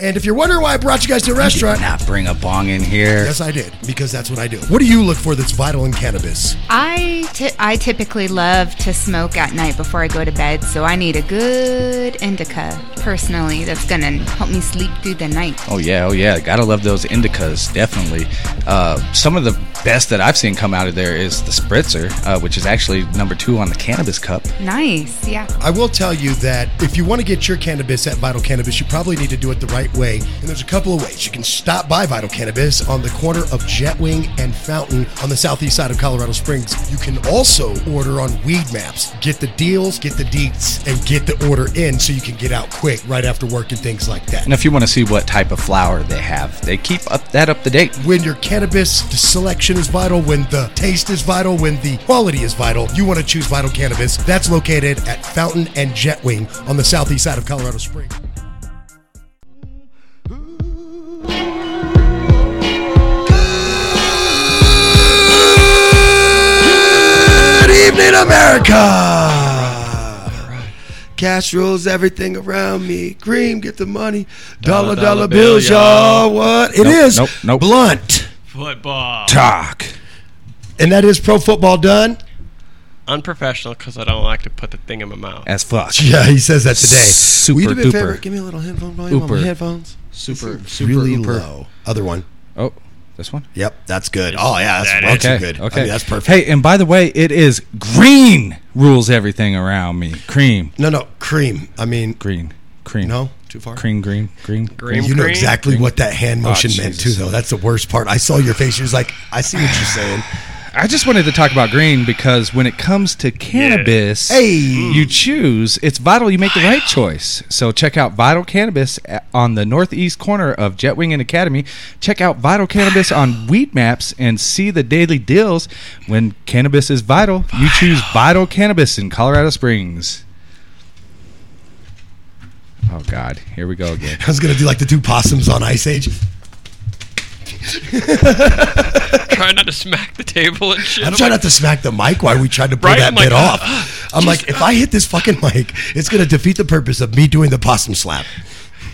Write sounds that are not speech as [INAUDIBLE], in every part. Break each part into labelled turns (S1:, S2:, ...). S1: And if you're wondering why I brought you guys to a restaurant,
S2: Not bring a bong in here.
S1: yes, I did, because that's what I do. What do you look for that's vital in cannabis?
S3: I, t- I typically love to smoke at night before I go to bed, so I need a good indica personally that's gonna help me sleep through the night.
S2: Oh yeah, oh yeah, gotta love those indicas, definitely. Uh, some of the best that I've seen come out of there is the spritzer, uh, which is actually number two on the cannabis cup.
S3: Nice, yeah.
S1: I will tell you that if you want to get your cannabis at Vital Cannabis, you probably need to do it the right way. And there's a couple of ways. You can stop by Vital Cannabis on the corner of Jetwing and Fountain on the southeast side of Colorado Springs. You can also order on Weed Maps. Get the deals, get the deets, and get the order in so you can get out quick right after work and things like that.
S2: And if you want to see what type of flower they have, they keep up that up to date.
S1: When your cannabis the selection is vital, when the taste is vital, when the quality is vital, you want to choose Vital Cannabis. That's located at Fountain and Jetwing on the southeast side of Colorado Springs. Good evening, America. Cash rules everything around me. Cream, get the money. Dollar, dollar, bills, y'all. What? It
S2: Nope,
S1: is
S2: nope, nope.
S1: blunt.
S4: Football.
S2: Talk.
S1: And that is pro football done.
S4: Unprofessional because I don't like to put the thing in my mouth.
S2: As fuck.
S1: [LAUGHS] Yeah, he says that today.
S2: Super
S1: Will you do me a
S2: duper.
S1: favor? Give me a little headphone volume on
S2: Ooper.
S1: my headphones.
S2: Super,
S1: It's
S2: super,
S1: really
S2: duper.
S1: low. Other one.
S2: Oh, this one?
S1: Yep, that's good. Oh yeah, that's way
S2: Okay.
S1: too good.
S2: Okay.
S1: I mean, that's perfect.
S2: Hey, and by the way, it is green rules everything around me. Cream.
S1: no, no, cream. I mean,
S2: Green. Cream.
S1: no, too far.
S2: Cream, green, green.
S4: Green.
S1: You know exactly what that hand motion
S2: Oh,
S1: meant too,
S2: Jesus.
S1: though. That's the worst part. I saw your face. You're like, I see what you're saying.
S2: I just wanted to talk about green because when it comes to cannabis,
S1: Hey.
S2: you choose. It's vital you make the right choice. So check out Vital Cannabis a- on the northeast corner of Jetwing and Academy. Check out Vital Cannabis on Weed Maps and see the daily deals. When cannabis is vital, you choose Vital Cannabis in Colorado Springs. Oh God, here we go again.
S1: I was gonna do like the two possums on Ice Age.
S4: Try not to smack the table and shit.
S1: I'm trying not to smack the mic while we tried to pull
S4: Right,
S1: that
S4: I'm
S1: bit
S4: like,
S2: "Ah,
S1: off. I'm like, if I hit this fucking mic, it's gonna defeat the purpose of me doing the possum slap.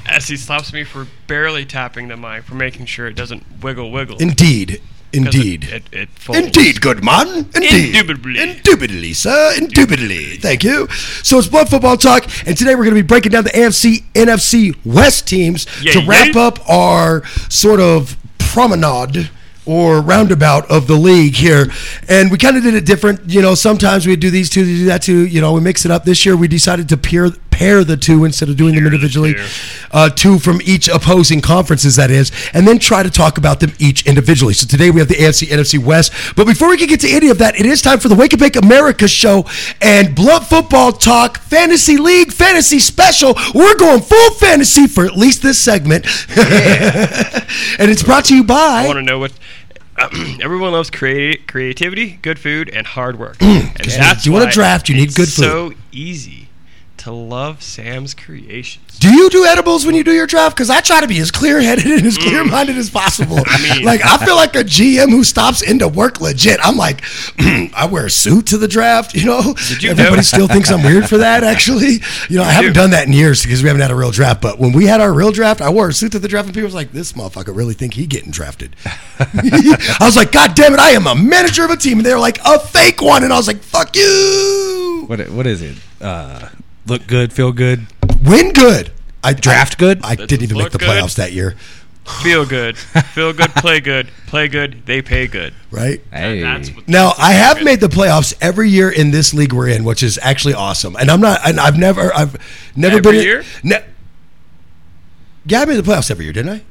S4: As he slaps me for barely tapping the mic, for making sure it doesn't wiggle wiggle. 'Cause
S1: Indeed,
S4: it-
S1: indeed.
S4: It, it, folds.
S1: Indeed, good man. Indeed.
S4: Indubitably.
S1: Indubitably, sir. Indubitably. Thank you. So it's Blood Football Talk, and today we're going to be breaking down the AFC, NFC West teams
S4: Yeah,
S1: to
S4: yeah.
S1: wrap up our sort of promenade or roundabout of the league here. And we kind of did it different. You know, sometimes we do these two, we do that two. You know, we mix it up. This year we decided to pair, pair the two instead of doing them individually. Uh, two from each opposing conferences, that is, and then try to talk about them each individually. So today we have the AFC, NFC West. But before we can get to any of that, it is time for the Wake and Bake America show and Blunt Football Talk Fantasy League Fantasy Special. We're going full fantasy for at least this segment. [LAUGHS] and it's brought to you
S4: I want
S1: by.
S4: to know what. [CLEARS THROAT] everyone loves creati- creativity, good food, and hard
S1: [CLEARS THROAT]
S4: work. and
S1: you wanna
S4: why
S1: draft, you need
S4: it's
S1: good food.
S4: So easy to love Sam's creations.
S1: Do you do edibles when you do your draft? Because I try to be as clear headed and as clear minded as possible. like, I feel like a GM who stops into work legit. I'm like, "Hmm, I wear a suit to the draft, you know?
S4: you
S1: Everybody
S4: know-
S1: still thinks I'm weird for that, actually. You know, I haven't
S4: do.
S1: done that in years because we haven't had a real draft. But when we had our real draft, I wore a suit to the draft, and people was like, this motherfucker really think he getting drafted. [LAUGHS] I was like, God damn it, I am a manager of a team. And they were like, a fake one. And I was like, fuck you.
S2: What what is it? Uh, look good, feel good.
S1: Win good. I
S2: Draft good?
S1: I didn't even make
S4: look
S1: the
S4: good.
S1: playoffs that year,
S4: Feel good, feel good, play good, play good. They pay good.
S1: right?
S2: Hey,
S4: That's what
S1: Now I have made the playoffs every year in this league we're in, which is actually awesome. And I'm not, and I've never, I've never
S4: Every
S1: been
S4: year?
S1: Ne- yeah, I made the playoffs every year, didn't I?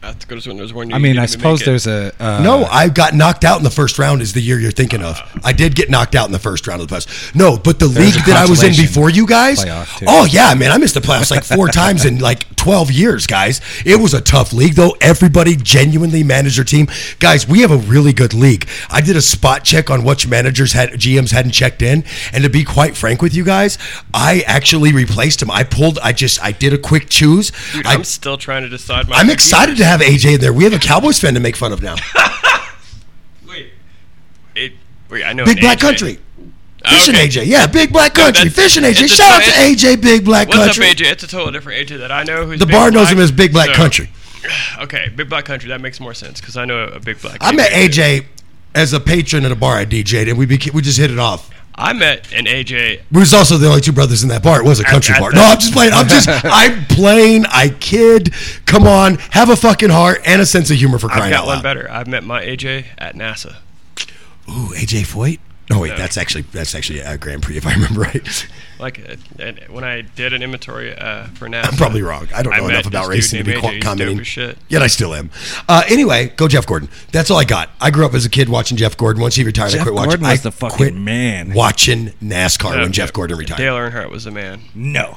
S4: That's good. as when There's one.
S2: I mean, I suppose there's a uh,
S1: no, I got knocked out in the first round. Is the year you're thinking of? I did get knocked out in the first round of the playoffs. No, but the
S2: There's
S1: league
S2: a
S1: that I was in
S2: consolation
S1: before you guys.
S2: playoff, too.
S1: Oh yeah, man, I missed the playoffs like
S2: [LAUGHS]
S1: four times in like 12 years, guys. It was a tough league though. Everybody genuinely managed their team, guys. We have a really good league. I did a spot check on which managers had GMs hadn't checked in, and to be quite frank with you guys, I actually replaced him. I pulled. I just I did a quick choose.
S4: Dude,
S1: I-
S4: I'm still trying to decide my.
S1: I'm
S4: computer.
S1: excited to have AJ in there. We have a Cowboys fan to make fun of now.
S4: Wait, it, wait. I know.
S1: Big
S4: an
S1: Black
S4: AJ.
S1: Country. Fishing
S4: Ah, Okay.
S1: AJ. Yeah, Big Black
S4: No,
S1: Country.
S4: that's-
S1: Fishing AJ.
S4: it's a
S1: Shout out to
S4: twi-
S1: AJ Big Black
S4: What's
S1: Country.
S4: up, AJ? It's a total different AJ that I know. Who's
S1: The
S4: Big
S1: bar knows
S4: Black,
S1: him as Big Black
S4: so-
S1: Country.
S4: Okay, Big Black Country. That makes more sense because I know a Big Black.
S1: I met
S4: too.
S1: AJ as a patron at a bar I DJ'd, and we became, we just hit it off.
S4: I met an AJ.
S1: We was also the only two brothers in that bar. It was a country
S4: at
S1: bar.
S4: that-
S1: No, I'm just playing. I'm
S4: [LAUGHS]
S1: just I'm playing. I kid. Come on, have a fucking heart and a sense of humor for
S4: I've
S1: crying
S4: got one
S1: out loud.
S4: better. I've met my AJ at NASA.
S1: Ooh, AJ Foyt. No wait, that's actually that's actually a Grand Prix if I remember right.
S4: Like uh, and when I did an inventory uh, for NASA.
S1: I'm probably wrong. I don't
S4: I
S1: know
S4: met
S1: enough about
S4: this dude
S1: racing to be
S4: named
S1: co-
S4: AJ. He's dope
S1: commenting.
S4: as shit.
S1: Yet I still am. Uh, anyway, go Jeff Gordon. That's all I got. I grew up as a kid watching Jeff Gordon. Once he retired, I
S5: Jeff
S1: quit watching.
S5: Gordon was
S1: I
S5: the fucking
S1: quit
S5: man.
S1: Watching NASCAR when Jeff Gordon retired.
S4: Uh, Dale Earnhardt was the man.
S5: No.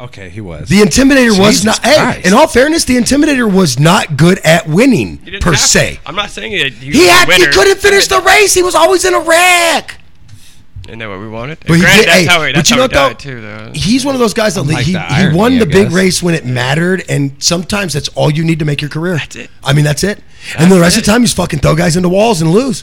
S5: Okay, he was.
S1: The Intimidator was
S5: Jesus
S1: not. Hey,
S5: Christ.
S1: in all fairness, the Intimidator was not good at winning
S4: He didn't
S1: per
S4: have to-
S1: se.
S4: I'm not saying that he, was
S1: He
S4: a
S1: had, he
S4: winner.
S1: couldn't finish the race. He was always in a wreck.
S4: Isn't that what we wanted?
S1: But he
S4: Granted,
S1: did.
S4: that's
S1: hey,
S4: how he,
S1: but
S4: that's
S1: you
S4: how
S1: know
S4: he
S1: what though?
S4: died too, though.
S1: He's one of those guys that
S5: Unlike
S1: he,
S5: the
S1: he won
S5: irony,
S1: the
S5: I
S1: big
S5: guess.
S1: race when it mattered, and sometimes that's all you need to make your career. That's
S4: it.
S1: I mean, that's it. and the rest
S4: That's
S1: of the
S4: it.
S1: time, he's fucking throw guys into walls and lose.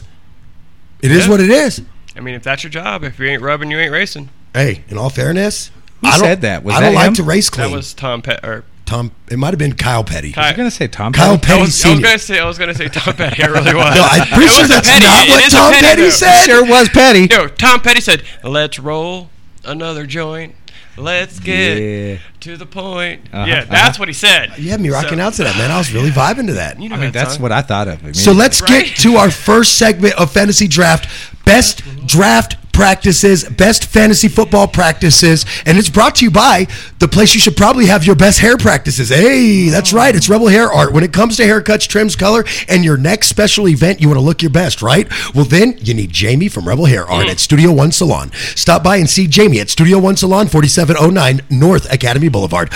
S1: It is
S4: Yeah.
S1: what it is.
S4: I mean, if that's your job, if you ain't rubbing, you ain't racing.
S1: Hey, in all fairness,
S5: Who
S1: I don't,
S5: said that? Was
S1: I don't
S5: that
S1: like
S5: him?
S1: to race clean.
S4: That was Tom Pet or
S1: Tom. It might have been Kyle Petty.
S4: Kyle-
S5: I was gonna say Tom
S1: Kyle
S5: Petty.
S1: Petty
S4: I was, I was
S1: Senior.
S4: gonna say I was gonna say Tom Petty. I really was.
S1: [LAUGHS] No, I'm pretty
S4: It
S1: sure
S4: was a
S1: that's
S4: Petty.
S1: not
S4: It
S1: what
S4: is a
S1: Tom Petty
S4: though.
S1: said.
S5: Sure was [LAUGHS] Petty.
S4: No, Tom Petty said, "Let's roll another joint. Let's get
S5: Yeah.
S4: to the point."
S5: Uh-huh,
S4: yeah,
S5: uh-huh.
S4: that's what he said.
S1: You had me rocking
S4: So-
S1: out to that, man. I was
S4: [LAUGHS]
S1: really vibing to that.
S4: You know
S5: I mean,
S4: that
S5: that's
S4: song.
S5: what I thought of.
S1: So let's
S4: Right?
S1: get to our first segment of fantasy draft. Best draft practices, best fantasy football practices, and it's brought to you by the place you should probably have your best hair practices. Hey, that's right, it's Rebel Hair Art. When it comes to haircuts, trims, color, and your next special event, you want to look your best, right? Well, then you need Jamie from Rebel Hair Art at Studio One Salon. Stop by and see Jamie at Studio One Salon, 4709 North Academy Boulevard.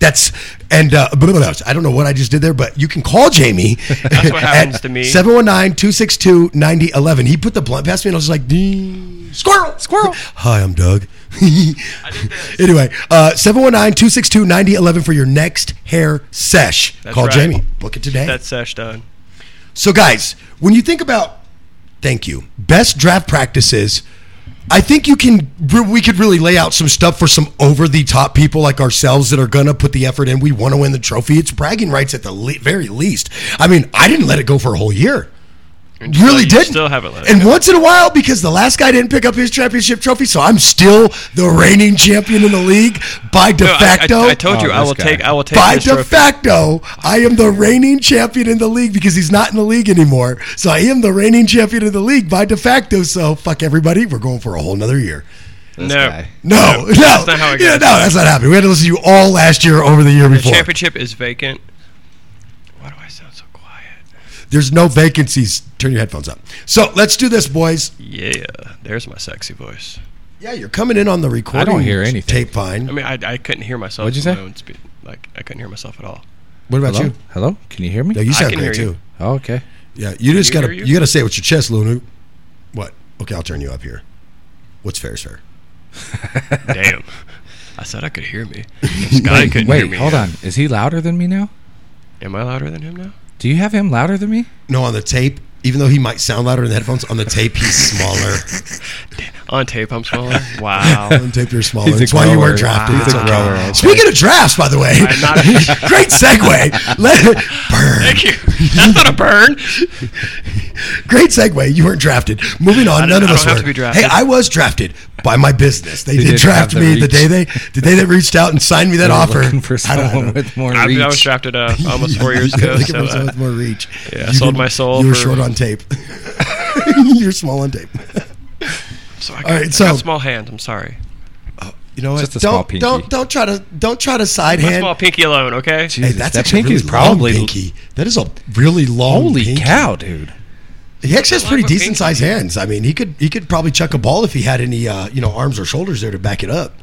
S1: That's and uh, blah, blah, blah. I don't know what I just did there, but you can call Jamie [LAUGHS]
S4: That's what happens to me.
S1: 719-262-9011. He put the blunt past me and I was like, "Ding." squirrel, squirrel. Hi, I'm Doug. [LAUGHS] anyway, uh, 719-262-9011 for your next hair sesh.
S4: That's
S1: Call
S4: right.
S1: Jamie. Book it today.
S4: That's Sesh done.
S1: so guys, when you think about thank you, best draft practices, I think you can we could really lay out some stuff for some over the top people like ourselves that are gonna put the effort in. We want to win the trophy. It's bragging rights at the le- very least. I mean, I didn't let it go for a whole year really
S4: you
S1: didn't.
S4: still haven't let it
S1: and once in a while, because the last guy didn't pick up his championship trophy, so I'm still the reigning champion in the league by de
S4: No, I-
S1: facto.
S4: I, I told you
S5: Oh,
S4: I
S5: this
S4: will
S5: guy.
S4: take. I will take.
S1: by
S4: this
S1: de
S4: trophy.
S1: facto, I am the reigning champion in the league because he's not in the league anymore. So I am the reigning champion of the league by de facto. So fuck everybody. We're going for a whole nother year.
S5: This
S4: no.
S5: guy.
S1: [LAUGHS] No, no,
S4: that's not how it
S1: Yeah,
S4: goes.
S1: no, that's not happening. We had to listen to you all last year, over the year
S4: The
S1: before.
S4: championship is vacant. Why do I sound so quiet?
S1: There's no vacancies. Turn your headphones up. So let's do this, boys.
S4: Yeah, there's my sexy voice.
S1: Yeah, you're coming in on the recording.
S5: hear anything.
S1: Tape fine.
S4: I mean, I, I couldn't hear myself.
S5: What'd you
S4: from
S5: say?
S4: my own spe- like I couldn't hear myself
S5: [LAUGHS]
S4: at all.
S1: what about
S5: Hello?
S1: you?
S5: Hello? Can you hear me?
S1: No, you
S4: I
S1: sound
S4: can
S1: great
S4: hear you.
S1: too.
S5: oh, okay.
S1: Yeah, you just
S4: you
S1: gotta
S4: hear
S1: you?
S4: you?
S1: gotta say it with your chest, Lulu. What? Okay, I'll turn you up here. What's fair, sir?
S4: Damn. I said I could hear
S5: [LAUGHS]
S4: me. This guy couldn't hear
S5: Wait,
S4: me.
S5: hold on. Is he louder than me now?
S4: Am I louder than
S5: [LAUGHS]
S4: him now?
S5: Do you have him louder than me?
S1: No, on the tape. Even though he might sound louder in the headphones, on the tape
S4: [LAUGHS]
S1: he's smaller.
S5: [LAUGHS]
S4: On tape, I'm smaller. Wow.
S1: on tape you're smaller.
S5: a
S1: That's why you were
S5: grower.
S1: drafted.
S5: He's
S1: It's
S5: a
S1: okay.
S5: grower, okay.
S1: Speaking of drafts, by the way,
S4: I'm not-
S1: [LAUGHS] great segue. Let it burn.
S4: Thank you. That's not a burn.
S1: [LAUGHS] Great segue. You weren't drafted. Moving on.
S4: I
S1: None
S4: didn't-
S1: of
S4: I
S1: us
S4: don't have
S1: were.
S4: to be drafted.
S1: Hey, I was drafted by my business. They, did
S5: did
S1: draft
S5: have
S1: me
S5: the
S1: the
S5: reach.
S1: day they the day they reached out and signed me that
S5: We're
S1: offer.
S5: Looking for
S1: I don't- I don't know.
S5: someone with more
S4: I, mean,
S5: reach.
S4: I was
S5: [LAUGHS]
S4: drafted uh,
S1: [LAUGHS]
S4: almost four years ago.
S1: Look at
S4: so,
S1: myself
S4: uh,
S1: with more reach.
S4: yeah, I sold
S1: didn't-
S4: my soul
S1: You were
S4: for-
S1: short on
S4: [LAUGHS]
S1: tape. You're small on tape.
S4: so I
S1: All
S4: got,
S1: right,
S4: I got
S1: so-
S4: small hands. I'm sorry.
S1: You know what?
S5: Just a
S1: don't
S5: small pinky.
S1: don't don't try to don't try to side
S4: Left
S1: hand.
S4: small pinky alone, okay?
S1: Hey,
S5: Jesus,
S1: that's
S5: that
S1: actually a
S5: pinky's
S1: really
S5: probably
S1: long pinky. That is a really long.
S5: Holy
S1: pinky.
S5: cow, dude.
S1: He actually has
S4: Long
S1: pretty
S4: pinky.
S1: decent sized hands. I mean, he could he could probably chuck a ball if he had any uh, you know arms or shoulders there to back it up.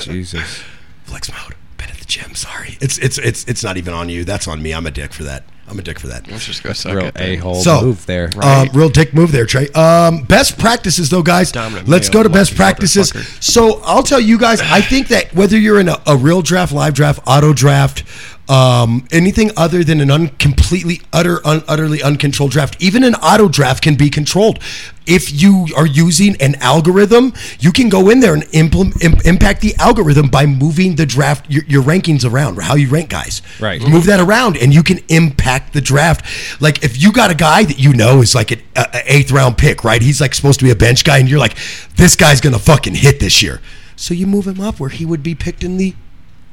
S5: Jesus.
S1: Flex mode. Been at the gym. Sorry. It's it's it's it's not even on you. That's on me. I'm a dick for that. I'm a dick for that.
S6: Let's just go
S5: Real
S6: suck
S5: a
S6: it.
S5: hole
S1: So,
S5: move there.
S6: Right.
S1: Um, real dick move there, Trey. Um, best practices, though, guys.
S6: Dominant
S1: Let's
S6: male
S1: go to best
S6: lucky
S1: practices.
S6: motherfucker.
S1: So I'll tell you guys. I think that whether you're in a, a real draft, live draft, auto draft, um, anything other than an un- completely, utter, un- utterly uncontrolled draft, even an auto draft can be controlled. If you are using an algorithm, you can go in there and implement, im- impact the algorithm by moving the draft, your, your rankings around, how you rank guys.
S5: Right.
S1: Move that around, and you can impact the draft. Like if you got a guy that you know is like an a, a eighth round pick, right? He's like supposed to be a bench guy, and you're like, this guy's gonna fucking hit this year. So you move him up where he would be picked in the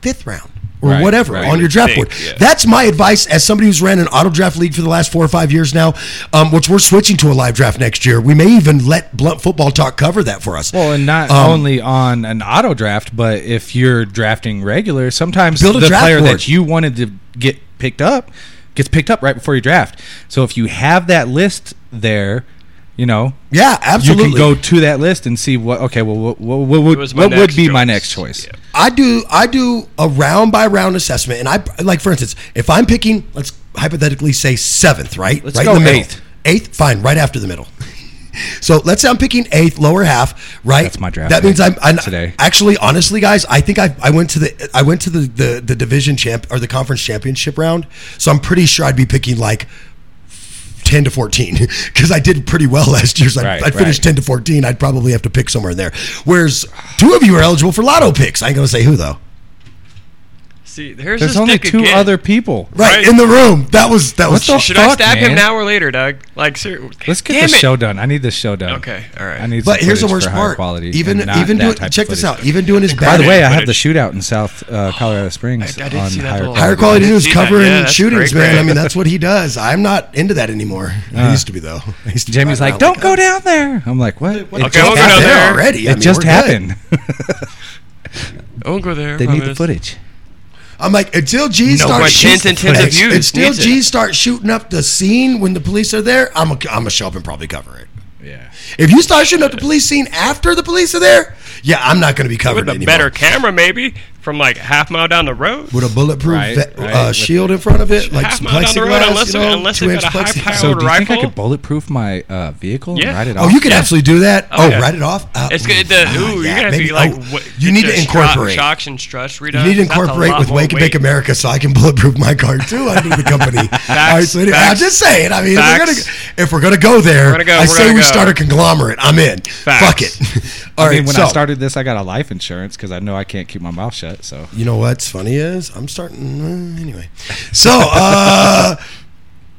S1: fifth round or
S5: Right,
S1: whatever
S5: right.
S1: on your draft board. That's my advice as somebody who's ran an auto draft league for the last four or five years now, um, which we're switching to a live draft next year. We may even let Blunt Football Talk cover that for us.
S5: Well, and not
S1: Um,
S5: only on an auto draft, but if you're drafting regular, sometimes
S1: Build a
S5: the
S1: draft
S5: player
S1: board.
S5: that you wanted to get picked up gets picked up right before your draft. So if you have that list there, you know,
S1: yeah, absolutely.
S5: you can go to that list and see what. Okay, well, what, what, what,
S4: It
S5: would
S4: was my
S5: what would
S4: next
S5: be my
S4: choice.
S5: next choice?
S4: Yeah.
S1: I do I do a round by round assessment, and I like for instance, if I'm picking, let's hypothetically say seventh, right?
S5: Let's
S1: right
S5: go
S1: in the
S5: eighth.
S1: middle. Eighth, fine, right after the middle. [LAUGHS] So let's say I'm picking eighth, lower half, right?
S5: That's my draft
S1: That means
S5: pick
S1: I'm, i
S5: today.
S1: Actually, honestly, guys, I think I, I went to the I went to the, the the division champ or the conference championship round, so I'm pretty sure I'd be picking like. 10 to 14 [LAUGHS] because I did pretty well last year. So I,
S5: Right,
S1: I finished
S5: right.
S1: 10 to 14. I'd probably have to pick somewhere in there. Whereas two of you are eligible for lotto picks. I ain't going to say who though.
S4: See, there's,
S5: There's
S4: this
S5: only
S4: dick
S5: two
S4: again.
S5: other people.
S1: Right,
S4: Right.
S1: in the room. That was that was
S5: What the
S4: Should I
S5: Fuck,
S4: stab
S5: man.
S4: him now or later, Doug? Like, sir,
S5: Let's get
S4: damn
S5: this
S4: it.
S5: show done. I need this show done.
S4: Okay, all right.
S5: I need.
S1: But
S5: some
S1: here's the
S5: footage
S1: worst
S5: for higher
S1: part.
S5: Quality
S1: even
S5: and not
S1: even
S5: that
S1: doing
S5: type of
S1: check this
S5: footage.
S1: out. Even doing his
S5: By
S1: bad.
S5: the way, I have the
S4: Footage.
S5: shootout in South uh, Colorado Springs
S4: I- I didn't
S5: on
S4: see that
S5: higher
S4: little-
S1: higher quality
S4: I didn't
S1: news
S4: see that.
S1: covering
S4: Yeah, that's
S1: shootings,
S4: great,
S1: man.
S4: great.
S1: I mean, that's what he does. I'm not into that anymore. I used to be though. [LAUGHS] I used to
S5: Uh, Jamie's like,
S1: ride around
S5: "Don't go down there." I'm like, "What?" It
S4: Okay, I'll go down
S1: that.
S5: happened.
S4: there.
S1: already. I
S5: It
S1: mean,
S5: just
S1: we're good.
S5: happened.
S4: Don't go
S5: [LAUGHS]
S4: there.
S5: they need the
S4: promise.
S5: footage.
S1: I'm like, until G
S6: No,
S1: starts
S6: but
S1: shooting,
S6: tens and tens
S4: of
S1: Thanks.
S4: views
S1: until
S4: needs
S1: G
S4: it.
S1: starts shooting up the scene when the police are there, I'm a, I'm a show up and probably cover it.
S5: Yeah.
S1: If you start shooting up the police scene after the police are there, yeah, I'm not going to be covered
S4: With a
S1: anymore.
S4: better camera, maybe from like half mile down the road.
S1: with a bulletproof
S5: Right,
S1: ve-
S5: right,
S1: uh,
S5: with-
S1: shield in front of it, like
S4: Half
S1: some
S4: mile down the road,
S1: plexiglass,
S4: unless-
S1: you know,
S4: unless
S1: two
S4: they've
S1: inch
S4: got a high
S1: plexiglass.
S5: So
S4: Powered
S5: do you think I
S4: rifle?
S5: could bulletproof my uh, vehicle
S4: Yeah.
S5: and write it off?
S1: Oh, you could absolutely do that. Oh,
S4: yeah.
S1: write it off. Uh,
S4: It's good. The,
S1: ah,
S4: ooh,
S1: yeah,
S4: you're gonna have to
S1: maybe-
S4: be like.
S1: oh,
S4: what-
S1: you
S4: get
S1: need
S4: your
S1: to
S4: strut-
S1: incorporate.
S4: shocks and struts.
S1: you need to incorporate with Wake and Bake America so I can bulletproof my car too. I need the company.
S4: [LAUGHS]
S1: All right, so anyway, I'm
S4: facts.
S1: just saying. I mean, if we're,
S4: Facts.
S1: gonna, if we're gonna go there,
S4: gonna go,
S1: I
S4: we're
S1: say
S4: gonna
S1: we
S4: go.
S1: start a conglomerate. I'm in. Fuck
S4: Facts.
S1: it. [LAUGHS] All
S5: I
S1: right.
S5: [LAUGHS] mean, when
S1: so,
S5: I started this, I got a life insurance because I know I can't keep my mouth shut. So
S1: you know what's funny is I'm starting uh, anyway. So uh, [LAUGHS]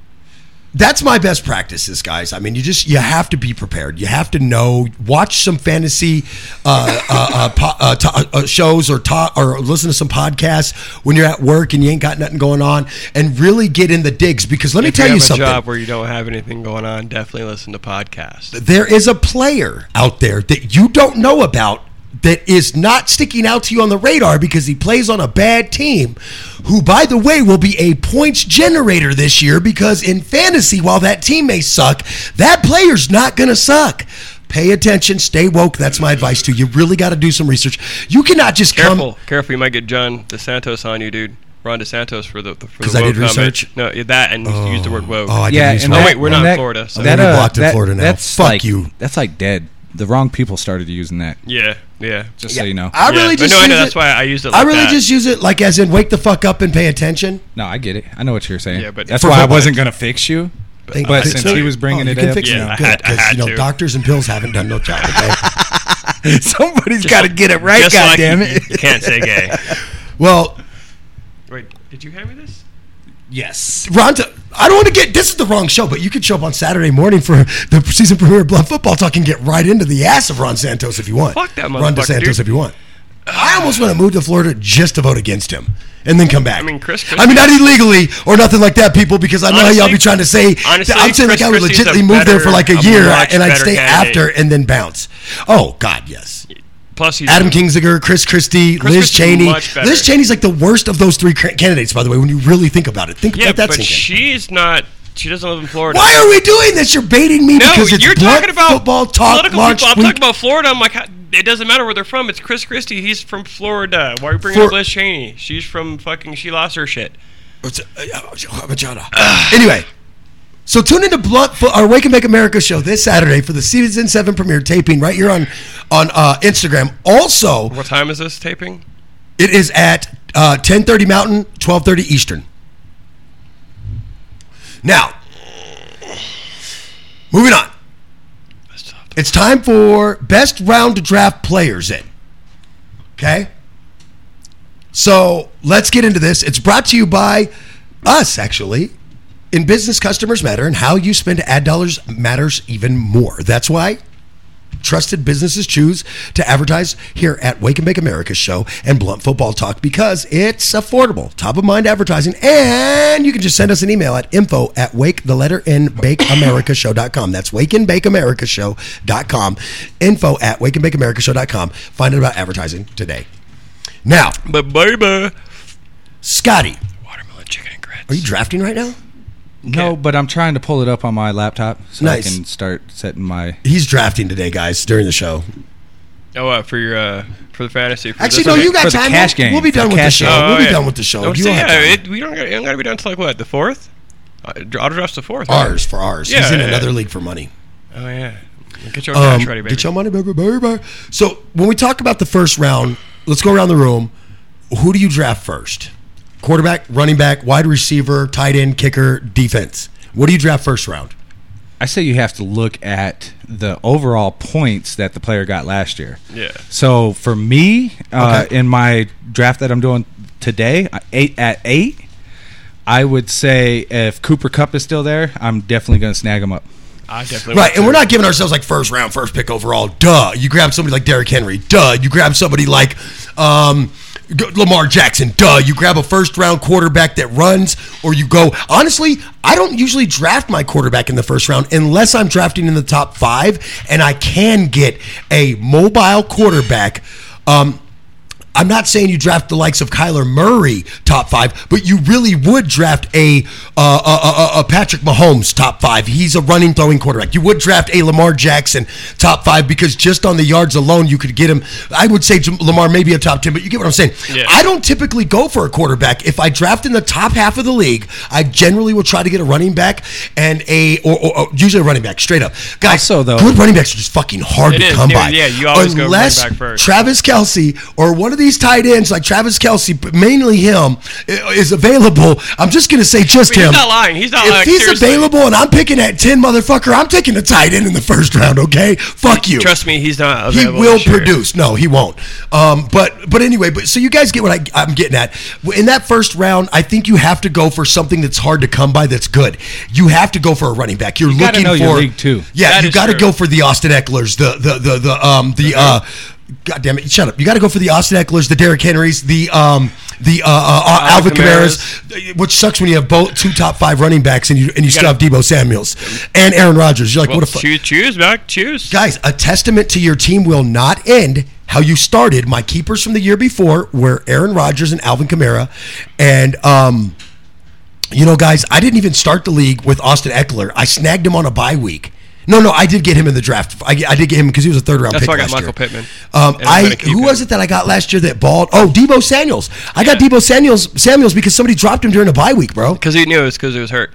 S1: that's my best practices, guys. I mean, you just you have to be prepared. You have to know. Watch some fantasy uh, uh, uh, po- uh, to- uh, uh, shows or talk or listen to some podcasts when you're at work and you ain't got nothing going on, and really get in the digs. Because let me
S4: If
S1: tell you,
S4: you have a
S1: something.
S4: job where you don't have anything going on, definitely listen to podcasts.
S1: there is a player out there that you don't know about that is not sticking out to you on the radar because he plays on a bad team, who, by the way, will be a points generator this year because in fantasy, while that team may suck, that player's not going to suck. Pay attention, stay woke. That's my advice to you. You really got to do some research. You cannot just
S4: Careful,
S1: come.
S4: careful! You might get John DeSantos on you, dude. Ron DeSantos for the for the
S1: 'Cause I
S4: woke
S1: did research?
S4: comment. No, yeah, that and you used the word woke.
S1: Oh, I
S5: yeah.
S1: didn't use
S5: and
S1: my-
S4: Oh,
S5: that-
S4: wait, we're
S5: and
S4: not in
S5: that-
S4: Florida, so-
S5: that,
S1: I'm gonna be
S5: uh,
S1: blocked in
S5: that-
S1: Florida now.
S5: That's
S1: Fuck
S5: like,
S1: you.
S5: That's like dead. The wrong people started using that.
S4: yeah, yeah.
S5: Just so you know.
S1: I
S4: Yeah,
S1: really
S4: but
S1: just
S4: no, I
S1: use
S4: know,
S1: it-
S4: that's why I used it
S1: I
S4: like
S1: really
S4: that.
S1: just use it like as in wake the fuck up and pay attention.
S5: no, I get it. I know what you're saying.
S4: Yeah, but-
S5: that's
S4: For
S5: why I
S4: football.
S5: wasn't gonna fix you.
S1: Thank
S5: But
S1: you.
S5: since
S1: So-
S5: he was bringing
S1: oh,
S5: it
S1: you can
S5: up,
S1: fix
S5: you
S1: me.
S5: know.
S4: I
S1: Good,
S4: had- I
S1: 'cause,
S4: had
S1: you know,
S4: to.
S1: doctors and pills haven't done no job. Okay?
S5: [LAUGHS]
S1: [LAUGHS]
S5: Somebody's got to get it right.
S4: Just like
S5: goddamn
S4: you- You
S5: it.
S4: can't
S1: [LAUGHS]
S4: say gay.
S1: well,
S4: Wait, did you hand me this?
S5: Yes.
S1: Ronta, I don't want to get this is the wrong show, but you could show up on Saturday morning for [LAUGHS] the season premiere of Blunt Football Talk and get right into the ass of Ron Santos if you want.
S4: Fuck that
S1: Ron
S4: motherfucker,
S1: DeSantos
S4: dude.
S1: if you want. I almost want to move to Florida just to vote against him and then come back. I
S4: mean, Chris
S1: I mean, not illegally or nothing like that, people, because I know how y'all
S4: Honestly-
S1: be trying to say.
S4: honestly,
S1: I'm saying like
S4: Chris
S1: I would
S4: Christie's a
S1: legitimately move there for
S4: better-
S1: like a
S4: a
S1: year
S4: much
S1: and I'd
S4: better
S1: stay
S4: candidate.
S1: after and then bounce. Oh, God, yes.
S4: Plus, he's
S1: Adam Kingsinger, Chris Christie, Liz
S4: Christie's
S1: Cheney.
S4: much better.
S1: Liz Cheney's like the worst of those three ca- candidates, by the way, when you really think about it. Think
S4: Yeah,
S1: about that.
S4: but
S1: sink in.
S4: she's not. She doesn't live in Florida.
S1: Why are we doing this? You're baiting me
S4: No,
S1: because it's
S4: you're
S1: blunt
S4: talking about
S1: football talk
S4: political
S1: launch
S4: people. I'm
S1: week.
S4: talking about Florida. I'm like, how- it doesn't matter where they're from. It's Chris Christie. He's from Florida. Why are you bringing
S1: For-
S4: up Liz Cheney? She's from fucking. She lost her shit.
S1: uh, anyway, so tune into Blunt Fo- our Wake and Make America show this Saturday for the season seven premiere taping right here on on uh, Instagram. Also,
S4: What time is this taping?
S1: it is at uh, ten thirty Mountain, twelve thirty Eastern. Now, moving on. It's time for best round to draft players in. Okay. So let's get into this. It's brought to you by us, actually. In business, customers matter, and how you spend ad dollars matters even more. That's why trusted businesses choose to advertise here at Wake and Bake America show and Blunt Football Talk because it's affordable, top of mind advertising, and you can just send us an email at info at wake the letter n bake america show.com. That's wake and bake america show.com. Info at wake and bake america show.com. Find out about advertising today. Now,
S4: But baby,
S1: Scotty,
S4: watermelon chicken and grits.
S1: are you drafting right now?
S5: No, but I'm trying to pull it up on my laptop so
S1: Nice.
S5: I can start setting my.
S1: He's drafting today, guys, during the show.
S4: oh, uh, for your uh, for the fantasy. For
S1: Actually,
S4: this
S1: no,
S4: one?
S1: you got
S5: For the
S1: time.
S5: cash
S1: We'll-
S5: game.
S1: We'll be
S5: For
S1: done with the
S5: cash
S1: show.
S5: game.
S4: Oh,
S1: we'll be
S4: yeah.
S1: done with the show.
S4: No,
S1: You
S4: see,
S1: don't have
S4: yeah,
S1: time.
S4: it, we don't. Gotta, I'm gonna be down till like what the fourth. Uh, autodraft's the fourth. right?
S1: ours for ours.
S4: Yeah,
S1: He's in
S4: yeah,
S1: another
S4: yeah.
S1: league for money.
S4: Oh yeah. Get your
S1: Um,
S4: cash ready, baby.
S1: Get your money, baby, baby. So when we talk about the first round, let's go around the room. Who do you draft first? Quarterback, running back, wide receiver, tight end, kicker, defense. What do you draft first round?
S5: I say you have to look at the overall points that the player got last year.
S4: Yeah.
S5: So for me, uh,
S1: Okay.
S5: in my draft that I'm doing today, I- eight at eight, I would say if Cooper Cup is still there, I'm definitely going to snag him up.
S4: I definitely
S1: Right,
S4: want
S1: and
S4: to.
S1: we're not giving ourselves like first round, first pick overall. Duh. You grab somebody like Derrick Henry. Duh. You grab somebody like um, G- Lamar Jackson. Duh. You grab a first round quarterback that runs, or you go. Honestly, I don't usually draft my quarterback in the first round unless I'm drafting in the top five and I can get a mobile quarterback. Um, I'm not saying you draft the likes of Kyler Murray top five, but you really would draft a uh, a, a, a Patrick Mahomes top five. He's a running throwing quarterback. You would draft a Lamar Jackson top five because just on the yards alone, you could get him. I would say Jam- Lamar maybe a top ten, but you get what I'm saying.
S4: Yeah.
S1: I don't typically go for a quarterback. If I draft in the top half of the league, I generally will try to get a running back and a or, or, or usually a running back straight up. Guys,
S5: Also, though-
S1: good running backs are just fucking hard
S4: It
S1: to
S4: is,
S1: come
S4: dude.
S1: by.
S4: Yeah, you always go running
S1: Unless
S4: back first.
S1: Travis Kelsey or one of these tight ends like Travis Kelsey, but mainly him, i- is available. I'm just gonna say just
S4: I mean,
S1: him.
S4: he's not lying. He's not
S1: if
S4: lying.
S1: he's
S4: Seriously.
S1: available and I'm picking at ten, motherfucker, I'm taking the tight end in the first round. Okay, fuck you.
S4: Trust me, he's not
S1: He
S4: available.
S1: will
S4: this year.
S1: produce. No, he won't. Um, but but anyway, but so you guys get what I, I'm getting at. In that first round, I think you have to go for something that's hard to come by. That's good. You have to go for a running back. You're
S5: gotta
S1: looking
S5: know
S1: for
S5: your league, too.
S1: Yeah,
S4: That
S1: you
S4: is
S1: got to
S4: true.
S1: go for the Austin Eckler's, the the the the um the uh, God damn it, shut up. You got to go for the Austin Eckler's, the Derrick Henrys, the um the uh, uh, uh, Alvin
S4: Alvin
S1: Kamara's, uh, which sucks when you have both two top five running backs and you and you, still have
S4: gotta-
S1: Debo Samuel's and Aaron Rodgers. You're like,
S4: Well,
S1: what a fuck.
S4: choose, choose, Mac. Choose.
S1: Guys, a testament to your team will not end how you started. My keepers from the year before were Aaron Rodgers and Alvin Kamara. And, um, you know, guys, I didn't even start the league with Austin Eckler. I snagged him on a bye week. No, no, I did get him in the draft. I, I did get him because he was a third round
S4: That's
S1: pick.
S4: why I got
S1: last
S4: Michael
S1: year.
S4: Pittman.
S1: Um,
S4: And I'm
S1: I
S4: gonna keep
S1: who
S4: him.
S1: was it that I got last year that balled? Oh, Debo Samuels. I got Debo Samuels Samuels because somebody dropped him during a bye week, bro.
S4: Because he knew it was because he was hurt.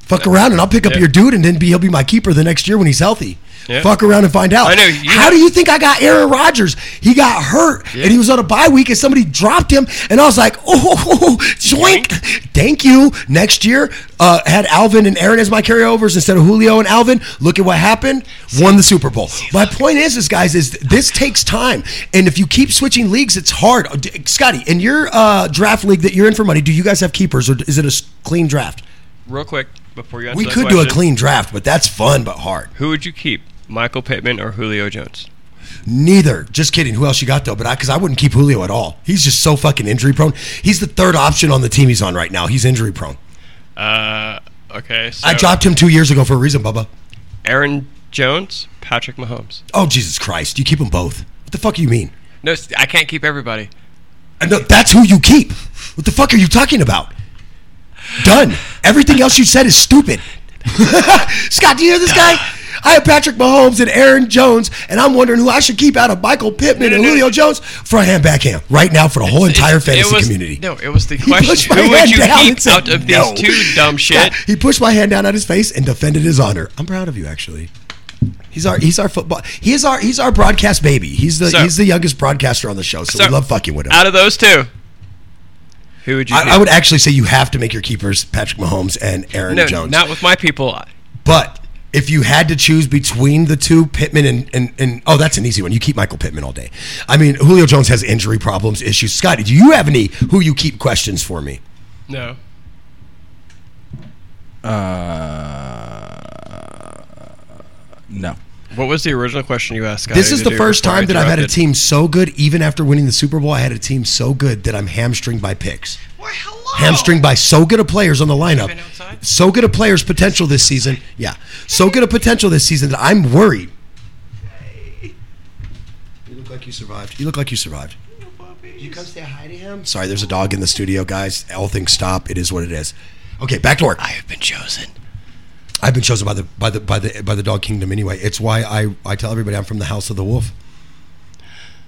S1: Fuck around and I'll pick up
S4: Yeah.
S1: your dude and then be, he'll be my keeper the next year when he's healthy.
S4: Yeah.
S1: Fuck around and find out.
S4: I know, you-
S1: How do you think I got Aaron Rodgers? He got hurt and he was on a bye week and somebody dropped him and I was like, [LAUGHS] oh, joink. Thank you. Next year, uh, had Alvin and Aaron as my carryovers instead of Julio and Alvin. Look at what happened. Won the Super Bowl. My point is, is guys, is this takes time and if you keep switching leagues, it's hard. Uh, d- Scotty, in your uh, draft league that you're in for money, do you guys have keepers or is it a s- clean draft?
S4: Real quick, before you answer
S1: We
S4: that
S1: could do a
S4: question,
S1: clean draft, but that's fun but hard.
S4: Who would you keep, Michael Pittman or Julio Jones?
S1: Neither. Just kidding. Who else you got though? But I, because I wouldn't keep Julio at all. He's just so fucking injury prone. He's the third option on the team he's on right now. He's injury prone.
S4: Uh, okay. So
S1: I dropped him two years ago for a reason, Bubba.
S4: Aaron Jones, Patrick Mahomes.
S1: Oh Jesus Christ! You keep them both. What the fuck do you mean?
S4: No, s- I can't keep everybody.
S1: Uh, No, that's who you keep. What the fuck are you talking about? [LAUGHS] Done. Everything else you said is stupid. Scott, do you hear this guy? I have Patrick Mahomes and Aaron Jones, and I'm wondering who I should keep out of Michael Pittman
S4: No, no,
S1: and
S4: no.
S1: Julio Jones. Front hand, backhand, right now for the whole entire
S4: It- it
S1: fantasy
S4: was-
S1: community.
S4: No, it was
S1: [LAUGHS]
S4: the
S1: He pushed
S4: question.
S1: my
S4: Who would
S1: hand
S4: you
S1: down
S4: keep
S1: and said,
S4: out of
S1: "No."
S4: these two dumb shit?
S1: Yeah, he pushed my hand down at his face and defended his honor. I'm proud of you, actually. He's our he's our football. He is our he's our broadcast baby. He's the
S4: So-
S1: he's the youngest broadcaster on the show, so,
S4: So,
S1: we love fucking with him.
S4: Out of those two, who would you?
S1: I,
S4: keep?
S1: I would actually say you have to make your keepers Patrick Mahomes and Aaron
S4: no,
S1: Jones.
S4: not with my people.
S1: but if you had to choose between the two, Pittman and, and and oh, that's an easy one. You keep Michael Pittman all day. I mean, Julio Jones has injury problems, issues. Scotty, do you have any who you keep questions for me?
S4: No.
S5: Uh, No.
S4: What was the original question you asked?
S1: This is the first time that I've had a team so good, even after winning the Super Bowl, I had a team so good that I'm hamstringed by picks.
S4: Well, hello.
S1: Hamstringed by so good of players on the lineup.
S4: been outside?
S1: So good of players potential this season. Yeah. So good of potential this season that I'm worried. You look like you survived. You look like you survived. You come say hi to him? Sorry, there's a dog in the studio, guys. All things stop. It is what it is. Okay, back to work.
S4: I have been chosen.
S1: I've been chosen by the by the by the by the dog kingdom anyway. It's why I, I tell everybody I'm from the house of the wolf.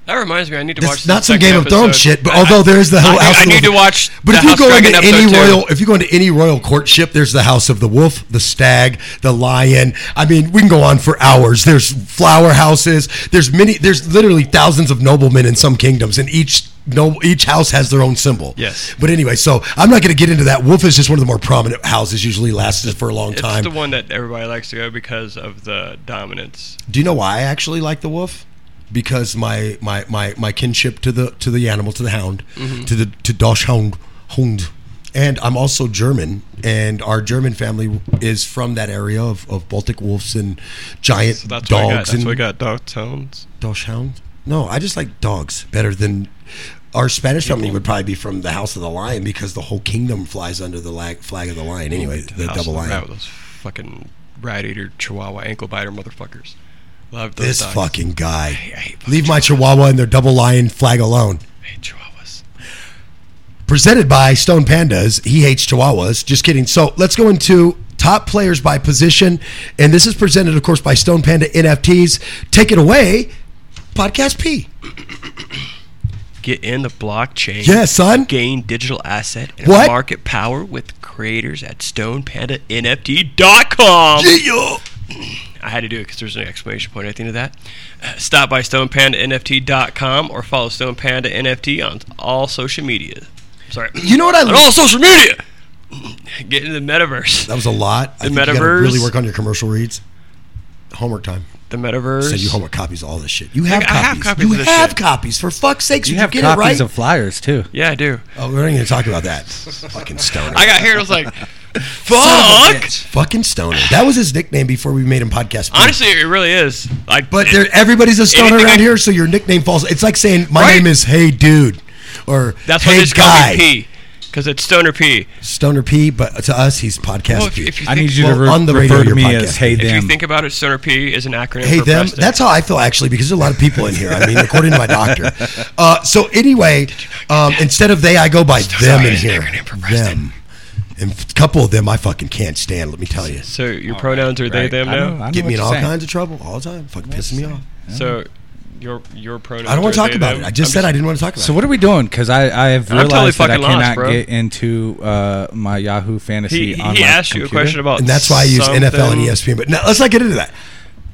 S4: That reminds me, I need to watch.
S1: It's
S4: the
S1: not some
S4: second
S1: Game of
S4: episode.
S1: Thrones shit, but
S4: I-
S1: although there is the
S4: I,
S1: whole
S4: need-
S1: House
S4: I
S1: of the
S4: need to
S1: Wolf.
S4: watch.
S1: But
S4: the
S1: if you
S4: House
S1: go
S4: Dragon
S1: into any
S4: episode too.
S1: royal, if you go into any royal courtship, there's the House of the Wolf, the Stag, the Lion. I mean, we can go on for hours. There's flower houses. There's many. There's literally thousands of noblemen in some kingdoms, and each no each house has their own symbol.
S4: Yes.
S1: But anyway, so I'm not going to get into that. Wolf is just one of the more prominent houses. Usually lasts for a long
S4: it's
S1: time.
S4: the one that everybody likes to go because of the dominance.
S1: Do you know why I actually like the wolf? Because my my my, my kinship to the to the animal to the hound to the to Dachshund Hund, and I'm also German, and our German family is from that area of, of Baltic wolves and giant
S4: So that's
S1: dogs
S4: what I got. That's
S1: and
S4: what I got. Dog tones.
S1: Dachshund. No, I just like dogs better than our Spanish family would probably be from the House of the Lion because the whole kingdom flies under the lag, flag of the lion anyway, the
S4: House
S1: double
S4: of Oh, the
S1: lion.
S4: Rat with Those fucking rat eater, chihuahua, ankle biter motherfuckers. Love those
S1: This
S4: dogs.
S1: fucking guy.
S4: I hate fucking
S1: Leave my chihuahua and their double lion flag alone.
S4: I hate chihuahuas.
S1: presented by Stone Pandas. He hates Chihuahuas. Just kidding. So let's go into top players by position, and this is presented, of course, by Stone Panda NFTs. Take it away, Podcast P.
S4: Get in the blockchain.
S1: Yeah, son.
S4: Gain digital asset and
S1: What?
S4: market power with creators at StonePandaNFT.com.
S1: Yeah.
S4: I had to do it because there's an exclamation point at the end of that. [CLEARS THROAT] Uh, Stop by StonePandaNFT.com or follow Stone Panda NFT on all social media. Sorry.
S1: You know what I
S4: on all social media! [LAUGHS] Get in the metaverse.
S1: That was a lot. I
S4: The
S1: think you gotta
S4: metaverse.
S1: really work on your commercial reads. Homework time.
S4: The metaverse.
S1: Send you homework copies of all this shit. You have
S4: I
S1: copies.
S4: have copies
S1: you
S4: of this
S1: have
S4: shit.
S1: copies. For fuck's sakes,
S5: You
S1: did
S5: have
S1: you get
S5: copies
S1: it right?
S5: of flyers too.
S4: Yeah, I do.
S1: oh, we're not even gonna talk about that. Fucking stoner.
S4: I got here and
S1: [LAUGHS]
S4: was like, fuck!
S1: Fucking stoner. That was his nickname before we made him podcast. P.
S4: Honestly, it really is. Like,
S1: But
S4: it-
S1: there, everybody's a stoner
S4: Anything
S1: around
S4: I-
S1: here, so your nickname falls. It's like saying my
S4: Right.
S1: name is Hey Dude, or
S4: that's why
S1: Hey
S4: they just call
S1: Guy.
S4: me P. Because it's Stoner P.
S1: Stoner P, but to us he's podcast
S4: Well, if,
S1: P.
S4: if you
S5: I
S4: think,
S5: need you
S1: Well,
S5: to re-
S1: on the radio,
S5: refer to
S1: your
S5: me
S1: podcast.
S5: as hey
S4: if you
S5: them.
S4: think about it, Stoner P is an acronym
S1: hey
S4: for
S1: them.
S4: Preston.
S1: That's how I feel actually, because there's a lot of people in here. I mean, according to my doctor. Uh, so anyway, um, instead of they, I go by them in
S4: it's an
S1: here.
S4: acronym for
S1: Them. And a couple of them I fucking can't stand. Let me tell you,
S4: So your pronouns are they,
S5: Right.
S4: them
S5: I know-
S4: now?
S5: I know
S1: get
S5: what
S1: me in
S5: you're
S1: all
S5: saying.
S1: kinds of trouble all the time. Fucking pissing me off.
S4: So your your pronouns
S1: Mm-hmm. I don't want to
S4: are
S1: talk
S4: they,
S1: about
S4: them?
S1: it. I just
S4: I'm
S1: said I didn't want to talk about
S5: So
S1: it.
S5: what are we doing? Because I I have
S4: I'm totally
S5: realized that I
S4: fucking lost,
S5: cannot
S4: bro.
S5: get into uh, my Yahoo Fantasy.
S4: He,
S5: on
S4: he
S5: my
S4: asked you a
S5: computer.
S4: question about
S1: And that's why I use NFL and E
S4: something.
S1: ESPN. But now, let's not get into that.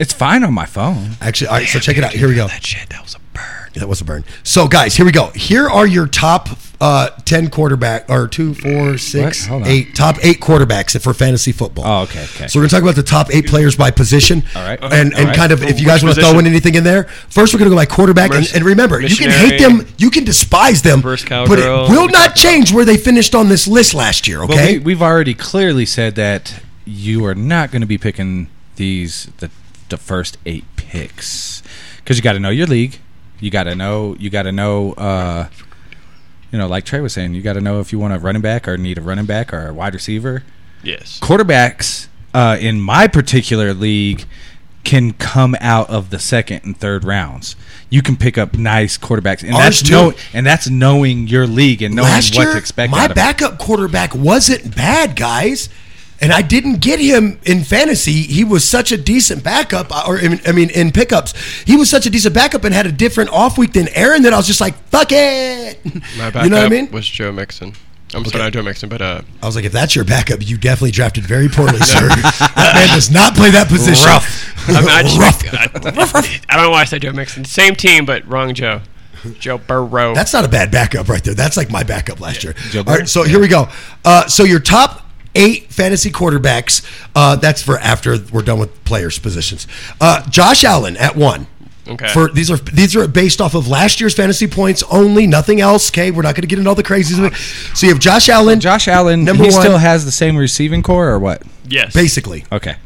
S5: It's fine on my phone.
S1: Actually, all right. So check it out. Here we go.
S4: That shit, that was a burn.
S1: That was a burn. So, guys, here we go. Here are your top uh, 10 quarterback, or two, four, six,
S5: What? Hold on.
S1: eight, top eight quarterbacks for fantasy football.
S5: Oh, okay, okay.
S1: So, we're going to talk about the top eight players by position.
S5: All right.
S1: And, and
S5: All right.
S1: kind of, if you guys
S4: Which
S1: want to throw in
S4: position?
S1: anything in there, first we're going to go by quarterback. And,
S4: Reverse
S1: and remember, you can hate
S4: missionary.
S1: them, you can despise them,
S4: Reverse
S1: but it
S4: cowgirl.
S1: will
S4: We
S1: not
S4: talked
S1: change where they finished on this list last year,
S5: Well,
S1: okay?
S5: we, we've already clearly said that you are not going to be picking these the the first eight picks because you got to know your league. You got to know. You got to know. Uh, you know, like Trey was saying, you got to know if you want a running back or need a running back or a wide receiver.
S4: Yes.
S5: Quarterbacks uh, in my particular league can come out of the second and third rounds. You can pick up nice quarterbacks, and
S1: Ours
S5: that's
S1: too.
S5: know, and that's knowing your league and knowing
S1: last
S5: what
S1: year,
S5: to expect.
S1: my
S5: out of it.
S1: backup quarterback wasn't bad, guys. And I didn't get him in fantasy. He was such a decent backup, uh, or I mean- I mean, in pickups, he was such a decent backup and had a different off week than Aaron that I was just like, fuck it.
S6: My backup
S1: [LAUGHS] you know what I mean?
S6: was Joe Mixon. I'm sorry, not Joe Mixon, but uh,
S1: I was like, if that's your backup, you definitely drafted very poorly, sir. that man does not play that position. [LAUGHS] [LAUGHS] Rough.
S4: I, mean, I, [LAUGHS] just, I, I don't know why I said Joe Mixon. Same team, but wrong Joe. Joe Burrow.
S1: That's not a bad backup right there. That's like my backup last year.
S5: Joe
S1: All right, so here we go. Uh, so your top eight fantasy quarterbacks. Uh, that's for after we're done with players' positions. Uh, Josh Allen at one.
S4: Okay.
S1: For these are these are based off of last year's fantasy points only, nothing else. Okay, we're not going to get into all the crazies of it. So you have Josh Allen.
S5: Josh Allen,
S1: number
S5: he
S1: one,
S5: still has the same receiving core or what?
S4: yes.
S1: basically.
S5: Okay.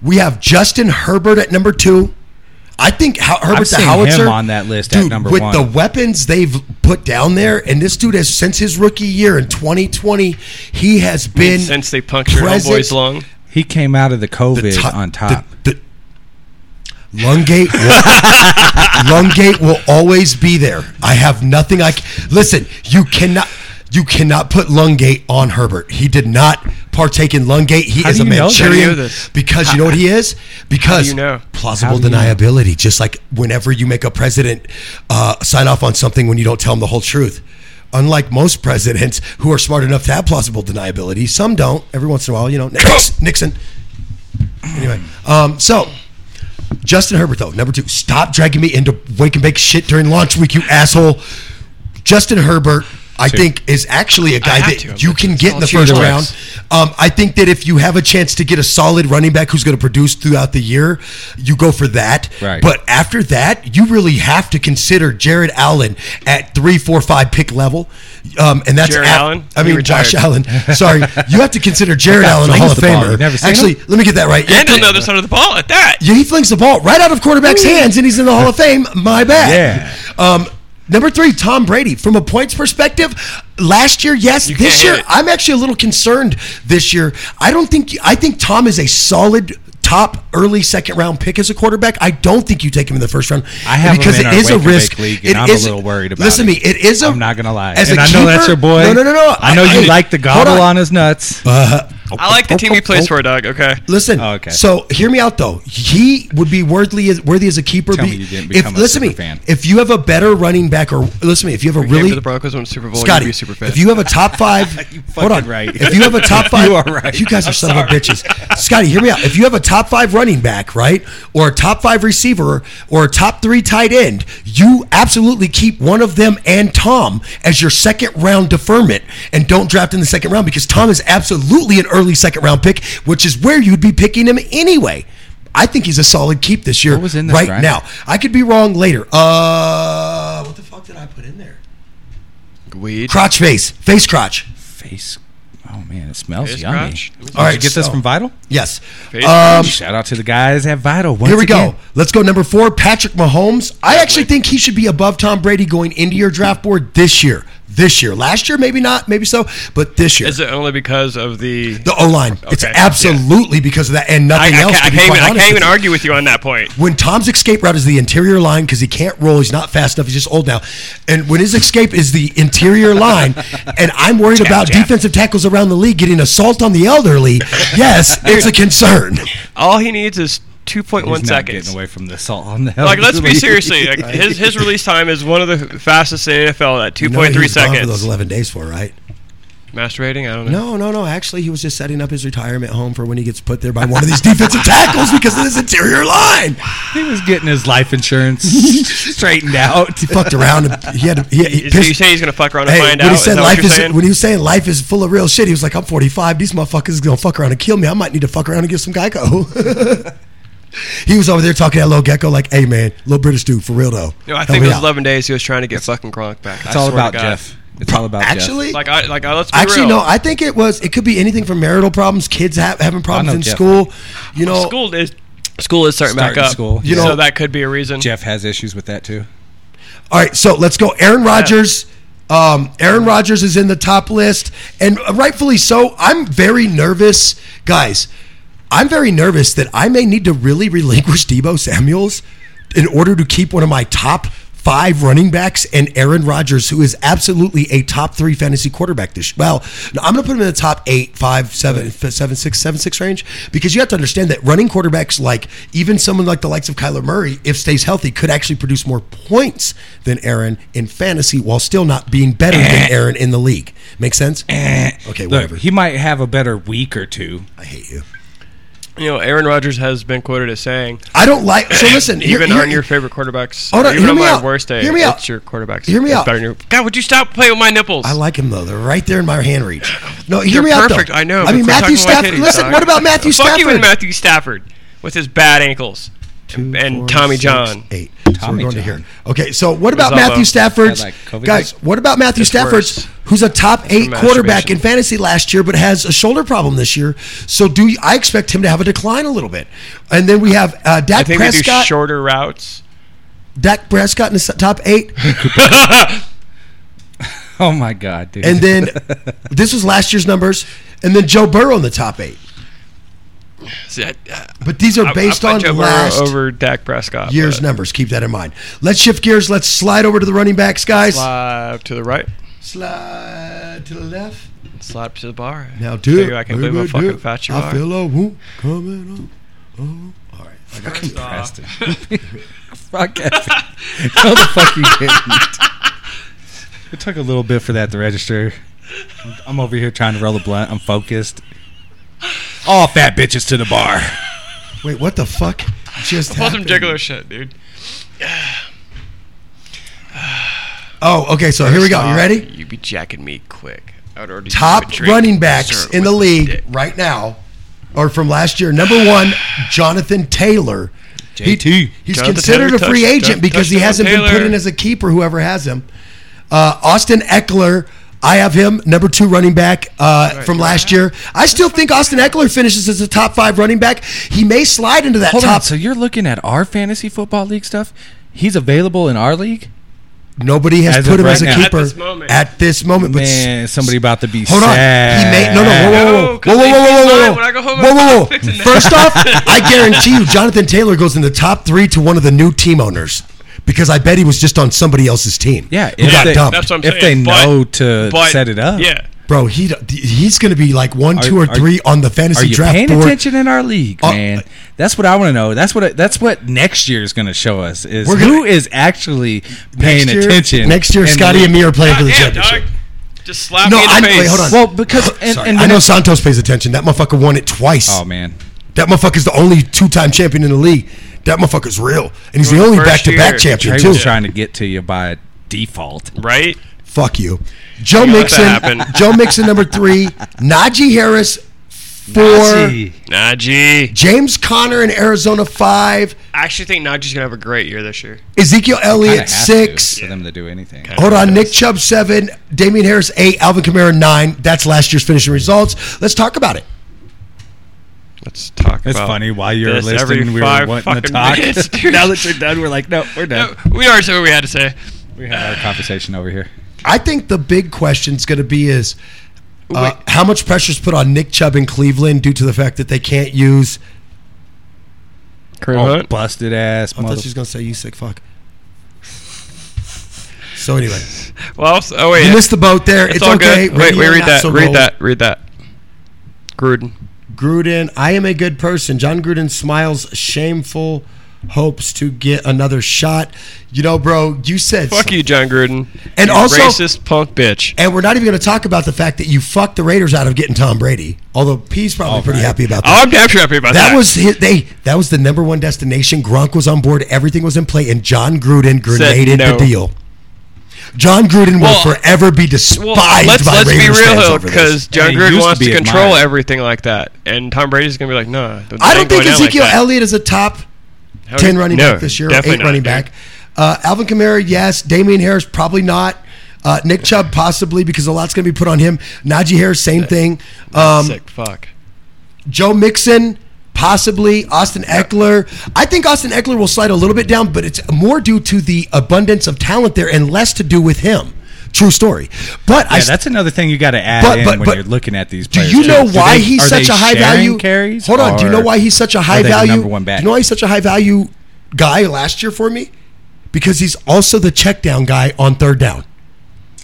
S1: We have Justin Herbert at number two. I think Ho- Herbert the
S5: seen him
S1: Howitzer
S5: on that list at
S1: dude,
S5: number
S1: with
S5: one.
S1: the weapons they've put down there, and this dude has since his rookie year in 2020, he has been
S4: Since they punctured
S1: present-
S4: Homeboy's lung.
S5: He came out of the COVID
S1: the to-
S5: on
S1: the-
S5: top.
S1: the- Lungate will, Lungate will [LAUGHS] always be there. I have nothing I c- listen, you cannot you cannot put Lungate on Herbert. He did not partake in Lungate. He
S5: How
S1: is
S5: do
S1: a
S5: you know that?
S1: Manchurian
S4: How do you know this?
S1: because you know what he is? Because
S4: you know?
S1: plausible
S5: How do you know?
S1: deniability, just like whenever you make a president uh, sign off on something when you don't tell him the whole truth. Unlike most presidents who are smart enough to have plausible deniability, some don't. Every once in a while, you know, Nixon. Anyway, um, so Justin Herbert, though, number two. Stop dragging me into wake and bake shit during launch week, you asshole. Justin Herbert, I think, is actually a guy
S4: have
S1: that
S4: to.
S1: you can get in
S5: I'll
S1: the
S5: choose
S1: first
S5: the
S1: round. Um, I think that if you have a chance to get a solid running back who's going to produce throughout the year, you go for that.
S5: Right.
S1: But after that, you really have to consider Jared Allen at three, four, five pick level. Um, and that's
S4: Jared
S1: at-
S4: Allen?
S1: I
S4: He
S1: mean, Josh Allen.
S4: [LAUGHS] retired.
S1: Sorry. You have to consider Jared Allen a
S5: flings
S1: Hall of
S5: the ball.
S1: Famer.
S5: You've never seen him?
S1: Actually, let me get that right.
S4: And on the other side of the ball at that.
S1: Yeah, he flings the ball right out of quarterback's hands, and he's in the Hall of Fame. My bad. Yeah. Um, number three, Tom Brady. From a points perspective, last year, yes. this
S4: can't
S1: year,
S4: hit it.
S1: I'm actually a little concerned. This year, I don't think. I think Tom is a solid. Top early second round pick as a quarterback. I don't think you take him in the first round.
S5: I have him
S1: because
S5: in
S1: it
S5: our
S1: is
S5: wake
S1: a
S5: and bake
S1: risk.
S5: league,
S1: It
S5: and I'm a
S1: is-
S5: little worried about
S1: Listen
S5: it.
S1: to me. It is a.
S5: I'm not gonna lie,
S1: As
S5: and
S1: a
S5: I know that's
S1: keeper-
S5: your boy.
S1: No, no, no, no.
S5: I know you like the
S1: hold
S5: gobble on. his nuts.
S4: I like the team he plays for, Doug. Okay.
S1: Listen.
S5: Oh, okay.
S1: So hear me out though. He would be worthy as, worthy as a keeper.
S5: Tell
S1: be-
S5: me you didn't
S1: if
S5: become a
S1: listen to me,
S5: super fan.
S1: if you have a better running back or listen to me, if you have a
S4: Came
S1: really
S4: to the Broncos won the Super Bowl.
S1: Scotty,
S4: you'd be super fit.
S1: if you have a top five,
S5: [LAUGHS] You
S1: hold
S5: fucking
S1: on.
S5: right.
S1: If you have a top
S5: [LAUGHS]
S1: five,
S5: You are right.
S1: You guys are son of a bitches. Scotty, hear me out. If you have a top five running back, right, or a top five receiver, or a top three tight end, you absolutely keep one of them and Tom as your second round deferment, and don't draft in the second round because Tom is absolutely an early second round pick, which is where you'd be picking him anyway. I think he's a solid keep this year.
S5: What was in this
S1: right
S5: draft?
S1: now, I could be wrong later. Uh, what the fuck did I put in there?
S4: Weed.
S1: Crotch face, face crotch.
S5: Face. Oh man, it smells
S4: Face
S5: yummy.
S4: crotch?
S5: Did
S1: All right,
S5: you get this
S1: so-
S5: from Vital?
S1: Yes.
S4: Face
S1: Um,
S5: Shout out to the guys at Vital. Once
S1: here we
S5: again.
S1: go. Let's go number four, Patrick Mahomes. I actually think he should be above Tom Brady going into your draft board this year. This year. Last year, maybe not, maybe so, but this year.
S4: Is it only because of the?
S1: the O line. It's
S4: Okay,
S1: absolutely because of that and
S4: I, I
S1: nothing
S4: can't,
S1: else.
S4: I
S1: to be
S4: can't
S1: quite
S4: even, I
S1: honest
S4: can't even
S1: with you.
S4: argue with you on that point.
S1: When Tom's escape route is the interior line because he can't roll, he's not fast enough, he's just old now. And when his escape is the interior
S4: [LAUGHS]
S1: line, and I'm worried about defensive tackles around the league getting assault on the elderly, yes, it's a concern.
S4: All he needs is 2.1
S5: He's not
S4: seconds.
S5: getting away from the salt on the hell.
S4: Like, let's be seriously.
S1: [LAUGHS]
S2: [LAUGHS]
S4: Like, his his release time is one of the fastest in the NFL at
S1: You know what
S4: 2.3
S1: he was gone for those
S4: seconds.
S1: 11 days for, right?
S4: Masturbating? I don't know.
S1: No, no, no. Actually, he was just setting up his retirement home for when he gets put there by one of these [LAUGHS] defensive tackles because of this interior line.
S5: he was getting his life
S4: [LAUGHS]
S5: insurance straightened out.
S1: He fucked around. And he had. He, he
S4: Is- [LAUGHS] So you say he's gonna fuck around and
S1: Hey, when
S4: find out?
S1: he
S4: Is
S1: said
S4: that what
S1: life
S4: you're
S1: is
S4: saying?
S1: when he was saying life is full of real shit, he was like, "I'm 45. These motherfuckers is gonna fuck around and kill me. I might need to fuck around and get some Geico." [LAUGHS] he was over there talking to that little gecko like, "Hey man, little British dude, for real though."
S4: No, I
S1: Help
S4: think
S1: me
S4: those
S1: out."
S4: 11 days he was trying to get fucking Gronk back.
S5: It's all about Jeff. It's all about Jeff.
S1: Actually,
S4: Like, I, like, I- let's be
S1: actually,
S4: real.
S1: no. I think it was. It could be anything from marital problems, kids ha- having problems
S5: know
S1: in
S5: Jeff.
S1: school. You know,
S4: school is school is starting,
S5: Starting
S4: back up.
S5: school,
S1: You yeah.
S4: You know,
S1: know-
S4: so that could be a reason.
S5: Jeff has issues with that too.
S1: All right, so let's go. Aaron Rodgers. Um, Aaron Rodgers is in the top list, and rightfully so. I'm very nervous, guys. I'm very nervous that I may need to really relinquish Debo Samuel's in order to keep one of my top five running backs and Aaron Rodgers, who is absolutely a top three fantasy quarterback this Well, no, I'm going to put him in the top eight, five, seven, f- seven, six, seven, six range because you have to understand that running quarterbacks, like even someone like the likes of Kyler Murray, if stays healthy, could actually produce more points than Aaron in fantasy while still not being better
S4: Eh.
S1: than Aaron in the league. Make sense? okay,
S2: Look,
S1: whatever.
S2: he might have a better week or two.
S1: I hate you.
S4: You know, Aaron Rodgers has been quoted as saying,
S1: I don't like. So listen, here-
S4: even
S1: here-
S4: on your favorite quarterbacks,
S1: Hold on,
S4: even
S1: hear
S4: on
S1: me
S4: my
S1: out.
S4: worst day,
S1: Hear me
S4: it's
S1: out.
S4: your quarterbacks.
S1: Hear me
S4: It's
S1: out.
S4: Better than your, God, would you stop playing with my nipples?
S1: I like him though. They're right there in my hand reach. No, hear
S4: They're
S1: me out though.
S4: perfect. I know.
S1: I
S4: but
S1: mean, Matthew
S4: quit talking about
S1: Stafford.
S4: kitties,
S1: Listen,
S4: dog.
S1: what about Matthew
S4: Fuck
S1: Stafford?
S4: you with Matthew Stafford with his bad ankles
S1: Two,
S4: and, and
S1: four,
S4: Tommy
S1: six,
S4: John.
S1: Eight. So
S2: Tommy
S1: we're going to
S2: John.
S1: here. Okay, so what about
S4: Zabo.
S1: Matthew Stafford's
S2: Yeah, like COVID
S1: guys?
S2: was-
S1: What about Matthew
S4: It's
S1: Stafford's,
S4: worse.
S1: who's a top eight
S4: from
S1: quarterback
S4: masturbation.
S1: in fantasy last year, but has a shoulder problem this year? So do you, I expect him to have a decline a little bit? And then we have uh,
S4: I
S1: Dak
S4: think they do
S1: Prescott.
S4: shorter routes.
S1: Dak Prescott in the s- top eight,
S2: Oh my god, dude! [LAUGHS]
S1: and
S4: [LAUGHS]
S1: then this was last year's numbers, and then Joe Burrow in the top eight.
S4: See, I- I-
S1: But these
S4: uh, I-
S1: are
S4: I
S1: based
S4: put
S1: on
S4: Joe Burrow
S1: last
S4: over Dak Prescott.
S1: year's
S4: but-
S1: numbers. Keep that in mind. Let's shift gears. Let's slide over to the running backs, guys.
S4: Slide to the right.
S1: Slide to the left.
S4: Slide up to the bar.
S1: Now do
S4: Tell
S1: it.
S4: you I can
S1: baby,
S4: believe how
S1: do
S4: fucking
S1: it.
S4: fat you
S1: I
S4: are.
S1: feel a whoop coming up. Oh, all right. I got you.
S2: Preston.
S4: [LAUGHS]
S2: fuck it. How the fuck you kidding? It took a little bit for that to register. I'm- I'm over here trying to roll a blunt. I'm focused. All fat bitches to the bar.
S1: Wait, what the fuck just
S4: [LAUGHS] Pull some
S1: happened?
S4: jiggler shit, dude.
S1: Oh, okay. So here we go. You
S4: Stop.
S1: ready?
S4: You be jacking me quick. I would already
S1: Top
S4: give a drink.
S1: running backs
S4: Sir,
S1: in the
S4: with
S1: league
S4: dick.
S1: right now, or from last year. Number one, Jonathan Taylor. He-
S2: JT.
S1: he's
S4: Jonathan
S1: considered
S4: Taylor
S1: a free
S4: touched-
S1: agent
S4: touched-
S1: because he
S4: touched
S1: hasn't been put
S4: Taylor.
S1: in as a keeper. Whoever has him, uh, Austin Eckler. I have him number two running back uh, from last year. I still think Austin Eckler finishes as a top five running back. He may slide into that
S2: Hold
S1: top.
S2: on. So you're looking at our fantasy football league stuff? He's available in our league.
S1: Nobody has
S2: As
S1: put him
S2: of
S1: as a
S2: right now.
S1: keeper
S4: At this moment.
S1: at this moment, But s-
S2: Man, somebody about to be.
S1: Hold on. He may no no whoa whoa
S4: No, 'cause
S1: whoa whoa
S4: they
S1: whoa
S4: see
S1: whoa whoa
S4: mine
S1: whoa
S4: when I go home,
S1: whoa
S4: I'm
S1: whoa whoa.
S4: fixing that.
S1: First
S4: [LAUGHS]
S1: off, I guarantee you, Jonathan Taylor goes in the top three to one of the new team owners because I bet he was just on somebody else's team.
S2: Yeah,
S1: who
S2: if
S1: got
S2: they-
S1: dumped,
S4: That's what I'm
S2: If
S4: saying.
S2: they
S4: but-
S2: know to
S4: but-
S2: set it up.
S4: Yeah.
S1: bro. He he's going to be like one,
S2: Are-
S1: two, or
S2: are-
S1: three on the
S2: Are
S1: fantasy
S2: you
S1: draft
S2: paying
S1: board.
S2: attention in our league,
S1: Uh,
S2: man? That's what I want to know. That's what that's what next year is going to show us is
S1: We're
S2: who
S1: gonna-
S2: is actually paying
S1: Next year,
S2: attention.
S1: next year,
S2: in the
S1: Scotty
S2: league.
S1: and me are playing for the
S4: Goddamn,
S1: championship.
S4: dog. Just slap
S1: No,
S4: me in the
S1: I- wait,
S4: face.
S1: hold on. [GASPS]
S2: Well, because and,
S1: Sorry,
S2: and
S1: I know
S2: Vinny-
S1: Santos pays attention. That motherfucker won it twice.
S2: Oh man,
S1: That motherfucker's the only two-time champion in the league. That motherfucker's real, and he's the
S4: Well, the
S1: only
S4: first
S1: back-to-back
S4: year,
S1: champion
S2: Trey
S1: too.
S2: was trying to get to you by default.
S4: Right?
S1: Fuck you. Joe
S4: gonna let that
S1: Mixon.
S4: happen.
S1: [LAUGHS] Joe Mixon number three. Najee Harris four.
S2: Gee.
S4: Najee.
S1: James Connor in Arizona five.
S4: I actually think Najee's going to have a great year this year.
S1: Ezekiel
S2: Kinda
S1: Elliott
S2: has to
S1: six.
S2: for them to do anything.
S1: Hold on, Nick Chubb seven, Damian Harris eight, Alvin Kamara nine. That's last year's finishing results. Let's talk about it.
S4: Let's talk
S2: It's
S4: about
S2: funny while you're
S4: this every
S2: listening, we were
S4: five
S2: wanting to
S4: fucking
S2: talk. [LAUGHS]
S4: minutes, dude.
S2: now that you're done, we're like, no, we're done.
S4: No, we already said what we had to say.
S2: We had our conversation over here.
S1: I think the big question's going to be is uh, how much pressure's put on Nick Chubb in Cleveland due to the fact that they can't use.
S2: Oh,
S4: Kareem
S2: busted ass
S1: I thought
S2: mother.
S1: she was going to say you sick fuck. So anyway,
S4: Well, oh wait,
S1: you missed the boat there. It's,
S4: it's, all
S1: okay.
S4: good. Wait,
S1: Radio
S4: wait, read
S1: not
S4: that.
S1: so
S4: read
S1: gold.
S4: that. Read that. Gruden.
S1: Gruden, I am a good person. John Gruden smiles shameful hopes to get another shot. You know, bro, you said
S4: Fuck you, John Gruden.
S1: And
S4: You
S1: also-
S4: racist punk bitch.
S1: And we're not even going to talk about the fact that you fucked the Raiders out of getting Tom Brady. Although P's probably pretty happy about that.
S4: Oh, I'm damn sure happy about that.
S1: that was his, they. That was the number one destination. Gronk was on board. Everything was in play, and John Gruden grenaded
S4: no.
S1: the deal. John Gruden
S4: Well,
S1: will forever be despised
S4: Well, let's
S1: by
S4: let's
S1: Raiders
S4: be real
S1: fans
S4: though,
S1: over this.
S4: because John
S2: And he used
S4: Gruden
S2: to
S4: wants to,
S2: be
S4: control
S2: admired.
S4: everything like that, and Tom Brady's gonna be like, no. th-
S1: I
S4: it
S1: don't
S4: ain't
S1: think
S4: going down like
S1: Ezekiel
S4: that."
S1: Elliott is a top
S4: Hell,
S1: ten running
S4: no,
S1: back this year, or
S4: definitely
S1: eight
S4: not,
S1: running
S4: dude.
S1: back. Uh, Alvin Kamara, yes. Damian Harris, probably not. Uh, Nick Chubb, possibly because a lot's going to be put on him. Najee Harris, same thing. Um,
S4: Sick fuck.
S1: Joe Mixon, possibly Austin Eckler. I think Austin Eckler will slide a little bit down, but it's more due to the abundance of talent there and less to do with him. True story. But I
S2: Yeah,
S1: s-
S2: that's another thing you got to add
S1: But-
S2: in
S1: but-
S2: when
S1: but
S2: you're looking at these.
S1: Do
S2: players,
S1: you
S2: too.
S1: know
S2: Do
S1: why
S2: they-
S1: he's
S2: are
S1: such
S2: they
S1: a high
S2: sharing
S1: value
S2: carries?
S1: Hold on. do you know
S2: or
S1: why he's such a
S2: are
S1: high
S2: they the
S1: value?
S2: number one back?
S1: Do you know why he's such a high value guy last year for me? because he's also the check down guy on third down.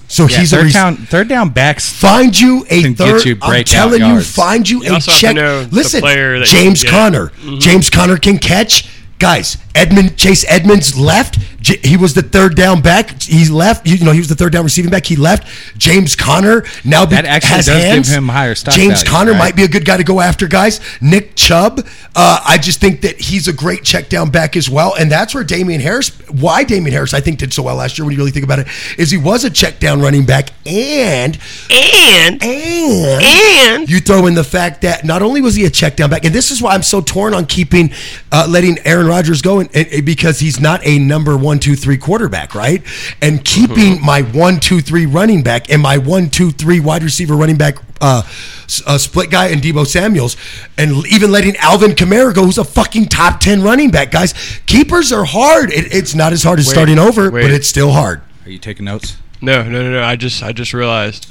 S1: So
S2: Yeah,
S1: he's a
S2: third
S1: res-
S2: down. Third down backs.
S1: Find you a
S2: Can get
S1: third.
S2: you
S1: I'm
S2: breakout
S1: telling
S2: yards.
S1: you, find you,
S4: You
S1: a
S4: also have to
S1: check.
S4: know the
S1: Listen,
S4: player that you
S1: James
S4: get. Mm-hmm.
S1: Conner. James Conner can catch. Guys, Edmund Chase Edmonds left. J- he was the third down back. He left. You know, he was the third down receiving back. He left. James Conner now be-
S2: That actually
S1: has
S2: does give
S1: hands.
S2: him higher stock
S1: James
S2: value,
S1: Conner
S2: right?
S1: might be a good guy to go after, guys. Nick Chubb, uh, I just think that he's a great check down back as well. And that's where Damian Harris, why Damian Harris, I think, did so well last year when you really think about it, is he was a check down running back. And,
S4: And
S1: and,
S4: and
S1: you throw in the fact that not only was he a check down back, and this is why I'm so torn on keeping, uh, letting Aaron Rodgers go, and, and- and because he's not a number one, two, three quarterback, right? And keeping my one, two, three running back and my one, two, three wide receiver running back uh, s- uh, split guy and Debo Samuels, and even letting Alvin Kamara go, who's a fucking top 10 running back, guys. Keepers are hard. It, it's not as hard as starting over,
S6: wait.
S1: but it's still hard.
S2: Are you taking notes?
S6: No, no, no, no. I just, I just realized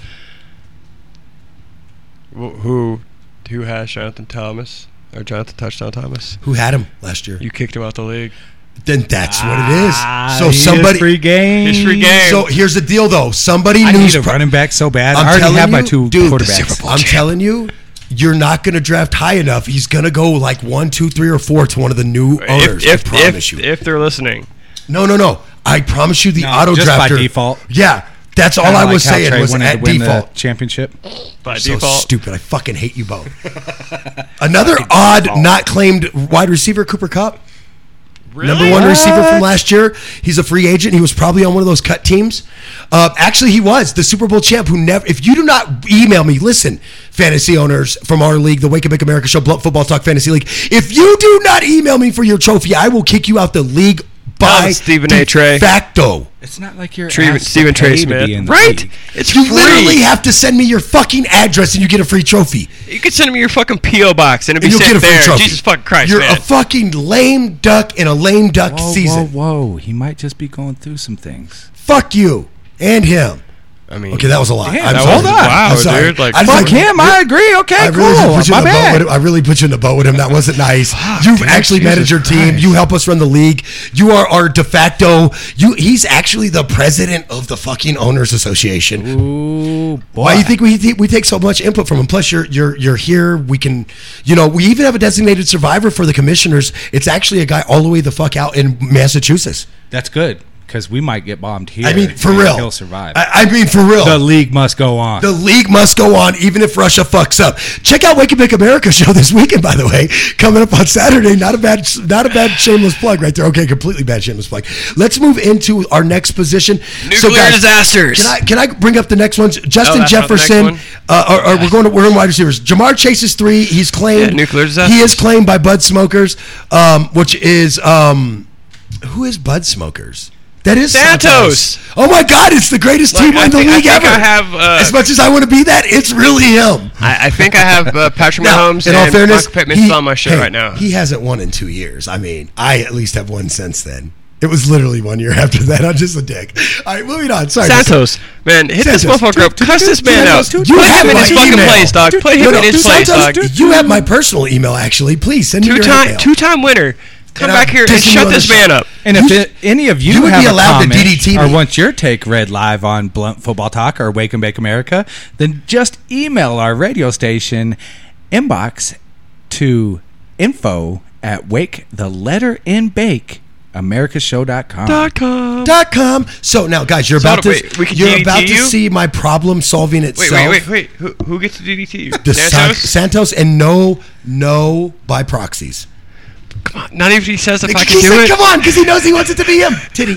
S6: wh- who, who has Jonathan Thomas or Jonathan Touchdown Thomas.
S1: Who had him last year?
S6: You Ah, kicked him out the league.
S1: Then that's what it is. So somebody.
S2: free game.
S4: it's free game.
S1: Mm, So here's the deal, though. Somebody
S2: I
S1: knew.
S2: need a running back so bad. i already have my two quarterbacks.
S1: I'm telling you, you're not going to draft high enough. He's going to go like one, two, three, or four to one of the new owners. I promise you.
S4: if, if they're listening,
S1: no, no, no. I promise you, the
S2: No,
S1: auto
S2: just by
S1: drafter.
S2: default.
S1: Yeah, that's all
S2: Kinda
S1: I
S2: like
S1: was
S2: how
S1: saying
S2: Trey
S1: was
S2: wanted to
S1: at
S2: win the
S1: default.
S2: championship.
S4: by
S1: So
S4: default,
S1: stupid. I fucking hate you
S4: [LAUGHS]
S1: both. Another odd, not claimed wide receiver, Cooper Cup. Number one receiver from last year. He's a free agent. He was probably on one of those cut teams. Uh, actually, he was the Super Bowl champ. Who never? If you do not email me, listen, fantasy owners from our league, the Wake and Make America Show, Blunt Football Talk Fantasy League. If you do not email me for your trophy, I will kick you out the league by
S4: Done, Stephen
S1: de
S4: A. Trey.
S1: facto.
S2: It's not like you're
S4: Trey- Stephen Trey Smith, right? It's
S1: You
S4: free.
S1: literally have to send me your fucking address and you get a free trophy.
S4: You could send me your fucking PO box and it'd
S1: And
S4: be
S1: you'll get
S4: sent
S1: a free
S4: there.
S1: trophy.
S4: Jesus fucking Christ,
S1: You're
S4: man.
S1: a fucking lame duck in a lame duck
S2: Oh, Whoa,
S1: season.
S2: whoa, whoa! He might just be going through some things.
S1: Fuck you and him.
S6: I mean,
S1: Okay, that was a lot.
S2: Damn,
S1: I'm
S2: that
S1: sorry.
S2: was- wow,
S1: I'm sorry.
S6: dude, like-
S1: I
S2: Fuck
S1: really-
S2: him! I agree. Okay,
S1: I
S2: cool.
S1: really, put you
S2: My
S1: in the boat
S2: bad.
S1: with him. I really put you in the boat with him. That wasn't nice. you actually manage your team. You help us run the league. You are our de facto. You. He's actually the president of the fucking owners association.
S2: Ooh, boy.
S1: Why you think we th- we take so much input from him? Plus, you're you're you're here. We can, you know, we even have a designated survivor for the commissioners. It's actually a guy all the way the fuck out in Massachusetts.
S2: That's good because we might get bombed here.
S1: I mean, for
S2: and
S1: real,
S2: he'll survive.
S1: I, I mean, for real.
S2: the league must go on.
S1: The league must go on, even if Russia fucks up. Check out Wake and Make America show this weekend, by the way, coming up on Saturday. Not a bad, not a bad shameless plug right there. Okay, completely bad shameless plug. Let's move into our next position.
S4: Nuclear disasters.
S1: Can I can I bring up the next ones? Justin
S4: that's not the next
S1: Jefferson.
S4: one?
S1: Uh, or, or we're going to we're in wide receivers. Jamar chases three. He's claimed.
S4: Yeah, nuclear disasters.
S1: He is claimed by Bud Smokers, um, which is um, who is Bud Smokers? That is
S4: Santos.
S1: Oh my God! It's the greatest
S4: Look,
S1: team
S4: I
S1: in the
S4: think- I
S1: league
S4: think
S1: ever.
S4: I have, uh,
S1: As much as I want to be that, it's really him.
S4: I, I think I have uh, Patrick
S1: Now,
S4: Mahomes and Michael Pittman
S1: he-
S4: still on my shit
S1: hey,
S4: right now.
S1: He hasn't won in two years. I mean, I at least have won since then. It was literally one year [LAUGHS] after that. I'm just a dick. All right, moving on. Sorry.
S4: Santos, man, hit this
S1: Santos.
S4: motherfucker up. Cuss this man out.
S1: Santos,
S4: Put
S1: you have
S4: him in
S1: my
S4: his fucking
S1: email.
S4: place, dog. Put
S1: No,
S4: him
S1: no,
S4: in his
S1: dude,
S4: place,
S1: Santos,
S4: dog.
S1: dude, You have my personal email, actually. Please send me
S4: uh, Two
S1: your
S4: time,
S1: email.
S4: two time winner. Come
S1: And
S4: back
S1: I'm
S4: here and
S1: dissing you
S4: shut
S1: on
S4: this
S1: the
S4: man
S1: show.
S4: up.
S2: and if it, any of you,
S1: you would
S2: have
S1: be
S2: a
S1: allowed to
S2: comment
S1: DDT
S2: or
S1: me.
S2: want your take read live on Blunt Football Talk or Wake and Bake America, then just email our radio station inbox to info at wake the letter in bake americashow.com.
S4: Dot com.
S1: Dot com. So now, guys, you're about to
S4: wait, we can
S1: you're
S4: DDT
S1: about to
S4: you?
S1: see my problem solving itself.
S4: Wait, wait, wait, wait. Who, who gets to DDT you?
S1: The San-
S4: Santos?
S1: Santos and no, no by proxies.
S4: Come on, Not even if he says if I can
S1: he
S4: do
S1: said,
S4: it.
S1: "Come on," because he knows he wants it to be him. Titty,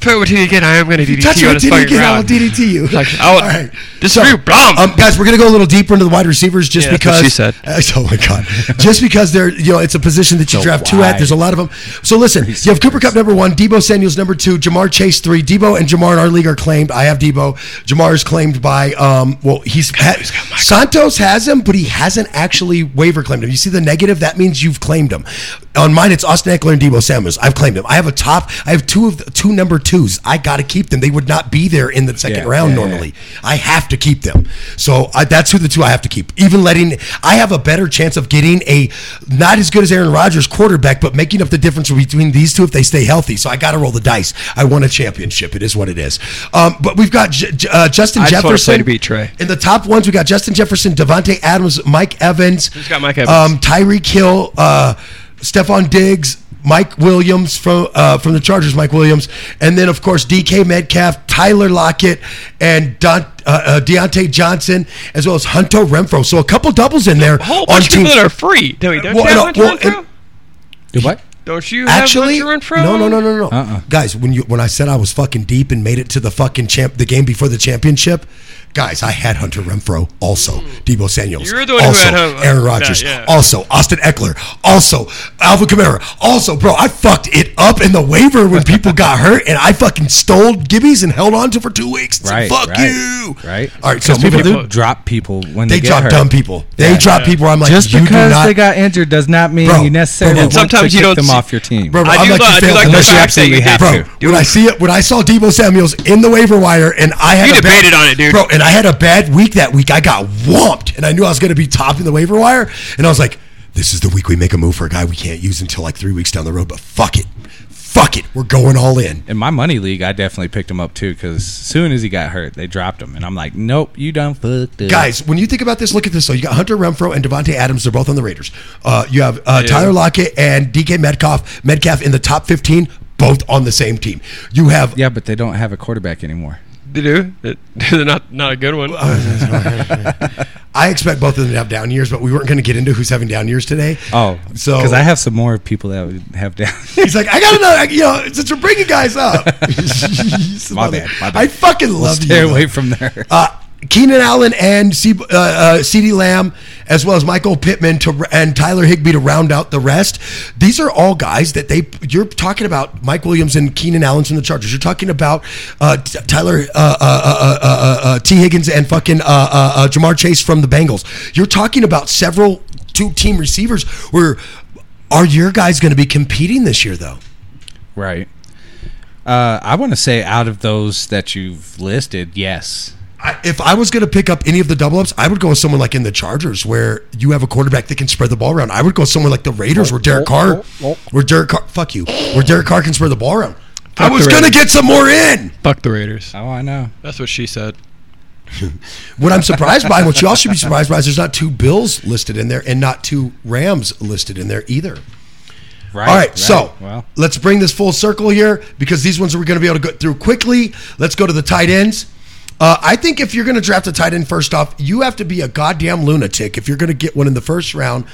S4: Put it with you again. I am going to
S1: touch
S4: DDT
S1: me
S4: you on
S1: with
S4: his
S1: titty
S4: fucking
S1: again. I will
S4: ground.
S1: DDT you.
S4: Like, I will
S1: All right,
S4: disagree,
S1: So,
S4: Blom.
S1: Um, guys, we're gonna go a little deeper into the wide receivers just
S4: Yeah, that's what
S1: because
S4: she said.
S1: Uh, [LAUGHS] oh my god, just because they're you know it's a position that you
S2: So
S1: draft two at.
S2: wide.
S1: There's a lot of them. So listen, you have Cooper Cup number one, Debo Samuel's number two, Jamar Chase three. Debo and Jamar in our league are claimed. I have Debo. Jamar is claimed by um. Well, he's, ha- Santos has him, but he hasn't actually waiver claimed him. You see the negative? That means you've claimed him. On mine, it's Austin Eckler and Debo Samuels. I've claimed them. I have a top. I have two of the, two number twos. I got to keep them. They would not be there in the second
S2: Yeah,
S1: round
S2: yeah, yeah.
S1: normally. I have to keep them. So I, that's who the two I have to keep. Even letting I have a better chance of getting a not as good as Aaron Rodgers quarterback, but making up the difference between these two if they stay healthy. So I got to roll the dice. I won a championship. It is what it is. Um, but we've got J- J- uh, Justin
S4: I just
S1: Jefferson
S4: wanna play to beat Trey.
S1: in the top ones, we got Justin Jefferson, Devontae Adams, Mike Evans. Who's
S4: got Mike Evans?
S1: Um, Tyreek Hill, uh, Stephon Diggs, Mike Williams from uh, from the Chargers, Mike Williams, and then of course DK Metcalf, Tyler Lockett, and Don, uh, uh, Deontay Johnson, as well as Hunter Renfro. So a couple doubles in there
S4: A whole bunch of people that are free. Don't, don't
S1: Well,
S4: you have
S1: no,
S4: Hunter
S1: well,
S4: Renfro?
S1: and-
S2: Do what?
S4: don't you have
S1: Actually, no,
S4: Hunter Renfro?
S1: no, no, no, no.
S2: Uh-uh.
S1: Guys, when you when I said I was fucking deep and made it to the fucking champ, the game before the championship, guys, I had Hunter Renfro, also Debo Samuel's,
S4: Hmm. You're the one who
S1: also
S4: had him-
S1: Aaron
S4: that,
S1: Rodgers,
S4: yeah.
S1: also Austin Eckler, also Alvin Kamara, also bro, I fucked it up in the waiver when
S2: [LAUGHS]
S1: people got hurt, and I fucking stole Gibbies and held on to for two weeks. and said,
S2: Right.
S1: fuck
S2: right,
S1: you.
S2: Right.
S1: All right, so
S2: Because people
S1: moving
S2: do
S1: on.
S2: drop people when they,
S1: They
S2: get
S1: drop
S2: hurt.
S1: dumb people. They drop people. I'm like,
S2: Just
S1: you do
S2: because
S1: not
S2: they got injured does not mean
S1: Bro,
S2: you necessarily
S1: bro, bro.
S2: want
S4: Sometimes
S2: to
S4: you
S2: kick
S4: don't
S2: them
S4: see-
S2: off your team.
S1: Bro, bro,
S4: I
S1: I'm
S4: do
S1: like,
S4: lo-
S1: you
S4: I do
S1: failed
S4: like
S1: the
S4: the
S1: mission.
S4: fact that you
S2: absolutely
S4: did
S2: have
S1: Bro,
S2: to.
S1: when I see it, when I saw Debo Samuel's in the waiver wire, and I had
S4: You
S1: a bad-
S4: debated on it, dude.
S1: Bro, and I had a bad week that week. I got whomped, and I knew I was going to be topping the waiver wire, and I was like, "This is the week we make a move for a guy we can't use until like three weeks down the road." But fuck it, fuck it, we're going all in.
S2: in my money league, I definitely picked him up too because soon as he got hurt, they dropped him, and I'm like, nope, you done fucked up.
S1: Guys, when you think about this, look at this. So you got Hunter Renfro and Devontae Adams. They're both on the Raiders. Uh, you have uh, Tyler Lockett and DK Metcalf, Metcalf in the top 15, both on the same team. You have
S2: yeah, but they don't have a quarterback anymore.
S4: They do. It- They're not not a good one.
S1: I expect both of them to have down years, but we weren't going to get into who's having down years today.
S2: Oh,
S1: so
S2: because I have some more people that would have down. [LAUGHS]
S1: He's like, I got another. You know, since we're bringing guys up, [LAUGHS] Jeez,
S2: My
S1: mother-
S2: bad, my bad.
S1: I fucking [LAUGHS] love
S2: Stay
S1: you.
S2: away from there.
S1: uh, Keenan Allen and C- uh, uh, C.D. Lamb, as well as Michael Pittman to and Tyler Higbee to round out the rest. These are all guys that they you're talking about. Mike Williams and Keenan Allen from the Chargers. You're talking about uh, T- Tyler uh, uh, uh, uh, uh, uh, T. Higgins and fucking uh, uh, uh, Jamar Chase from the Bengals. You're talking about several two team receivers. Where are your guys going to be competing this year though?
S2: right. Uh, I want to say out of those that you've listed, yes,
S1: I, if I was going to pick up any of the double ups, I would go with someone like in the Chargers, where you have a quarterback that can spread the ball around. I would go somewhere like the Raiders, where Derek Carr, where Derek Carr, fuck you, where Derek Carr can spread the ball around. I was
S4: the
S1: going to get some more in.
S4: Fuck the Raiders.
S2: Oh, I know.
S4: That's what she said.
S1: What I'm surprised by, what y'all should be surprised by, is there's not two Bills listed in there and not two Rams listed in there either.
S2: Right.
S1: All right, so
S2: well,
S1: let's bring this full circle here because these ones we're going to be able to go through quickly. Let's go to the tight ends. Uh, I think if you're going to draft a tight end first off, you have to be a goddamn lunatic if you're going to get one in the first round.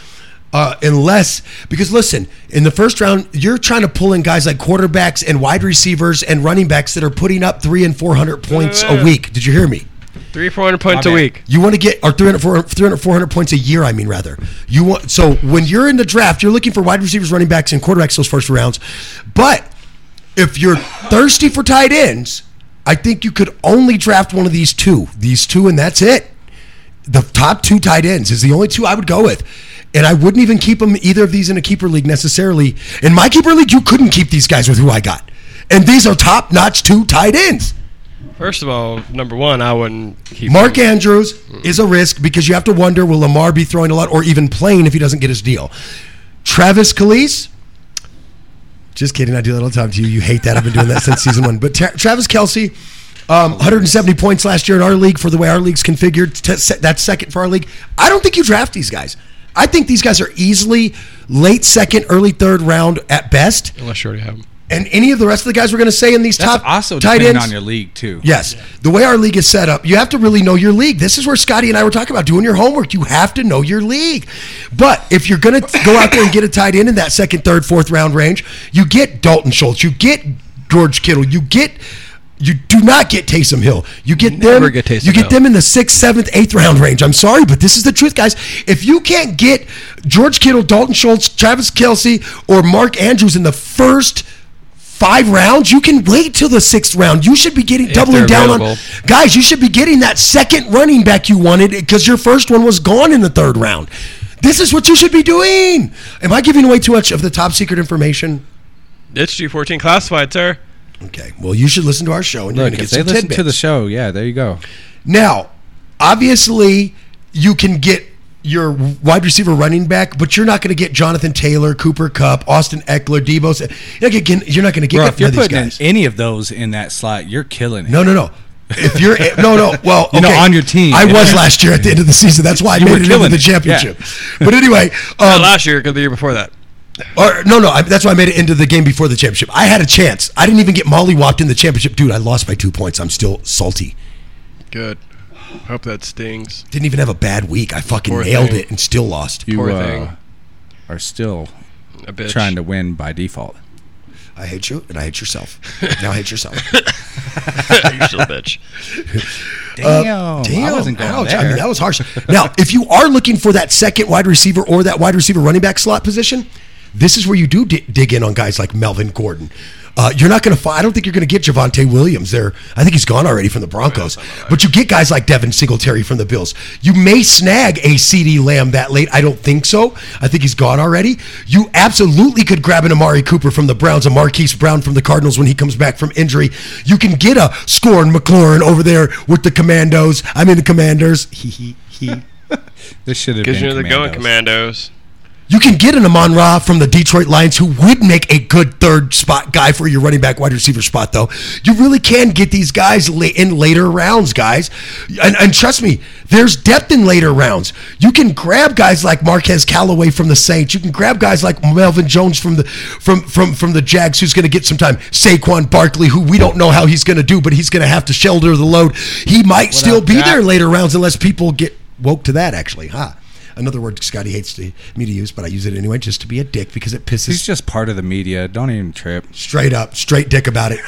S1: Uh, unless, because listen, in the first round, you're trying to pull in guys like quarterbacks and wide receivers and running backs that are putting up three and 400 points a week. Did you hear me?
S4: Three, four hundred points a
S2: bad.
S4: week.
S1: You want to get or 300, 400, 300, 400 points a year, I mean, rather. You want so when you're in the draft, you're looking for wide receivers, running backs, and quarterbacks those first rounds. But if you're thirsty for tight ends, I think you could only draft one of these two, these two, and that's it. The top two tight ends is the only two I would go with. And I wouldn't even keep them either of these in a keeper league necessarily. In my keeper league, you couldn't keep these guys with who I got. And these are top notch two tight ends.
S4: First of all, number one, I wouldn't keep
S1: Mark Andrews is a risk because you have to wonder will Lamar be throwing a lot or even playing if he doesn't get his deal. Travis Kalise. Just kidding. I do that all the time to you. You hate that. I've been doing that since season one. But Tra- Travis Kelsey, um, 170 points last year in our league for the way our league's configured. T- se- that's second for our league. I don't think you draft these guys. I think these guys are easily late second, early third round at best.
S4: [LAUGHS] unless you already have them.
S1: And any of the rest of the guys we're going to say in these
S2: that's
S1: top
S2: also
S1: tight
S2: depending
S1: ends
S2: on your league too.
S1: Yes. The way our league is set up, you have to really know your league. This is where Scotty and I were talking about doing your homework. You have to know your league. But if you're going to [COUGHS] go out there and get a tight end in that second, third, fourth round range, you get Dalton Schultz, you get George Kittle, you get. You do not get Taysom Hill. You get
S4: Never
S1: them.
S4: get Taysom
S1: you get
S4: Hill.
S1: them in the sixth, seventh, eighth round range. I'm sorry, but this is the truth, guys. If you can't get George Kittle, Dalton Schultz, Travis Kelsey, or Mark Andrews in the first five rounds, you can wait till the sixth round. You should be getting doubling
S4: they're
S1: down on
S4: available.
S1: guys. You should be getting that second running back you wanted because your first one was gone in the third round. This is what you should be doing. Am I giving away too much of the top secret information?
S4: It's G14 classified, sir.
S1: Okay. Well, you should listen to our show and you're
S2: Look,
S1: going to
S2: if
S1: get
S2: they
S1: some
S2: listen
S1: tidbits.
S2: to the show, yeah, there you go.
S1: Now, obviously, you can get your wide receiver running back, but you're not going to get Jonathan Taylor, Cooper Cup, Austin Eckler, Debo. Sa- You're not gonna get- You're not going to get
S2: Bro,
S1: none
S2: if you're
S1: of these
S2: putting in
S1: guys.
S2: any of those in that slot, you're killing it.
S1: no, no, no. If you're eh, no,
S2: [LAUGHS]
S1: no, well,
S2: You know,
S1: okay.
S2: on your team.
S1: I was last year at the end of the season. That's why I
S2: were
S1: made it into
S2: killing
S1: the
S2: it, yeah.
S1: championship. But anyway,
S4: Not
S1: um,
S4: last year, it could be the year before that.
S1: or, no, no, I, that's why I made it into the game before the championship. I had a chance. I didn't even get mollywopped in the championship, dude. I lost by two points. I'm still salty.
S6: Good. Hope that stings.
S1: Didn't even have a bad week. I fucking
S6: Poor
S1: nailed
S6: thing.
S1: it and still lost.
S2: you
S6: Poor
S2: uh,
S6: thing.
S2: are still
S6: A bitch. [LAUGHS]
S2: trying to win by default.
S1: I hate you and I hate yourself. Now I hate
S2: [LAUGHS]
S1: yourself.
S4: You're still a bitch.
S2: Damn,
S1: Uh, Damn,
S2: Oh, I wasn't going
S1: ouch.
S2: there.
S1: I mean, that was harsh. Now, if you are looking for that second wide receiver or that wide receiver running back slot position, this is where you do di- dig in on guys like Melvin Gordon. Uh, you're not going to find. I don't think you're going to get Javante Williams there. I think he's gone already from the Broncos. But you get guys like Devin Singletary from the Bills. You may snag a CD Lamb that late. I don't think so. I think he's gone already. You absolutely could grab an Amari Cooper from the Browns, a Marquise Brown from the Cardinals when he comes back from injury. You can get a Scorn McLaurin over there with the Commandos. I mean the Commanders.
S2: [LAUGHS] this should have been
S4: Because you know they're going
S2: Commandos.
S4: commandos.
S1: You can get an Amon Ra from the Detroit Lions, who would make a good third spot guy for your running back wide receiver spot, though. You really can get these guys la- in later rounds, guys. And, and trust me, there's depth in later rounds. You can grab guys like Marquez Callaway from the Saints. You can grab guys like Melvin Jones from the from from from the Jags, who's going to get some time. Saquon Barkley, who we don't know how he's going to do, but he's going to have to shoulder the load. He might still be there in later rounds unless people get woke to that. Actually, huh? another word Scotty hates to, me to use, but I use it anyway just to be a dick because it pisses
S2: He's just part of the media. Don't even trip.
S1: straight up, straight dick about it.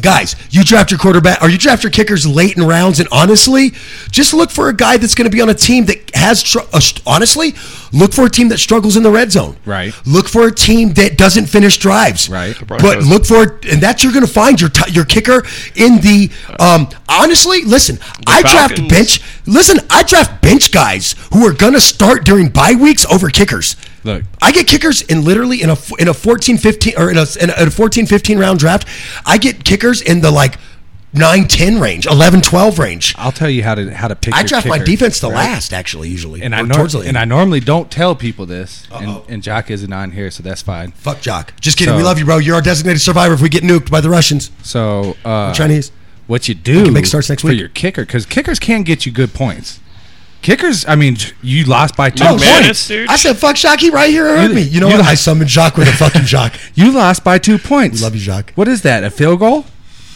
S1: Guys, you draft your quarterback or you draft your kickers late in rounds, and honestly, just look for a guy that's going to be on a team that has, tr- uh, st- honestly, look for a team that struggles in the red zone.
S2: Right.
S1: Look for a team that doesn't finish drives.
S2: Right. The
S1: But
S6: Broncos.
S1: look for, and that's you're going to find your t- your kicker in the. Um, honestly, listen, I draft
S4: Falcons.
S1: bench. Listen, I draft bench guys who are going to start during bye weeks over kickers.
S2: Look,
S1: I get kickers in literally in a in a 14 15 or in a, in a in a 14 15 round draft. I get kickers in the like 9 10 range, 11 12 range.
S2: I'll tell you how to how to pick.
S1: I
S2: your
S1: draft my
S2: kicker,
S1: defense to
S2: right?
S1: last actually usually.
S2: and
S1: or
S2: I nor-
S1: towards the
S2: and I
S1: end.
S2: normally don't tell people this. And,
S1: Uh-oh.
S2: and Jock isn't on here, so that's fine.
S1: fuck Jock. Just kidding.
S2: So-
S1: we love you, bro. You're our designated survivor if we get nuked by the Russians.
S2: So uh,
S1: Chinese.
S2: what you do
S1: can make starts next
S2: for
S1: week.
S2: your kicker because kickers can get you good points. Kickers, I mean, you lost by two
S4: Oh,
S2: points.
S4: man, it's- dude.
S1: I said fuck Jock. He right here heard
S2: You-
S1: me. You know
S2: you-
S1: what? I summoned Jock with a
S2: [LAUGHS]
S1: fucking Jock.
S2: You lost by two points.
S1: Love you, Jock.
S2: What is that? A field goal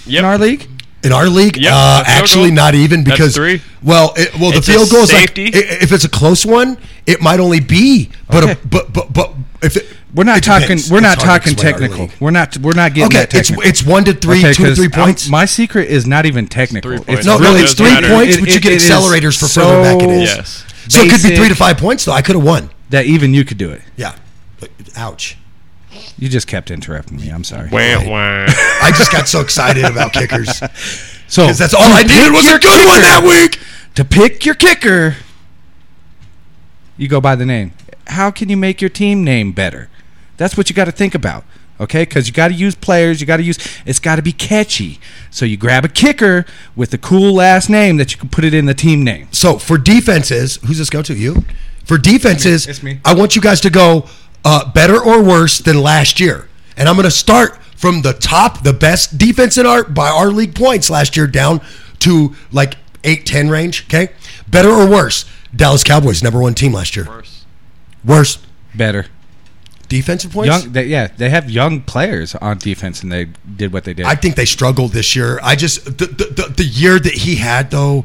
S4: Yep.
S2: in our league?
S1: In our league,
S4: Yep,
S1: uh,
S4: a field
S1: actually
S4: goal.
S1: not even
S4: That's
S1: because
S4: three.
S1: well, it, well,
S4: It's
S1: the
S4: a
S1: field goal is like
S4: safety.
S1: i- if it's a close one, it might only be, but
S2: Okay.
S1: a, but but but if it,
S2: We're not
S1: it
S2: talking.
S1: depends.
S2: We're
S1: It's
S2: not
S1: hard to
S2: talking
S1: explain our
S2: technical.
S1: league.
S2: We're not. We're not getting
S1: Okay,
S2: that
S1: it's
S2: technical.
S1: it's one to three,
S2: Okay,
S1: two to
S2: 'cause
S1: three
S2: I'm-
S1: points.
S2: my secret is not even technical.
S4: It's three points.
S1: no,
S4: It
S1: really,
S4: doesn't
S1: it's three
S4: matter.
S1: points,
S2: It-
S1: but you
S2: it-
S1: get
S2: it is
S1: accelerators for further back. It is
S4: Yes.
S1: so it could be three to
S2: basic
S1: five points though. I could have won.
S2: That even you could do it.
S1: Yeah. But- Ouch.
S2: You just kept interrupting me. I'm sorry.
S4: Wah, wah.
S1: I just got so excited about
S4: [LAUGHS]
S1: kickers
S2: So
S1: because that's all I needed was a good one that week.
S2: to pick your kicker, you go by the name. How can you make your team name better? That's what you got to think about, okay? Because you got to use players. You got to use. It's got to be catchy. So you grab a kicker with a cool last name that you can put it in the team name.
S1: So for defenses, who's this go to? You? For defenses,
S2: It's me.
S1: I want you guys to go uh, better or worse than last year. And I'm going to start from the top, the best defense in our by our league points last year down to like 8 10 range, okay? Better or worse? Dallas Cowboys number 1 team last year. Worse. Worse
S2: Better.
S1: defensive points?
S2: Young. They, yeah, they have young players on defense, and they did what they did.
S1: I think they struggled this year. I just the the, the, the year that he had though.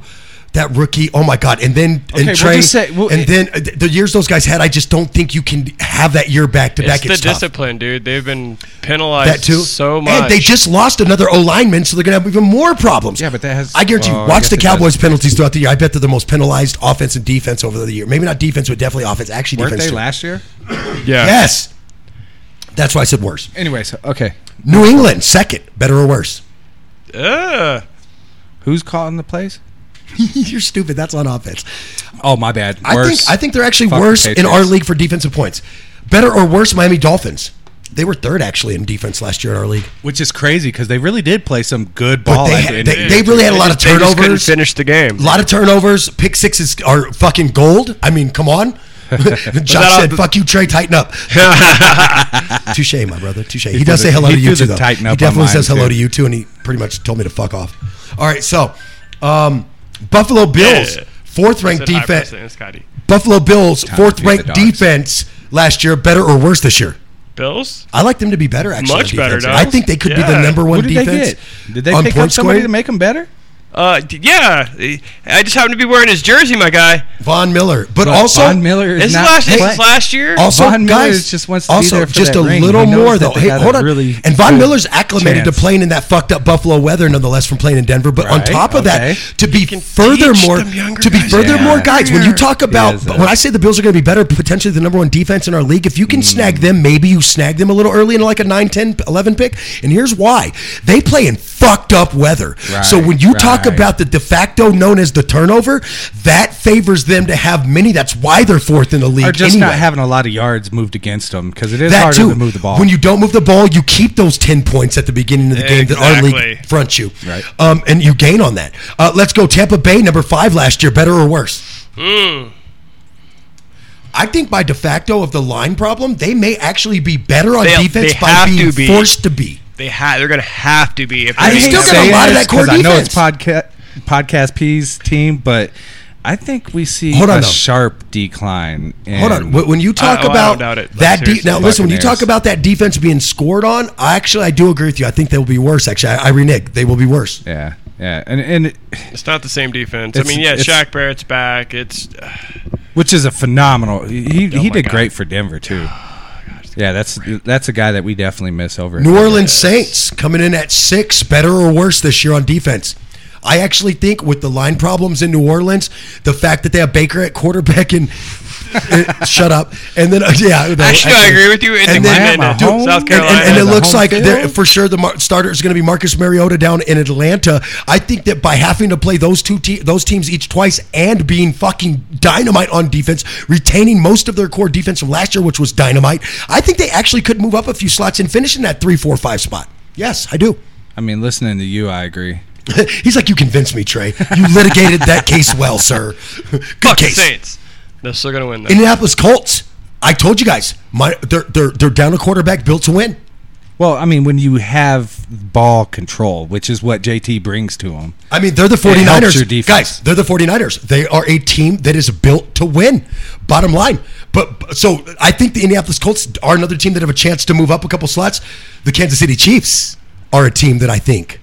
S1: That rookie, oh my god! And then
S2: Okay,
S1: and
S2: we'll
S1: Trey,
S2: just say- well,
S1: and
S2: it-
S1: then uh, the years those guys had, I just don't think you can have that year back to
S4: It's
S1: back.
S4: the
S1: It's tough.
S4: discipline, dude. They've been penalized
S1: That too.
S4: so much.
S1: And they just lost another O lineman, so they're gonna have even more problems.
S2: Yeah, but that has-
S1: I guarantee. you,
S2: well, I
S1: watch
S2: guess
S1: the
S2: it does.
S1: Cowboys penalties throughout the year. I bet they're the most penalized offense and defense over the year. Maybe not defense, but definitely offense. Actually,
S2: Weren't
S1: defense.
S2: they
S1: too.
S2: last year?
S6: Yeah.
S1: Yes, that's why I said worse.
S2: Anyways, okay.
S1: New England second, better or worse?
S4: Ugh.
S2: Who's calling the plays?
S1: [LAUGHS] You're stupid. That's on offense.
S2: Oh, my bad.
S1: I think
S2: Worse.
S1: I think they're actually
S2: Fuck the
S1: worse in our
S2: Patriots.
S1: league for defensive points. Better or worse, Miami Dolphins. They were third actually in defense last year in our league.
S2: Which is crazy because they really did play some good
S1: But
S2: ball.
S1: they,
S2: at
S1: had-
S2: the end
S1: they,
S2: of
S1: they
S2: the-
S1: really had a lot of
S6: They just couldn't
S1: turnovers. A
S6: finish the game.
S1: lot of turnovers. Pick sixes are fucking gold. I mean, come
S2: [LAUGHS]
S1: on. [LAUGHS] Josh
S6: all
S1: said,
S6: the-
S1: "Fuck you, Trey. Tighten up." [LAUGHS] Touche, my brother. Touche. He, does
S2: threw
S1: say
S2: the-
S1: hello
S2: he
S1: to you
S2: threw
S1: too,
S2: the
S1: though.
S2: tighten
S1: he
S2: up
S1: definitely
S2: on mine,
S1: says hello
S2: too.
S1: to you too, and he pretty much told me to fuck off. All right, so um, Buffalo Bills,
S4: Yeah.
S1: fourth ranked
S4: Said hi,
S1: defense.
S4: President Scotty.
S1: Buffalo Bills,
S2: to
S1: fourth
S2: feed the
S1: ranked
S2: dogs.
S1: defense last year. Better or worse this year?
S4: Bills?
S1: I like them to be better. Actually,
S4: Much
S1: on
S4: better,
S1: defense.
S4: Dallas.
S1: I think they could be the
S4: Yeah.
S1: number one
S2: Who did
S1: defense.
S2: they get? Did they
S1: on
S2: pick up
S1: points
S2: somebody
S1: scored.
S2: to make them better?
S4: Uh, d- yeah. I just happen to be wearing his jersey, my guy.
S1: Von Miller, but also
S2: Von Miller is
S4: This is
S2: not
S4: last, this
S2: play-
S4: is last year.
S1: Also,
S2: Von Miller
S1: guys,
S2: just wants to be
S1: also
S2: there for
S1: just
S2: that
S1: a
S2: ring.
S1: little
S2: He knows
S1: more
S2: that
S1: though.
S2: they
S1: Hey,
S2: got a
S1: hold on.
S2: really
S1: and Von
S2: good
S1: Miller's acclimated
S2: chance.
S1: to playing in that fucked up Buffalo weather, nonetheless, from playing in Denver. But on
S2: Right,
S1: top of
S2: okay.
S1: that, to be furthermore,
S4: them younger
S1: to be
S4: guys
S1: furthermore,
S2: Yeah.
S1: guys, when you talk about
S2: is, uh, Hmm.
S1: when I say the Bills are going to be better, potentially the number one defense in our league, if you can snag them, maybe you snag them a little early in like a 9, 10, 11 pick. And here's why: they play in fucked up weather. so
S2: Right,
S1: when you talk
S2: right.
S1: about the de facto known as the turnover, that favors them to have many. That's why they're fourth in the league.
S2: Or just
S1: anyway
S2: not having a lot of yards moved against them because it is
S1: that
S2: harder
S1: too.
S2: to move the ball.
S1: When you don't move the ball, you keep those ten points at the beginning of the game that our
S4: Exactly.
S1: league fronts you,
S2: Right.
S1: Um, and you gain on that. Uh, let's go Tampa Bay, number five last year, better or worse?
S4: Hmm.
S1: I think by de facto of the line problem, they may actually be better on
S4: They-
S1: defense
S4: they
S1: by
S4: have
S1: being
S4: to be.
S1: forced to be.
S4: They ha- they're going to have to be. If
S2: I
S4: they're
S1: still got
S2: hate
S1: a
S2: saying
S1: lot of
S2: this
S1: that core
S2: 'cause I know it's
S1: defense.
S2: podca- podcast P's team, but I think we see
S1: Hold on,
S2: a
S1: though.
S2: sharp decline. In
S1: Hold on. Wh- When you talk
S4: I- oh, I
S1: about
S4: don't doubt it.
S1: that deep,
S4: Seriously.
S1: now listen. When you
S2: Buccaneers.
S1: talk about that defense being scored on, I actually I do agree with you. I think they will be worse. Actually, I, I renege. They will be worse.
S2: yeah, yeah, and and
S4: It's not the same defense.
S2: It's-
S4: I mean, yeah,
S2: it's-
S4: Shaq Barrett's back. It's
S2: which is a phenomenal. He he
S4: Oh my
S2: did
S4: God. Oh,
S2: great for Denver too. Yeah, that's that's a guy that we definitely miss over.
S1: New Orleans Saints coming in at six, better or worse this year on defense. I actually think with the line problems in New Orleans, the fact that they have Baker at quarterback and [LAUGHS] eh, shut up, and then uh, yeah, no,
S4: actually, I agree with you. It's
S1: And
S4: and
S1: then-
S4: then,
S2: Miami,
S4: South
S2: Mahomes,
S1: And,
S4: Carolina.
S1: and, and it
S2: the
S1: looks
S2: home
S1: like
S2: field?
S1: they're- for sure the mar- starter is going to be Marcus Mariota down in Atlanta. I think that by having to play those two te- those teams each twice and being fucking dynamite on defense, retaining most of their core defense from last year, which was dynamite, I think they actually could move up a few slots and finish in that three, four, five spot. Yes, I do.
S2: I mean, listening to you, I agree.
S1: He's like, you convinced me, Trey. You litigated that case well, sir. Good
S4: fuck the
S1: case.
S4: Saints. They're still going to win. Though.
S1: Indianapolis Colts. I told you guys, my they're they're they're down a quarterback built to win.
S2: Well, I mean, when you have ball control, which is what JT brings to him,
S1: I mean, they're the
S2: helps your
S1: 49ers.
S2: defense.
S1: Guys, they're the 49ers. They are a team that is built to win. Bottom line. But so I think the Indianapolis Colts are another team that have a chance to move up a couple slots. The Kansas City Chiefs are a team that I think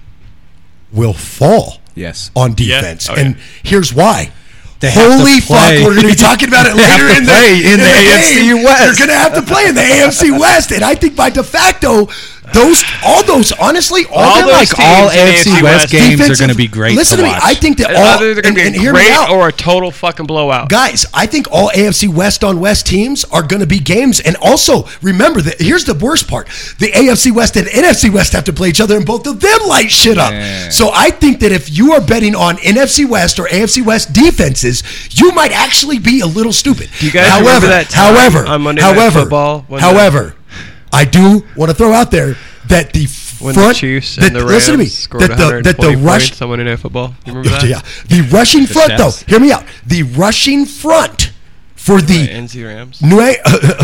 S1: will fall
S2: Yes.
S1: on defense.
S4: Oh,
S1: and here's why.
S2: have to
S1: Holy fuck,
S2: play.
S1: we're
S2: [LAUGHS]
S1: going to be talking about it
S2: have
S1: later
S2: to
S1: in the,
S2: play in the AFC
S1: game.
S2: West.
S1: You're going to have to play in the AFC West, and I think by de facto, those all those honestly all,
S4: All
S1: them,
S4: those
S1: like
S4: teams
S2: all
S4: in the
S2: AFC West
S4: West
S2: games are
S1: defensive-
S2: going to be great.
S1: Listen
S2: to,
S1: to, me.
S2: watch.
S1: I think that all
S4: Either they're
S1: and,
S4: going to
S1: and
S4: be a
S1: hear me
S4: great
S1: out.
S4: or a total fucking blowout.
S1: Guys, I think all AFC West on West teams are going to be games. And also, remember that here's the worst part the AFC West and NFC West have to play each other, and both of them light shit up.
S2: Yeah.
S1: So I think that if you are betting on NFC West or AFC West defenses, you might actually be a little stupid.
S4: you guys remember
S1: however,
S4: that time
S1: however,
S4: on Monday Night
S1: however,
S4: Football when the-
S1: however, I do want to throw out there that the
S4: When
S1: front
S4: the Chiefs
S1: that,
S4: and the Rams
S1: listen to me
S4: scored
S1: that the that the rush
S4: points on Monday Night Football. You remember that?
S1: yeah. The rushing front, though.
S2: Jets.
S1: Hear me out. The rushing front for the
S4: The NZ
S1: [LAUGHS]
S4: Rams.
S1: New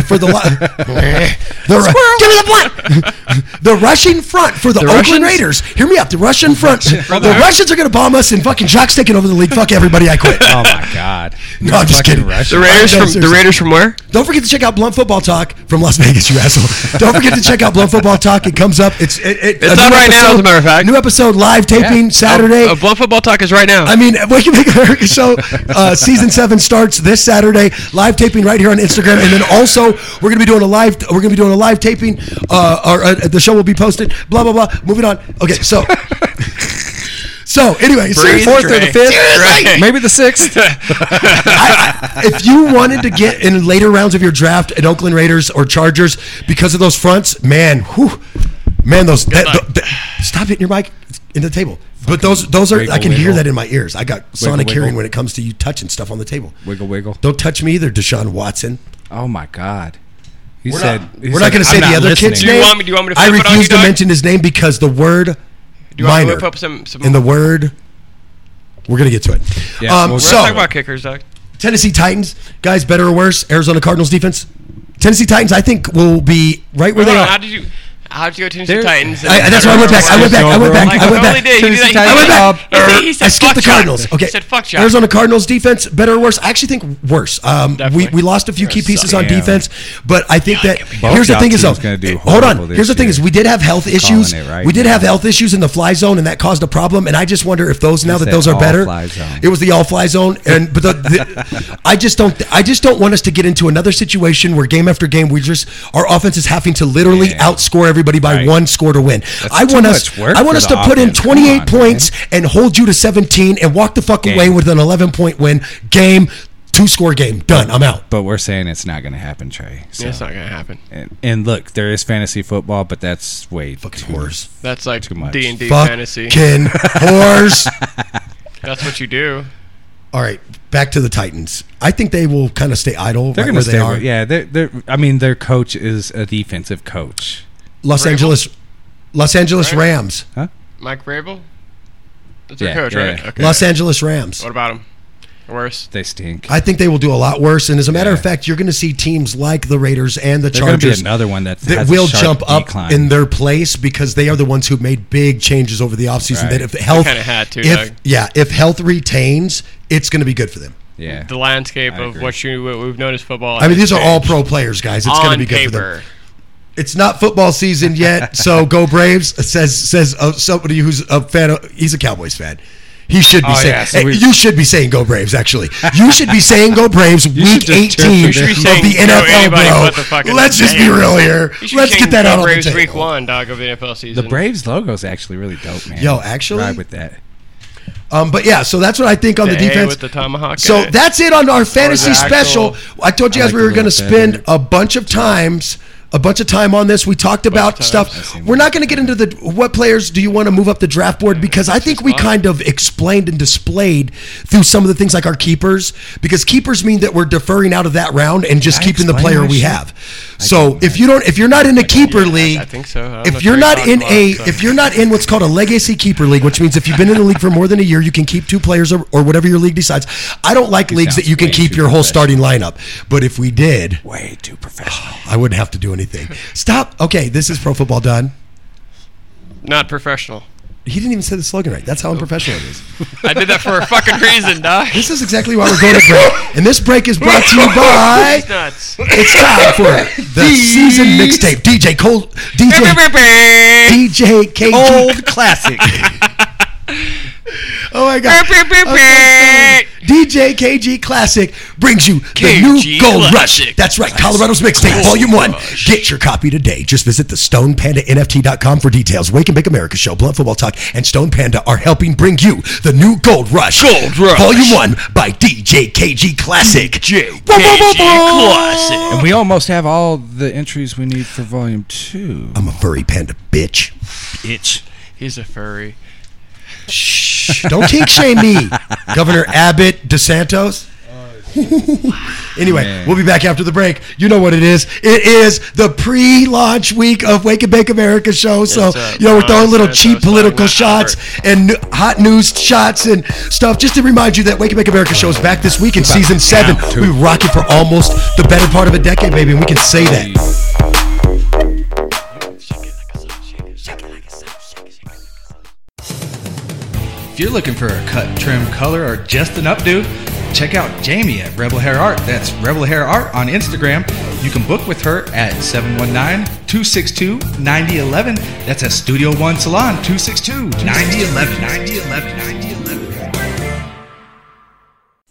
S1: for
S4: [LAUGHS]
S1: the, li- the ru- give me the blunt. [LAUGHS] the rushing front for the, Oakland
S4: Russians?
S1: Raiders. Hear me out. The Russian front. the Russians are going to bomb us, and fucking Jock's taking over the league. Fuck everybody. I
S4: [LAUGHS]
S1: quit.
S2: Oh my God!
S1: [LAUGHS] No, I'm just
S2: Fucking
S1: kidding.
S2: Russians.
S4: The
S1: No,
S4: Raiders from the
S1: seriously.
S4: Raiders from where?
S1: Don't forget to check out Blunt Football Talk from Las Vegas, you asshole. Don't forget to check out Blunt Football Talk. It comes up. It's it, it, a
S4: It's
S1: new
S4: up right now, as a matter of fact.
S1: New episode live taping
S2: Yeah.
S1: Saturday.
S4: Uh, Blunt football talk is right now.
S1: I mean, [LAUGHS] Wake Up Make America Show uh, season seven starts this Saturday. Live taping right here on Instagram, and then also we're gonna be doing a live. We're gonna be doing a live taping. Uh, or uh, the show will be posted. Blah blah blah. Moving on. Okay, so. [LAUGHS] So anyway,
S4: Breathe,
S1: fourth or the
S4: Dre.
S1: fifth,
S4: Dre.
S2: Maybe
S1: [LAUGHS]
S2: the sixth.
S1: I, I- if you wanted to get in later rounds of your draft an Oakland Raiders or Chargers because of those fronts, man, whew, man, those that, th- th- stop hitting your mic into the table. But those those are I can
S2: wiggle.
S1: hear that in my ears. I got sonic
S2: wiggle.
S1: hearing when it comes to you touching stuff on the table.
S2: Wiggle wiggle.
S1: Don't touch me either, Deshaun Watson.
S2: Oh my God. He
S1: We're
S2: said.
S1: not,
S2: he
S1: we're not
S2: said,
S1: going to say
S2: "I'm
S1: the
S2: not
S1: other
S2: listening."
S1: kid's
S4: Do you
S1: name.
S4: want me- do you want me to
S1: I
S4: flip it on
S1: refuse
S4: you,
S1: to
S4: dog?
S1: mention his name because the word
S4: Do you want me
S1: minor
S4: to whip up some some?
S1: in the word. We're going to get to it.
S2: Yeah,
S1: um,
S2: well,
S4: We're
S1: so
S4: talking about kickers, doc.
S1: Tennessee Titans, guys, better or worse? Arizona Cardinals defense. Tennessee Titans, I think, will be right where
S4: Hold
S1: they
S4: on, how
S1: are.
S4: did you? How did you go Tennessee
S2: There-
S4: Titans?
S1: I- I- that's why I went back. I went back. I went back.
S4: Like,
S1: I went
S4: totally
S1: back.
S4: did. He did
S2: Tennessee
S4: that- he
S1: I went
S4: did
S1: back.
S4: that. He said- he said,
S1: uh, I skipped
S4: "Fuck
S1: the
S4: John."
S1: Cardinals. Okay.
S4: He said, "Fuck John."
S1: Arizona Cardinals defense, better or worse? I actually think worse. Um, we,
S4: Definitely.
S1: we lost a few key pieces on
S2: Yeah.
S1: defense, but I think that
S2: Both
S1: here's the
S2: y'all
S1: thing is though.
S2: teams gonna do
S1: eh, Hold on.
S2: horrible
S1: Here's the
S2: this
S1: thing is
S2: year.
S1: we did have health issues.
S2: calling it right
S1: We did
S2: now.
S1: have health issues in the fly zone, and that caused a problem. And I just wonder if those now that
S2: that
S1: those are better,
S2: all-fly zone.
S1: it was the all fly zone. And but the,
S2: [LAUGHS]
S1: the, I just don't. I just don't want us to get into another situation where game after game we just our offense is having to literally
S2: Yeah.
S1: outscore everybody by
S2: Right.
S1: one score to win. I
S2: too
S1: want us.
S2: much work
S1: I want
S2: for
S1: us
S2: the
S1: to put in
S2: offense. Come
S1: 28
S2: on,
S1: points and hold you to 17 and walk the fuck away with an 11 point win. Game, two score game. Done. I'm out.
S2: But we're saying it's not going to happen, Trey. So,
S4: That's not gonna happen.
S2: and, and look, there is fantasy football, but that's way fucking
S1: Horse.
S4: That's like
S2: Too much.
S4: D and D fantasy.
S1: Fucking horse.
S2: [LAUGHS]
S4: That's what you do.
S1: All right, back to the Titans. I think they will kind of stay idle.
S2: They're
S1: right
S2: going
S1: where
S2: to stay.
S1: They are.
S2: with- Yeah, they're, they're. I mean, their coach is a defensive coach.
S1: Los
S4: Vrabel.
S1: Angeles, Los Angeles
S4: Right.
S1: Rams.
S4: Mike Vrabel. That's your
S2: Yeah,
S4: coach,
S2: yeah,
S4: right?
S2: yeah.
S4: Okay.
S1: Los Angeles Rams.
S4: What about him? Worse.
S2: They stink.
S1: I think they will do a lot worse. And as a matter of fact, you're going to see teams like the Raiders and the
S2: They're going to be
S1: Chargers
S2: another one that,
S1: that
S2: has a
S1: will
S2: sharp
S1: jump up
S2: decline.
S1: in their place because they are the ones who made big changes over the offseason.
S2: Right.
S1: That if health,
S4: kinda had to,
S1: if,
S4: Doug.
S1: yeah, if health retains, it's going to be good for them.
S2: yeah.
S4: The landscape
S2: I
S4: of
S2: agree.
S4: what you what we've known as football.
S1: I mean, these are all
S4: changed.
S1: pro players, guys. It's going to
S4: on
S1: be good for them.
S4: paper.
S1: It's not football season
S2: [LAUGHS]
S1: yet, so go Braves. Says says uh, somebody who's a fan. Of, he's a Cowboys fan. He should be
S2: Oh,
S1: saying.
S2: yeah, so
S1: hey,
S2: we-
S1: you should be saying go Braves. Actually, you should be saying go Braves. week
S2: just turn
S1: eighteen
S2: [LAUGHS] You
S1: of
S2: should be
S4: saying
S1: the
S4: go
S1: NFL,
S4: anybody
S1: bro.
S4: but the fucking
S1: Let's just be
S4: Rams.
S1: real here.
S4: You should
S1: Let's get
S4: change
S1: that
S4: the
S1: out on the
S4: Braves week
S1: table.
S4: one, dog, of the NFL season.
S2: The Braves logo is actually really dope, man.
S1: Yo, actually?
S2: ride with that.
S1: Um, but yeah, so that's what I think on the
S4: The A
S1: defense.
S4: with the tomahawk.
S1: So
S4: guy.
S1: that's it on our fantasy
S4: Axel.
S1: special. I told you
S2: I
S1: guys
S2: like
S1: we
S2: the
S1: were going to
S2: little
S1: spend
S2: feather.
S1: a bunch of times, a bunch of time on this. We talked about stuff. We're not going to get into the what players do you want to move up the draft board because I think we kind of explained and displayed through some of the things like our keepers because keepers mean that we're deferring out of that round and just
S2: I
S1: keeping the
S2: explain
S1: player
S2: my
S1: we
S2: shit?
S1: have. So if you don't, if you're not in a keeper league,
S4: I think so. I don't know
S1: if you're
S4: you're
S1: not
S4: talking
S1: in
S4: about,
S1: a
S4: so.
S1: if you're not in what's called a legacy keeper league which means if you've been in the league for more than a year you can keep two players or, or whatever your league decides i don't like leagues that
S2: sounds
S1: you can
S2: way
S1: keep
S2: too
S1: your whole starting lineup but if we did
S2: Way too
S5: [GASPS]
S2: professional.
S1: i wouldn't have to do anything stop okay this is pro football done
S4: not professional.
S1: he didn't even say the slogan right that's how unprofessional it is
S4: I did that for a fucking reason,
S1: [LAUGHS]
S4: doc.
S1: this is exactly why we're going to break and this break is brought to you by [LAUGHS]
S4: It's nuts.
S1: it's time for the season mixtape dj cole dj dj kg
S2: Old classic.
S1: [LAUGHS] Oh my god. I'm so sorry. DJ KG Classic brings you the new
S4: KG
S1: Gold Rush.
S4: Classic.
S1: That's right, Colorado's Mixtape, Volume 1. Get your copy today. Just visit the StonePandaNFT.com for details. Wake and Bake America Show, Blunt Football Talk, and Stone Panda are helping bring you the new Gold Rush.
S4: Gold Rush.
S1: Volume 1 by DJ KG Classic.
S4: classic.
S2: and we almost have all the entries we need for volume two.
S5: Um,
S1: I'm a furry panda bitch.
S2: Itch.
S4: He's a furry.
S1: Shh, don't kink shame me, Governor Abbott DeSantos. anyway,
S2: Man.
S1: we'll be back after the break. You know what it is. It is the pre-launch week of Wake and Bake America show. So,
S4: up,
S1: you know, we're
S4: Ron
S1: throwing little
S4: DeSantos
S1: cheap
S4: talking
S1: political
S4: about
S1: shots and n- hot news shots and stuff just to remind you that Wake and Bake America show is back this week in season 7. We rock it for almost the better part of a decade, baby, and we can say that.
S5: If you're looking for a cut, trim, color, or just an updo, check out Jamie at Rebel Hair Art. That's Rebel Hair Art on Instagram. You can book with her at 719 262 9011. That's at Studio One Salon 262 9011. 9011. 9011.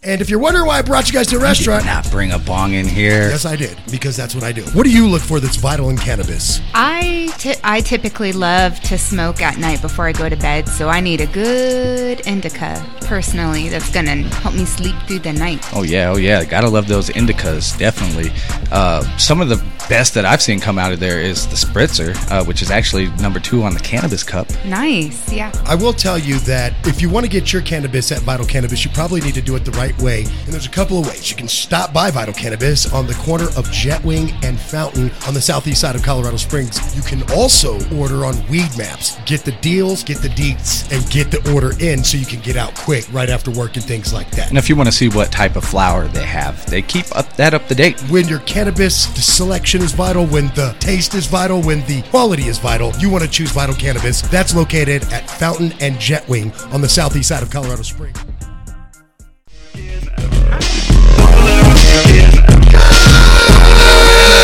S1: And if you're wondering why I brought you guys to a restaurant,
S2: Not bring a bong in here.
S1: yes, I did, because that's what I do. What do you look for that's vital in cannabis?
S3: I, ty- I typically love to smoke at night before I go to bed, so I need a good indica personally that's going to help me sleep through the night.
S2: Oh yeah, oh yeah, gotta love those indicas, definitely. Uh, some of the best that I've seen come out of there is the spritzer, uh, which is actually number two on the cannabis cup.
S3: Nice. Yeah.
S1: I will tell you that if you want to get your cannabis at Vital Cannabis, you probably need to do it the right way. And there's a couple of ways. You can stop by Vital Cannabis on the corner of Jetwing and Fountain on the southeast side of Colorado Springs. You can also order on Weed Maps. Get the deals, get the deets, and get the order in so you can get out quick right after work and things like that.
S2: And if you want to see what type of flower they have, they keep up that up to date.
S1: when your cannabis selection is vital, when the taste is vital, when the quality is vital, you want to choose Vital Cannabis. That's located at Fountain and Jetwing on the southeast side of Colorado Springs.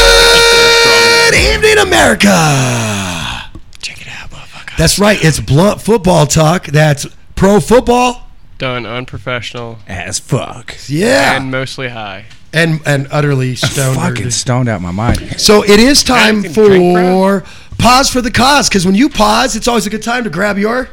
S1: Good evening, America.
S7: Check it out, motherfucker.
S1: That's right. It's blunt football talk. That's pro football.
S4: Done unprofessional
S2: As fuck.
S1: Yeah,
S4: and mostly high.
S1: and and
S7: [LAUGHS]
S1: utterly stoned.
S2: Fucking stoned out my mind.
S1: So it is time
S4: Drink, drink,
S1: for pause for the cause because when you pause, it's always a good time to grab your.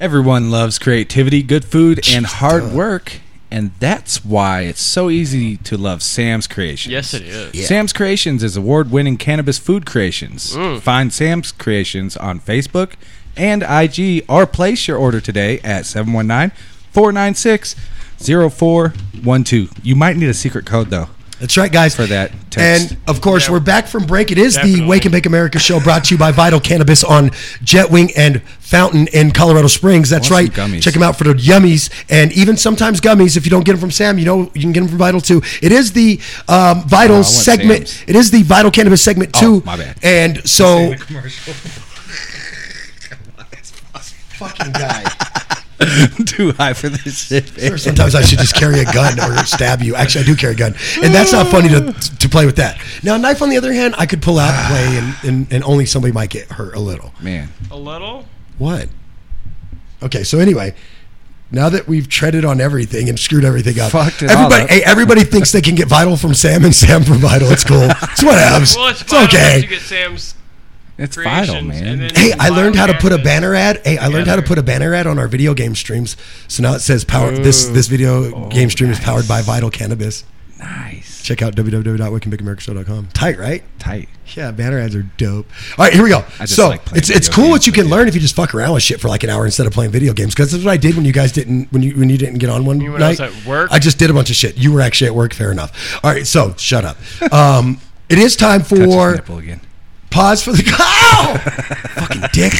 S2: Everyone loves creativity, good food, and hard work. And that's why it's so easy to love Sam's Creations.
S4: Yes, it is.
S2: Sam's Creations is award winning cannabis food creations. Find Sam's Creations on Facebook and IG or place your order today at 719 496 0412. You might need a secret code, though, [LAUGHS]
S1: That's right, guys.
S2: for that text.
S1: And of course,
S4: Yeah.
S1: we're back from break. It is the
S4: Definitely.
S1: Wake and Make America show brought to you by Vital Cannabis on Jetwing and Fountain in Colorado Springs. That's right.
S2: Want some gummies.
S1: Check them out for the yummies and even sometimes gummies. If you don't get them from Sam, you know you can get them from Vital too. It is the um, Vital
S2: Oh, want
S1: segment.
S2: Sam's.
S1: It is the Vital Cannabis segment
S2: Oh,
S1: too.
S2: my bad.
S1: And so. [LAUGHS] Fucking guy.
S2: Too high for this shit.
S1: Sure, sometimes I should just carry a gun or stab you. Actually, I do carry a gun, and that's not funny to to play with that. Now, a knife, on the other hand, I could pull out and play, and, and, and only somebody might get hurt a little.
S2: Man.
S4: A little?
S1: What? Okay, so anyway, now that we've treaded on everything and screwed everything up,
S2: Fucked it all
S1: everybody,
S2: up.
S1: Hey, everybody thinks they can get vital from Sam and Sam from vital. It's cool. It's whatevs.
S4: Well, it's,
S1: it's
S4: fine
S1: okay.
S4: You get Sam's
S2: It's
S4: creations,
S2: vital, man.
S4: and then
S1: Hey, I learned how to put a
S4: Cannabis.
S1: banner ad. Hey, I learned how to put a banner ad on our video game streams. So now it says power. This this video game stream is powered by Vital Cannabis.
S2: nice.
S1: Check out www.wickedbigamericanshow.com. Tight, right?
S2: Tight.
S1: Yeah, banner ads are dope. All right, here we go.
S2: just
S1: so
S2: like playing
S1: it's it's
S2: video
S1: cool
S2: games
S1: what you
S2: with
S1: can
S2: you.
S1: learn if you just fuck around with shit for like an hour instead of playing video games. Because that's what I did when you guys didn't when you when you didn't get on one
S4: You were
S1: night.
S4: also at work.
S1: I just did a bunch of shit. You were actually at work. Fair enough. All right, so shut up. Um, it is time
S2: Touch his
S1: for
S2: nipple again.
S1: pause for the [LAUGHS]
S2: [LAUGHS]
S1: cow. Fucking dick.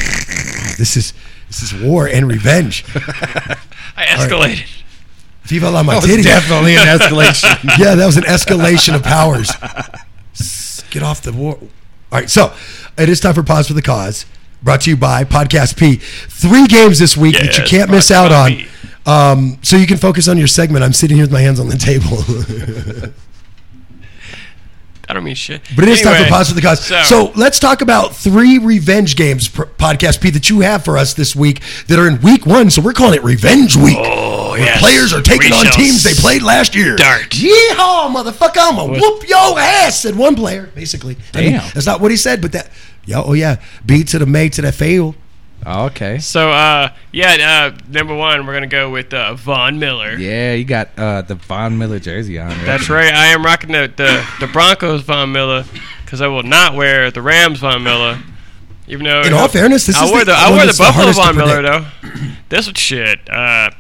S1: This is this is war and revenge.
S4: I escalated.
S1: Viva la
S2: That was
S1: materia.
S2: definitely an
S1: [LAUGHS]
S2: escalation.
S1: yeah, that was an escalation of powers. Get off the war. All right, so it is time for Pause for the Cause, brought to you by Podcast P. Three games this week that you
S4: Yes,
S1: can't miss out on.
S4: Podcast P.
S1: Um, so you can focus on your segment. I'm sitting here with my hands on the table. [LAUGHS]
S4: I don't mean shit.
S1: but it is time for
S4: Anyway,
S1: Pause for the Cause. So,
S4: So,
S1: let's talk about three revenge games, pr- Podcast P, that you have for us this week that are in week one. So we're calling it Revenge Week.
S4: oh,
S1: where
S4: yes.
S1: players are taking
S4: We
S1: on
S4: shall
S1: teams they played last year.
S4: Dart.
S1: Yeehaw, motherfucker! I'm gonna whoop your ass," said one player. Basically, I mean,
S2: Damn.
S1: that's not what he said, but that. Yeah, oh yeah, B to the May to the fail.
S2: [LAUGHS] okay.
S4: So, uh, yeah, uh, number one, we're going to go with uh, Von Miller.
S2: Yeah, you got uh, the Von Miller jersey on. Right?
S4: That's right. I am rocking the, the, the Broncos Von Miller because I will not wear the Rams Von Miller. Even though
S1: In all fairness, this
S4: I
S1: is
S4: wear
S1: the-
S4: the,
S1: the
S4: I
S1: one
S4: wear the
S1: that's the
S4: Buffalo
S1: hardest to
S4: Von Miller though. This is shit. Uh,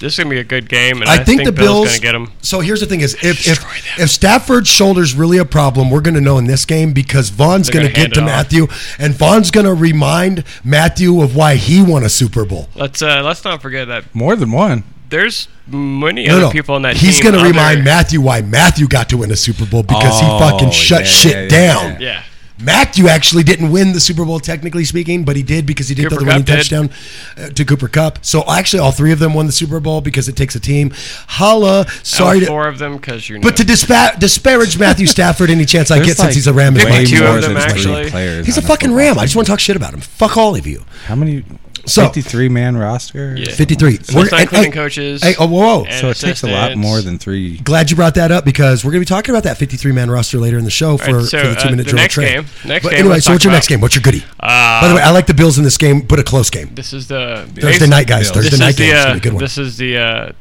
S4: this is gonna be a good game, and I,
S1: I think, the Bills.
S4: gonna get them.
S1: So here's the thing: is if
S4: Destroy
S1: if, if Stafford's shoulder's really a problem, we're going to know in this game because Vaughn's
S4: They're
S1: going to
S4: gonna
S1: get
S4: hand
S1: to
S4: it off.
S1: Matthew, and Vaughn's going to remind Matthew of why he won a Super Bowl.
S4: Let's uh, let's not forget that
S2: More than one.
S4: there's many
S1: No,
S4: other
S1: no.
S4: people on that
S1: He's
S4: team.
S1: going to
S4: other-
S1: remind Matthew why Matthew got to win a Super Bowl because
S2: Oh,
S1: he fucking shut
S2: yeah,
S1: shit
S2: yeah, yeah,
S1: down.
S2: yeah.
S4: Yeah,
S1: Matthew actually didn't win the Super Bowl, technically speaking, but he did because he did throw
S4: Cooper
S1: the winning
S4: Kupp
S1: touchdown
S4: did.
S1: uh, to Cooper Cup. So actually, all three of them won the Super Bowl because it takes a team. Holla, sorry,
S4: sorry,
S1: to,
S4: four of them because you.
S1: but to dispa- disparage Matthew
S2: [LAUGHS]
S1: Stafford any chance I
S2: There's
S1: get since
S2: like
S1: he's a Ram in my
S2: way
S4: Fifty-two
S1: team.
S4: of
S2: more
S4: them,
S2: than three
S4: actually.
S2: players
S1: He's a
S2: on
S1: fucking
S2: football
S1: Ram.
S2: team.
S1: I just want to talk shit about him. Fuck all of you.
S2: How many?
S1: So-
S2: 53 man roster?
S4: Yeah.
S1: Fifty-three.
S4: We're not
S1: and-
S4: including
S1: hey,
S4: coaches.
S1: Hey, oh, whoa, whoa.
S4: and
S2: So it takes a lot
S4: assistants.
S2: more than three.
S1: Glad you brought that up because we're going to be talking about that 53 man roster later in the show for,
S4: All right, so,
S1: for the
S4: uh,
S1: two minute
S4: the
S1: drill
S4: next
S1: train.
S4: game- next
S1: but
S4: game,
S1: anyway,
S4: let's
S1: so what's
S4: talk
S1: your next
S4: about-
S1: game? What's your goodie? By the way, I like the Bills in this game, but a close game.
S4: Uh, This is the
S1: Thursday night, guys.
S2: Bills.
S1: Thursday
S4: This
S1: night
S4: is
S1: game
S4: the
S1: is going
S4: uh,
S1: to be a good one.
S4: this is the uh,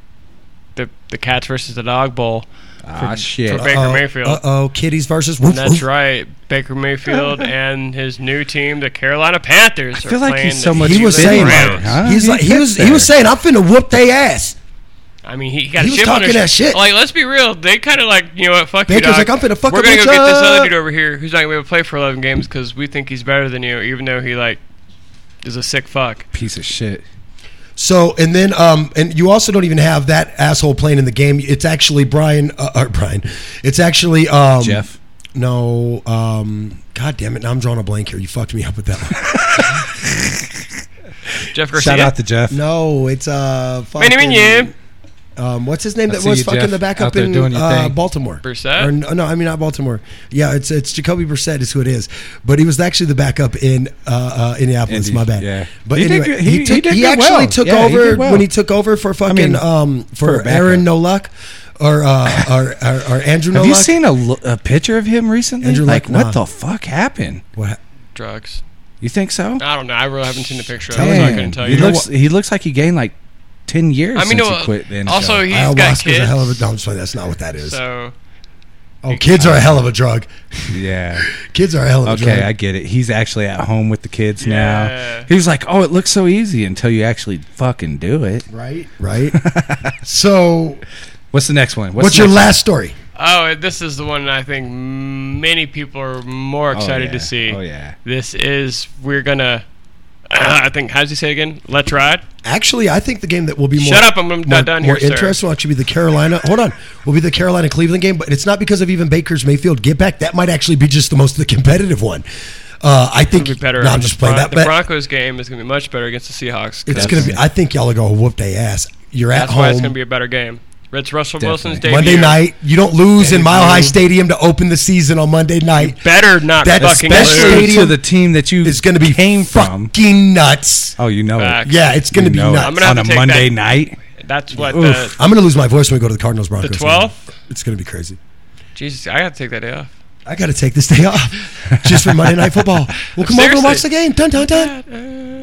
S4: the the cats versus the dog bowl.
S8: Ah, shit.
S4: for Baker Mayfield.
S1: Uh oh, kitties versus.
S4: That's right, Baker Mayfield and his new team, the Carolina Panthers.
S8: feel
S4: are
S8: like
S4: playing
S8: he's so
S4: the
S8: much
S1: He was
S4: Cleveland
S1: saying,
S4: Browns.
S8: Huh?
S1: he's
S8: He
S2: Uh,
S1: like, he
S8: gets
S1: was he
S8: there.
S1: was saying, I'm finna whoop they ass.
S4: I mean, he got
S1: He
S4: a
S1: was
S4: chip on
S1: talking
S4: his
S1: that shit.
S4: Like, let's be real. They kind of like, you know what? Fuck you,
S1: Baker's
S4: dog.
S1: like, "I'm finna fuck
S4: We're
S1: a
S4: gonna go
S1: bitch
S4: get this
S1: up."
S4: other dude over here who's not gonna be able to play for 11 games because we think he's better than you, even though he like is a sick
S1: [LAUGHS]
S4: fuck.
S8: Piece of shit.
S1: So and then um and you also don't even have that asshole playing in the game. It's actually Brian uh, or Brian. It's actually um
S8: Jeff.
S1: No, um God damn it, now I'm drawing a blank here. You fucked me up with that one.
S4: Jeff Garcia.
S2: Shout out to Jeff.
S1: no, it's uh
S4: Manny
S1: fucking-
S4: Mignon.
S1: Um, what's his name
S2: I
S1: that
S2: see
S1: was
S2: you,
S1: fucking
S2: Jeff,
S1: the
S2: out
S1: backup
S2: there
S1: in
S2: doing your
S1: uh,
S2: thing.
S1: Baltimore?
S4: Brissett?
S1: Or, no, I mean not Baltimore. Yeah, it's it's Jacoby Brissett is who it is, but he was actually the backup in uh, uh, Indianapolis.
S2: Indy,
S1: my bad.
S2: yeah.
S1: But
S2: He did
S1: anyway,
S2: good-
S1: he
S2: he-
S1: took-
S2: he did
S1: he
S2: good
S1: actually
S2: well.
S1: took
S2: Yeah, he
S1: over
S2: did well.
S1: when he took over for fucking
S2: mean,
S1: um, for,
S2: for a backup.
S1: Aaron No Luck or
S2: [LAUGHS]
S1: uh, or, or or Andrew No
S2: Have you
S1: Luck.
S2: seen a, lo- a picture of him recently?
S1: Andrew
S2: like,
S1: Luck, nah.
S2: what the fuck happened?
S1: What hap-
S4: drugs.
S2: You think so?
S4: I don't know. I really haven't seen the picture. of
S1: Tell
S4: him, so I
S1: him.
S4: couldn't tell
S2: he
S4: you.
S2: looks. He looks like he gained like ten years
S4: I mean,
S2: since
S4: no,
S2: he quit. The NFL.
S4: also he's got
S1: Ayahuasca's
S4: kids.
S1: a hell of a. No, I'm sorry, that's not what that is.
S4: so
S1: oh, kids are a hell of a drug.
S4: [LAUGHS]
S2: yeah.
S1: Kids are a hell of a drug.
S2: Okay, I get it. He's actually at home with the kids
S4: Yeah.
S2: now. He was like, "Oh, it looks so easy until you actually fucking do it."
S1: right,
S2: [LAUGHS]
S1: right. so,
S2: What's the next one?
S1: what's
S2: the
S1: your
S2: next
S1: last story?
S4: oh, this is the one I think many people are more
S2: one? Oh,
S4: excited
S2: yeah.
S4: to see.
S2: Oh yeah.
S4: This is we're gonna. uh, I think how does he say it again? Let's ride.
S1: Actually, I think the game that will be more
S4: Shut up, I'm not
S1: more-
S4: done
S1: more
S4: here, sir.
S1: interesting will actually be the Carolina. Hold on, will be the Carolina Cleveland game, but it's not because of even Baker's Mayfield get back. That might actually be just the most the competitive one. Uh, I think
S4: be better.
S1: No, I'm
S4: The
S1: just playing
S4: Bron-
S1: that,
S4: The
S1: but
S4: Broncos game is going to be much better against the Seahawks. 'cause
S1: it's gonna be. I think y'all are gonna whoop their ass. You're at
S4: that's why it's
S1: home
S4: going to be a better game. It's Russell Wilson's debut.
S1: Monday night. You don't lose in Mile High Stadium to open the season on Monday night.
S4: Better not
S1: That especially-
S4: fucking lose.
S2: Especially to
S1: stadium
S2: the team that you
S1: It's gonna be
S2: came from.
S1: fucking nuts.
S2: Oh, you know
S4: Facts.
S2: it.
S1: Yeah, it's gonna
S2: You
S1: be
S2: know it.
S1: nuts.
S4: I'm gonna have
S2: on
S4: to
S2: a
S4: take
S2: Monday
S4: that-
S2: night.
S4: That's what
S2: Oof.
S4: the,
S1: I'm gonna lose my voice when we go to the Cardinals Broncos.
S4: the
S1: game.
S4: 12th.
S1: It's gonna be crazy.
S4: Jesus, I got to take that day off.
S1: I got to take this day off just for Monday
S4: [LAUGHS]
S1: Night Football. We'll come over and watch the game. Dun dun dun.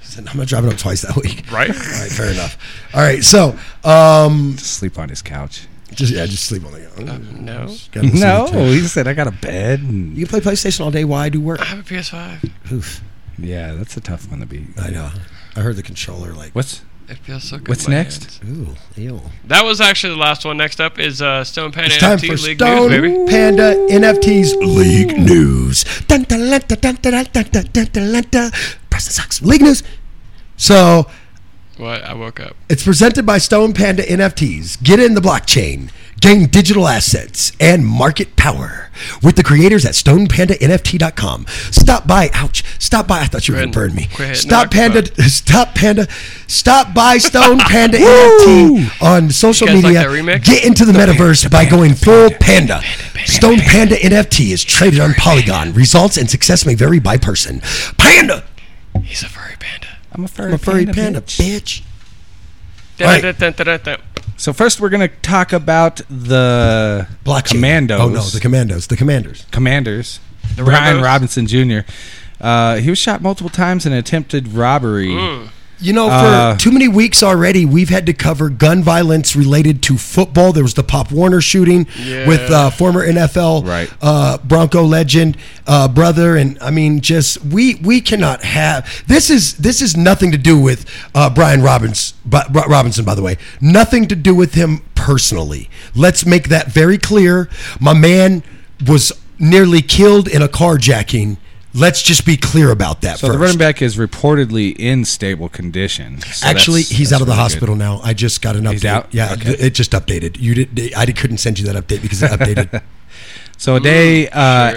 S1: Said, I'm not driving up twice that week.
S4: Right?
S1: All right, fair enough. All right, so um,
S2: Just Sleep on his couch.
S1: just yeah, just sleep on the game.
S4: Uh, um, No.
S1: Gotta listen to
S2: No,
S1: the tune.
S2: he said I got a bed. and-
S1: you can play PlayStation all day while I do work.
S4: I have a PS5.
S1: Oof.
S2: yeah, that's a tough one to beat.
S1: I know. I heard the controller like.
S2: What's
S4: It feels so good.
S2: What's
S4: in my
S2: next?
S4: hands.
S1: Ooh, ew.
S4: That was actually the last one. Next up is uh, Stone Panda
S1: It's time
S4: NFT
S1: for
S4: League
S1: Stone
S4: News, baby.
S1: Panda NFTs League News. Dun, dun, dun, dun, dun, dun, dun, dun, dun, dun, dun, dun. Preston Sox League News. So
S4: What? I woke up.
S1: It's presented by Stone Panda NFTs. Get in the blockchain, gain digital assets, and market power with the creators at StonePandaNFT.com. Stop by. Ouch! Stop by. I thought you were going to
S4: Quit-
S1: burn me.
S4: quit hitting
S1: Stop
S4: the
S1: Panda.
S4: microphone.
S1: [LAUGHS] Stop Panda. Stop by
S4: [LAUGHS]
S1: Stone Panda NFT on social
S4: You guys like
S1: media.
S4: that remix?
S1: Get into the metaverse by going full panda. Stone Panda NFT is traded on Polygon. Results and success may vary by person. Panda.
S4: He's a furry panda.
S2: I'm a furry,
S1: I'm a furry
S2: panda,
S1: panda,
S2: bitch.
S1: bitch. Alright.
S4: Da-da-da-da-da-da.
S2: So first, we're gonna talk about the
S1: Blockchain.
S2: commandos.
S1: Oh no, the commandos. The commanders.
S2: commanders. Brian
S4: Rambos.
S2: Robinson Jr. Uh, he was shot multiple times in attempted robbery.
S4: Mm.
S1: You know, for
S2: Uh,
S1: too many weeks already, we've had to cover gun violence related to football. There was the Pop Warner shooting with uh, former NFL
S2: Right.
S1: uh, Bronco legend uh, brother, and I mean, just we we cannot have this is this is nothing to do with uh, Brian Robbins, but, Robinson, by the way, nothing to do with him personally. Let's make that very clear. My man was nearly killed in a carjacking. Let's just be clear about that.
S2: So
S1: first.
S2: the running back is reportedly in stable condition. So
S1: Actually,
S2: that's-
S1: he's
S2: that's
S1: out of the
S2: really
S1: hospital now. I just got an update.
S2: He's out?
S1: Yeah,
S2: Okay.
S1: th- it just updated. You did. I couldn't send you that update because it
S2: [LAUGHS]
S1: updated.
S2: good. So a day uh,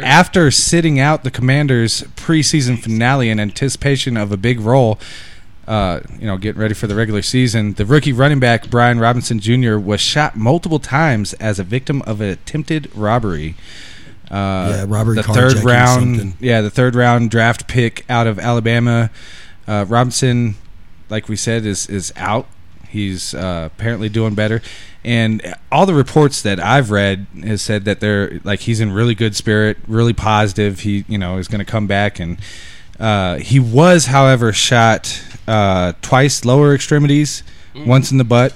S2: after sitting out the Commanders' preseason finale in anticipation of a big role, uh, you know, getting ready for the regular season, the rookie running back Brian Robinson Jr. was shot multiple times as a victim of an attempted robbery. Uh,
S1: Yeah, robbery,
S2: The
S1: carjacking,
S2: third round,
S1: something.
S2: yeah, the third round draft pick out of Alabama. Uh, Robinson, like we said, is is out. He's uh, apparently doing better, and all the reports that I've read has said that they're like he's in really good spirit, really positive. He you know is going to come back, and uh, he was, however, shot
S6: Mm-hmm.
S2: uh, twice lower extremities, once in the butt,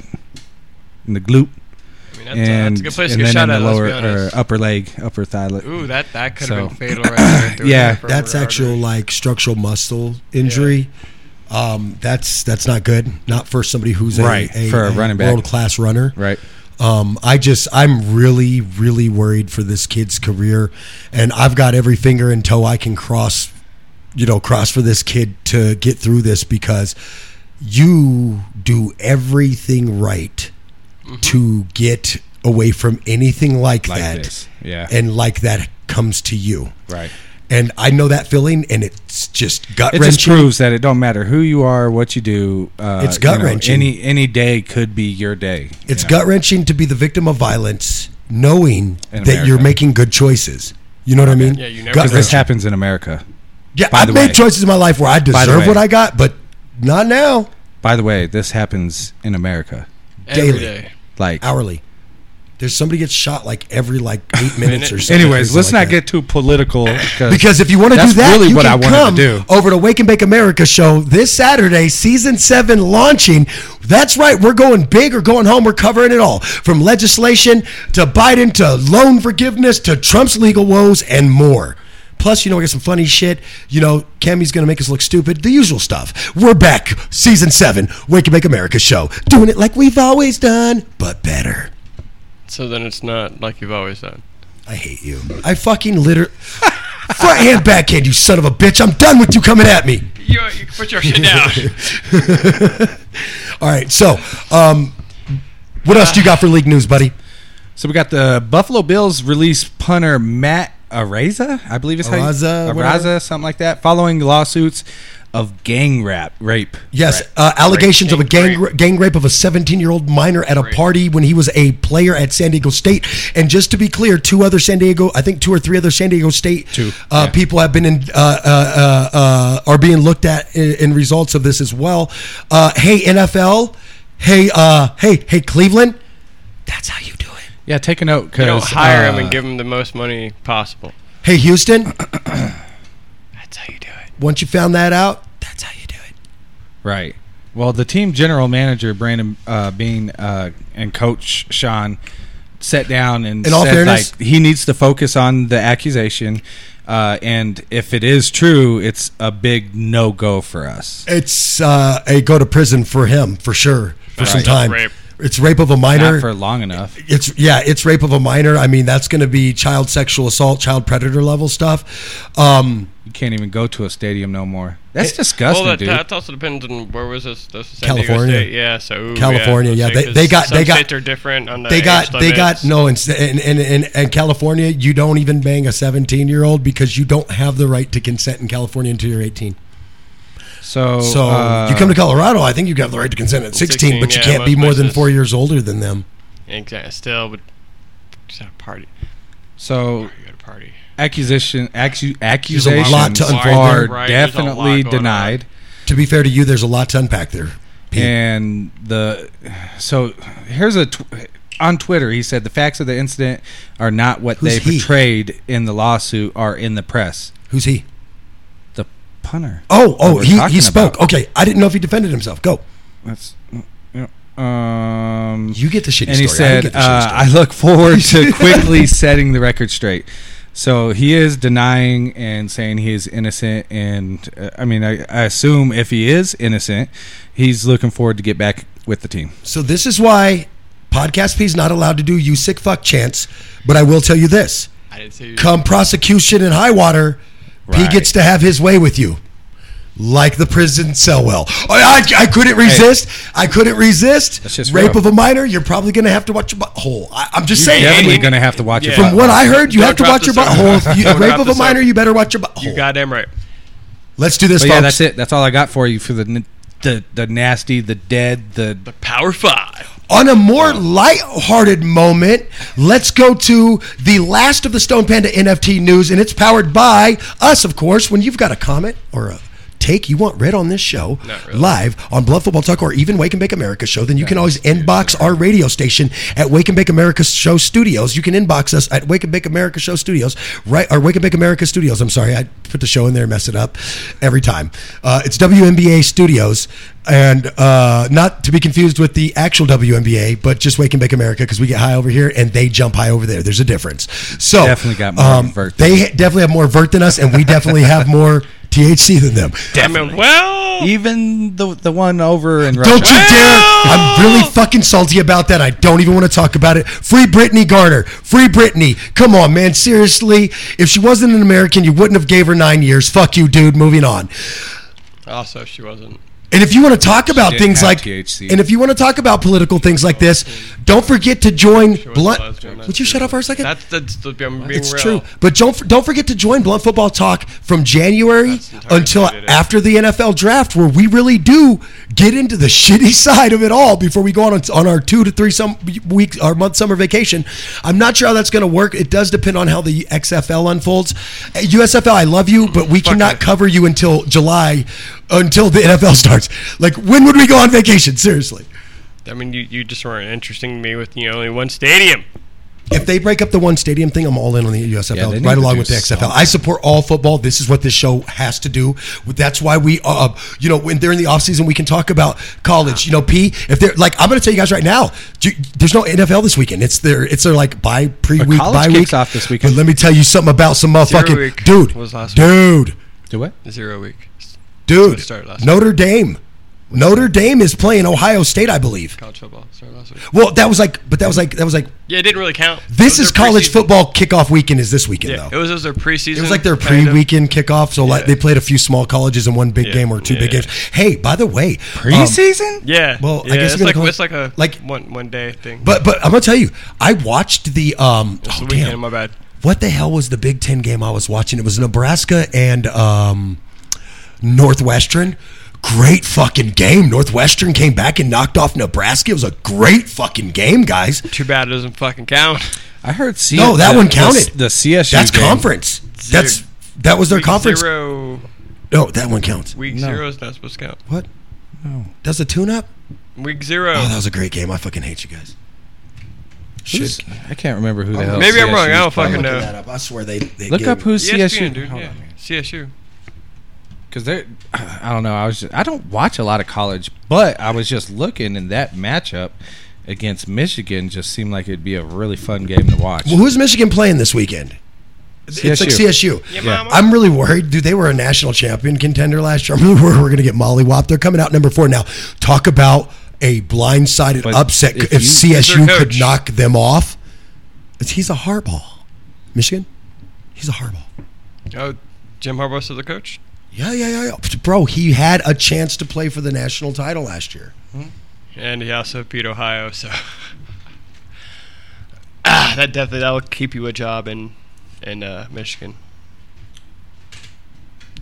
S2: in the glute.
S6: mean, that's, a,
S2: and
S6: that's a good place to
S2: and
S6: get
S2: then
S6: shot
S2: in
S6: at.
S2: the
S6: Let's
S2: lower
S6: be honest.
S2: or
S1: uh,
S2: upper leg, upper thigh. leg.
S6: Ooh, that that could have
S2: So-
S1: [LAUGHS]
S6: been fatal right there. through
S2: Yeah,
S6: the
S1: That's
S6: femoral
S1: actual
S6: artery.
S1: like structural muscle injury. Um, that's that's not good. Not for somebody who's a,
S2: Right, for a running back.
S1: world class runner.
S2: Right.
S1: Um, I just I'm really really worried for this kid's career, and I've got every finger and toe I can cross, you know, cross for this kid to get through this because you do everything right to get away from anything like,
S2: Mm-hmm. Like
S1: that,
S2: this. Yeah.
S1: and like that comes to you.
S2: right.
S1: And I know that feeling, and it's just gut
S2: It just
S1: wrenching.
S2: proves that it don't matter who you are, what you do. Uh,
S1: It's
S2: you know,
S1: gut-wrenching.
S2: Any any day could be your day.
S1: It's
S2: you know?
S1: gut wrenching to be the victim of violence, knowing
S2: In
S1: that you're
S2: America.
S1: making good choices. You know what I mean?
S6: Yeah, you never
S1: Gut
S6: know.
S2: 'Cause this
S1: wrenching.
S2: happens in America.
S1: Yeah,
S2: by
S1: I've
S2: the
S1: made
S2: way.
S1: choices in my life where I
S2: the
S1: deserve
S2: way.
S1: what I got, but not now.
S2: By the way, this happens in America.
S6: Every
S1: daily.
S6: day.
S2: Like
S1: Hourly, there's somebody gets shot like every like
S2: [LAUGHS]
S1: eight minutes or something.
S2: Anyways,
S1: crazy
S2: let's
S1: like
S2: not
S1: that.
S2: get too political because,
S1: Because if you want to do
S2: That's
S1: that,
S2: really
S1: you
S2: what
S1: can
S2: I wanted to
S1: come Oh.
S2: do.
S1: over to Wake and Bake America show this Saturday, season seven launching. That's right, we're going big or going home. We're covering it all from legislation to Biden to loan forgiveness to Trump's legal woes and more. Plus, you know, we got some funny shit. You know, Cammy's going to make us look stupid. The usual stuff. We're back, season seven, Wake and Bake America show. Doing it like we've always done, but better.
S6: So then it's not like you've always done.
S1: I hate you. I fucking litter. [LAUGHS] Front hand, backhand, you son of a bitch. I'm done with you coming at me. [LAUGHS]
S6: You, you can put your shit down.
S1: All right. So, um, what else do you got for league news, buddy?
S2: so we got the Buffalo Bills release punter Matt Araiza, I believe is how you-
S1: Araiza, whatever.
S2: Araiza, something like that, following lawsuits of gang rap rape.
S1: Yes,
S2: Right.
S1: uh, allegations of a gang ra- gang rape of a 17 year old minor at a party when he was a player at San Diego State. And just to be clear, two other San Diego, I think two or three other San Diego State
S2: Two,
S1: uh,
S2: yeah.
S1: people have been in uh, uh, uh, uh, are being looked at in, in results of this as well. Uh, hey NFL, hey uh, hey hey Cleveland, that's how you do it.
S2: Yeah, take a note uh,
S6: You don't
S2: because
S6: hire him
S1: uh,
S6: and give him the most money possible. [CLEARS THROAT]
S1: Hey Houston,
S6: That's how you do it.
S1: once you found that out, that's how you do it.
S2: Right. Well, the team general manager Brandon uh, Bean uh, and coach Sean sat down and
S1: In all
S2: said
S1: fairness-
S2: like he needs to focus on the accusation, uh, and if it is true, it's a big no go for us.
S1: It's uh, a go to prison for him for sure for some time.
S6: rape.
S1: It's rape of a minor.
S2: Not for long enough.
S1: it's yeah, it's rape of a minor. I mean, that's going to be child sexual assault, child predator level stuff. Um,
S2: You can't even go to a stadium no more. That's disgusting,
S6: well, that,
S2: dude.
S6: that also depends on where was this? this was San
S1: California.
S6: Diego State. Yeah, so ooh,
S1: California, yeah,
S6: Yeah,
S1: they- they got-
S6: some
S1: they got-
S6: states are different on the
S1: they got
S6: age
S1: they got
S6: limits.
S1: no in in, in, in in California, you don't even bang a 17 year old because you don't have the right to consent in California until you're 18.
S2: so
S1: So
S2: uh,
S1: you come to Colorado, I think you have the right to consent at
S6: 16,
S1: 16, but you
S6: yeah,
S1: can't be
S6: most
S1: more than
S6: places.
S1: four years older than them.
S6: Exactly. Still, but just at a party.
S2: so
S6: You got a party.
S2: accusation accu-
S1: a
S2: accusations
S1: lot to unfold
S2: are
S1: there.
S6: Right, there's a lot
S2: definitely
S6: going on.
S2: denied.
S1: To be fair to you, there's a lot to unpack there. Pete.
S2: And the so here's a tw- on Twitter he said the facts of the incident are not what
S1: Who's
S2: they
S1: he?
S2: portrayed in the lawsuit or in the press.
S1: Who's he?
S2: The punter.
S1: Oh, oh,
S2: we're
S1: he, he
S2: talking
S1: spoke.
S2: about.
S1: Okay, I didn't know if he defended himself. Go.
S2: That's you know, um
S1: You get the shitty
S2: and he
S1: story. I
S2: said,
S1: didn't get the shitty
S2: uh,
S1: story.
S2: "I look
S1: [LAUGHS]
S2: forward to quickly setting the record straight." So he is denying and saying he is innocent, and uh, I mean, I, I assume if he is innocent, he's looking forward to get back with the team.
S1: So this is why Podcast P is not allowed to do you sick fuck chants. But I will tell you this:
S6: I didn't see.
S1: come prosecution and high water, P
S2: Right.
S1: gets to have his way with you, like the prison cell well. I, I, I couldn't resist. I couldn't resist.
S2: That's just
S1: Rape
S2: real.
S1: of a minor. You're probably going to have to watch your butthole. I, I'm just saying.
S2: Definitely
S1: Andy,
S2: going to have to watch it.
S6: Yeah.
S1: from what I heard, you
S6: Don't
S1: have to
S6: drop
S1: watch your
S6: this
S1: butthole. If you,
S6: Don't
S1: rape
S6: drop
S1: of a
S6: this
S1: minor,
S6: up.
S1: you better watch your butthole.
S6: You goddamn right.
S1: Let's do this,
S2: But
S1: folks.
S2: yeah, that's it. That's all I got for you for the n- the the nasty, the dead, the
S6: The Power Five.
S1: On a more light-hearted moment, let's go to the last of the Stone Panda NFT news, and it's powered by us, of course. When you've got a comment or a take you want read on this show
S6: Not really.
S1: live on Blood Football Talk or even Wake and Bake America show, then you can always inbox our radio station at Wake and Bake America Show Studios. You can inbox us at Wake and Bake America Show Studios, right? Or Wake and Bake America Studios. I'm sorry, I put the show in there and mess it up every time. Uh, it's WNBA Studios. And uh, not to be confused with the actual WNBA, but just Wake and Bake America because we get high over here and they jump high over there. There's a difference. So um,
S2: Definitely got more vert than
S1: They ha- definitely have more vert than us, and we definitely have more THC than them.
S6: I mean, well,
S2: Even the the one over in Russia.
S1: Don't you dare! I'm really fucking salty about that. I don't even want to talk about it. Free Brittany Garner. Free Brittany. Come on, man. Seriously, if she wasn't an American, you wouldn't have gave her nine years. Fuck you, dude. Moving on.
S6: also Oh, she wasn't.
S1: And if you want to talk about
S2: didn't
S1: things
S2: have
S1: like,
S2: THC.
S1: and if you want to talk about political things like this, don't forget to join Blunt.
S6: lesbian.
S1: Would you shut up for a second?
S6: That's that's the, I'm being
S1: It's
S6: real.
S1: true, but don't don't forget to join Blunt Football Talk from January
S6: That's entirely
S1: until
S6: what it is.
S1: after the NFL draft, where we really do get into the [LAUGHS] shitty side of it all before we go on on our two to three some week our month summer vacation. I'm not sure how that's going to work. It does depend on how the XFL unfolds. Uh, USFL, I love you, but we cannot
S6: it.
S1: cover you until July, until the NFL [LAUGHS] starts. Like, when would we go on vacation? Seriously.
S6: I mean, you, you just weren't interesting to me with you know, only one stadium.
S1: If they break up the one stadium thing, I'm all in on the
S2: Yeah, they
S1: USFL,
S2: need
S1: right
S2: to
S1: along
S2: do
S1: with the XFL. I support all football. This is what this show has to do. That's why we, uh, you know, when they're in the offseason, we can talk about college. You know, P, if they're like, I'm going to tell you guys right now, do- there's no NFL this weekend. It's their, it's their like bye pre week,
S2: college
S1: bye
S2: kicks
S1: week.
S2: off this weekend.
S1: But let me tell you something about some motherfucking
S6: week
S1: dude,
S6: was last week.
S1: dude,
S2: Do what?
S6: Zero week.
S1: dude,
S6: started last week.
S1: Notre Dame. Notre Dame is playing Ohio State, I believe.
S6: College football started last week.
S1: Well, that was like, but that was like, that was like,
S6: Yeah, it didn't really count.
S1: this
S6: It was
S1: is
S6: their
S1: college
S6: preseason.
S1: football kickoff weekend is this weekend
S6: Yeah,
S1: though.
S6: it was, it was their preseason.
S1: It was like their
S6: kind of.
S1: pre-weekend kickoff, so like they played a few small colleges in one big
S6: Yeah.
S1: game or two big
S6: Yeah.
S1: games. Hey, by the way, um,
S2: Preseason?
S6: Yeah.
S1: Well, I
S6: yeah,
S1: guess you're
S6: it's
S1: gonna
S6: like
S1: call it-
S6: it's like a
S1: like-
S6: like one one day thing.
S1: but but I'm gonna tell you, I watched the um.
S6: It's
S1: oh,
S6: the weekend,
S1: damn.
S6: my bad.
S1: What the hell was the Big Ten game I was watching? It was Nebraska and um, Northwestern. Great fucking game. Northwestern came back and knocked off Nebraska. It was a great fucking game, guys.
S6: Too bad it doesn't fucking count.
S2: I heard C.
S1: No, that
S2: the-
S1: one
S2: the-
S1: counted.
S2: The, CSU.
S1: That's
S2: game.
S1: conference. That's that was their
S6: Week
S1: conference.
S6: Zero
S1: No, that one counts.
S6: week
S2: No.
S6: zero is not supposed to count.
S1: What? That's a tune-up.
S6: Week zero.
S1: Oh, that was a great game. I fucking hate you guys.
S2: Who's-
S1: Shit.
S2: I can't remember who the hell.
S6: Um, Maybe I'm
S2: CSU
S6: wrong. I don't
S2: was playing.
S6: fucking
S1: Look
S6: know. E
S1: that up. I swear they, they
S2: Look
S1: gave
S2: up
S1: it-
S2: who
S6: ESPN,
S2: CSU.
S6: dude. Yeah. CSU.
S2: Because they're, [SIGHS] I don't know. I was. Just, I don't watch a lot of college, but I was just looking, and that matchup against Michigan just seemed like it'd be a really fun game to watch.
S1: Well, who's Michigan playing this weekend? It's like
S2: CSU.
S1: CSU.
S2: Yeah.
S6: mama.
S1: I'm really worried, dude. They were a national champion contender last year. I'm really worried we're going to get mollywopped. They're coming out number four now. Talk about a blindsided
S2: But
S1: upset if,
S2: if you-
S1: CSU
S6: Their
S1: could
S6: coach.
S1: knock them off. It's- He's a hardball. Michigan, he's a hardball.
S6: Oh, Jim Harbaugh's still the coach.
S1: Yeah, yeah, yeah, yeah. Bro, he had a chance to play for the national title last year.
S6: And he also beat Ohio, so [LAUGHS] ah, that definitely that'll keep you a job in in uh, Michigan.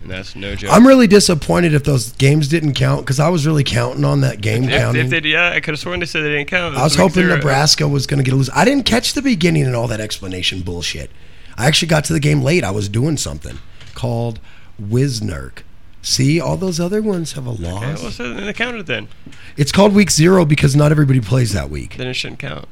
S6: And that's no joke.
S1: I'm really disappointed if those games didn't count because I was really counting on that game
S6: if,
S1: counting.
S6: if they, yeah, I could have sworn they said they didn't count.
S1: I was hoping Nebraska was going to get a lose. I didn't catch the beginning and all that explanation bullshit. I actually got to the game late. I was doing something called Wiznurk. See, all those other ones have a
S6: Yeah,
S1: loss.
S6: well, so then they counted then.
S1: It's called week zero because not everybody plays that week.
S6: Then it shouldn't count.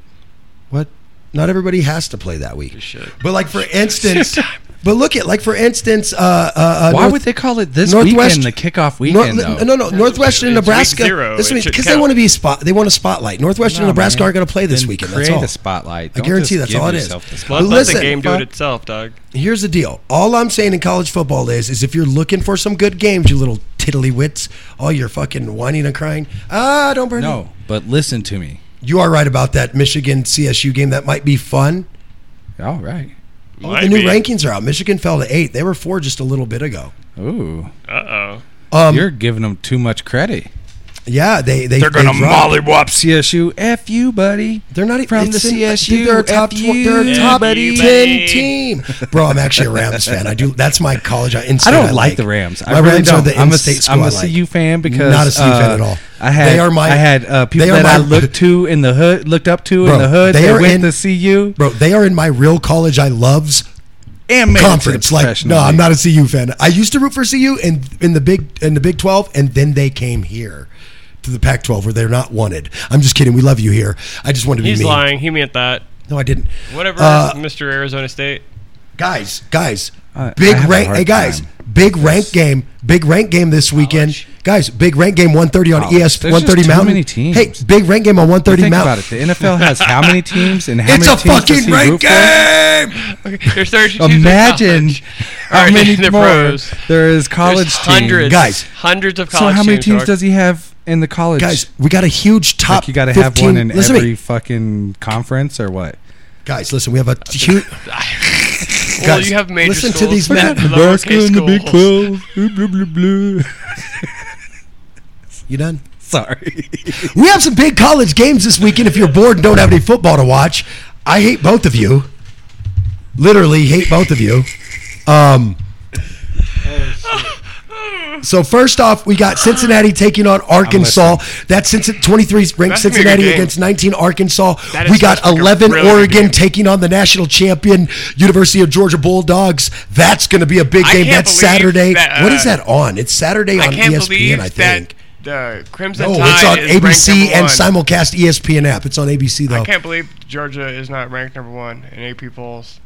S1: What? Not everybody has to play that
S6: It
S1: week.
S6: should.
S1: But
S6: [LAUGHS]
S1: like for instance, but look at like for instance, uh, uh, uh,
S2: Why
S1: North-
S2: would they call it this
S1: Northwest-
S2: weekend, the kickoff weekend?
S1: Nor-
S2: though?
S1: no, no, Northwestern and
S6: It's week
S1: Nebraska.
S6: zero.
S1: This
S6: It should
S1: because they
S6: count.
S1: want to be spot. They want a spotlight. Northwestern
S2: No,
S1: and Nebraska
S2: man.
S1: aren't going to play this
S2: Then
S1: weekend.
S2: Create
S1: That's all.
S2: a spotlight.
S1: I
S2: Don't
S1: guarantee
S2: just
S1: that's
S2: give
S1: all it is.
S2: yourself the
S6: Well,
S2: spotlight.
S6: let
S1: Listen,
S6: the game do
S1: but-
S6: it itself, dog.
S1: Here's the deal. All I'm saying in college football is, is if you're looking for some good games, you little tiddlywits, all your fucking whining and crying. Ah, don't burn.
S2: No, but listen to me.
S1: me. you are right about that Michigan CSU game. That might be fun.
S2: All right.
S6: Might
S1: the new
S6: be.
S1: rankings are out. Michigan fell to eight. They were four just a little bit ago.
S2: Ooh,
S6: Uh oh.
S1: Um,
S2: you're giving them too much credit.
S1: yeah, they they
S2: They're gonna
S1: they dropped.
S2: mollywop CSU. F you, buddy.
S1: They're not even
S2: From
S1: it's
S2: the
S1: in- uh,
S2: CSU,
S1: They're a top.
S2: F
S1: tw-
S2: you,
S1: they're a top e-,
S6: F you,
S1: ten
S6: buddy.
S1: team. Bro, I'm actually a Rams fan. I do. That's my college. I,
S2: I
S1: in-state
S2: don't like, the Rams. I
S1: My
S2: really
S1: Rams
S2: don't.
S1: are the
S2: I'm a,
S1: in-state school
S2: am
S1: I
S2: a
S1: like.
S2: CU fan because
S1: Not a CU fan
S2: uh,
S1: at all.
S2: I had
S1: They are my-
S2: I had uh, people
S1: they are
S2: that I
S1: my- [LAUGHS]
S2: looked to in the hood, looked up to
S1: Bro,
S2: in the hood.
S1: they
S2: They
S1: are
S2: went
S1: in-
S2: to CU.
S1: Bro, they are in my real college I loves
S2: and make
S1: conference. Like, no, I'm not a CU fan. I used to root for CU in in the big in the Big Twelve, and then they came here to the Pac-12 where they're not wanted. I'm just kidding. We love you here. I just wanted to be
S4: He's
S1: mean.
S4: lying. He meant that.
S1: No, I didn't.
S4: Whatever,
S1: Uh,
S4: Mr. Arizona State.
S1: guys, guys,
S2: I-
S1: big
S2: I have a
S1: rank.
S2: hard
S1: Hey, guys,
S2: time
S1: big rank game, big rank game this weekend, guys. Big rank game, one thirty on
S2: College.
S1: ES,
S2: There's
S1: one thirty
S2: just too
S1: Mountain.
S2: many teams.
S1: Hey, big rank game on one thirty
S2: Think about
S1: Mountain.
S2: it. The NFL has how many teams and how
S1: It's a
S2: many teams does
S1: fucking
S2: he
S1: rank
S2: root for?
S1: game.
S4: Okay, there's 32 in
S2: Imagine
S4: college.
S2: how
S4: Alright,
S2: many [LAUGHS]
S4: the
S2: more
S4: pros.
S2: there is college
S4: There's
S2: teams.
S4: hundreds,
S1: Guys.
S4: hundreds of
S2: So
S4: college
S2: how many teams
S4: dog.
S2: does he have in the college?
S1: Guys, we got a huge top.
S2: like you got to
S1: 15.
S2: have one in
S1: listen to me.
S2: every fucking conference or what?
S1: Guys, listen, we have
S2: [LAUGHS]
S1: a huge.
S4: Well,
S1: Guys,
S4: you have major
S1: listen to
S4: schools, [LAUGHS]
S1: these
S4: but
S1: men.
S4: the lowercase schools.
S2: Twelve. blah,
S1: [LAUGHS]
S2: blah, blah.
S1: You done?
S2: Sorry.
S1: We have some big college games this weekend. If you're bored and don't have any football to watch, I hate both of you. Literally hate both of you. Um, so first off, we got Cincinnati taking on Arkansas. That's Cincinnati 23 ranked
S4: That's gonna be a good
S1: Cincinnati
S4: game.
S1: against 19 Arkansas.
S4: That is
S1: We got
S4: supposed to be a
S1: 11
S4: really good
S1: Oregon
S4: game.
S1: taking on the national champion University of Georgia Bulldogs. That's going to be a big
S4: I
S1: game.
S4: can't
S1: That's
S4: believe
S1: Saturday.
S4: that,
S1: what
S4: uh,
S1: is that on? It's Saturday
S4: I
S1: on E
S4: can't
S1: ESPN,
S4: believe
S1: I think.
S4: that the Crimson
S1: No,
S4: Tide
S1: Oh, it's on
S4: is ranked
S1: ABC
S4: number
S1: and Oh.
S4: one.
S1: simulcast E ESPN app. It's on ABC though.
S4: I can't believe Georgia is not ranked number one in AP polls.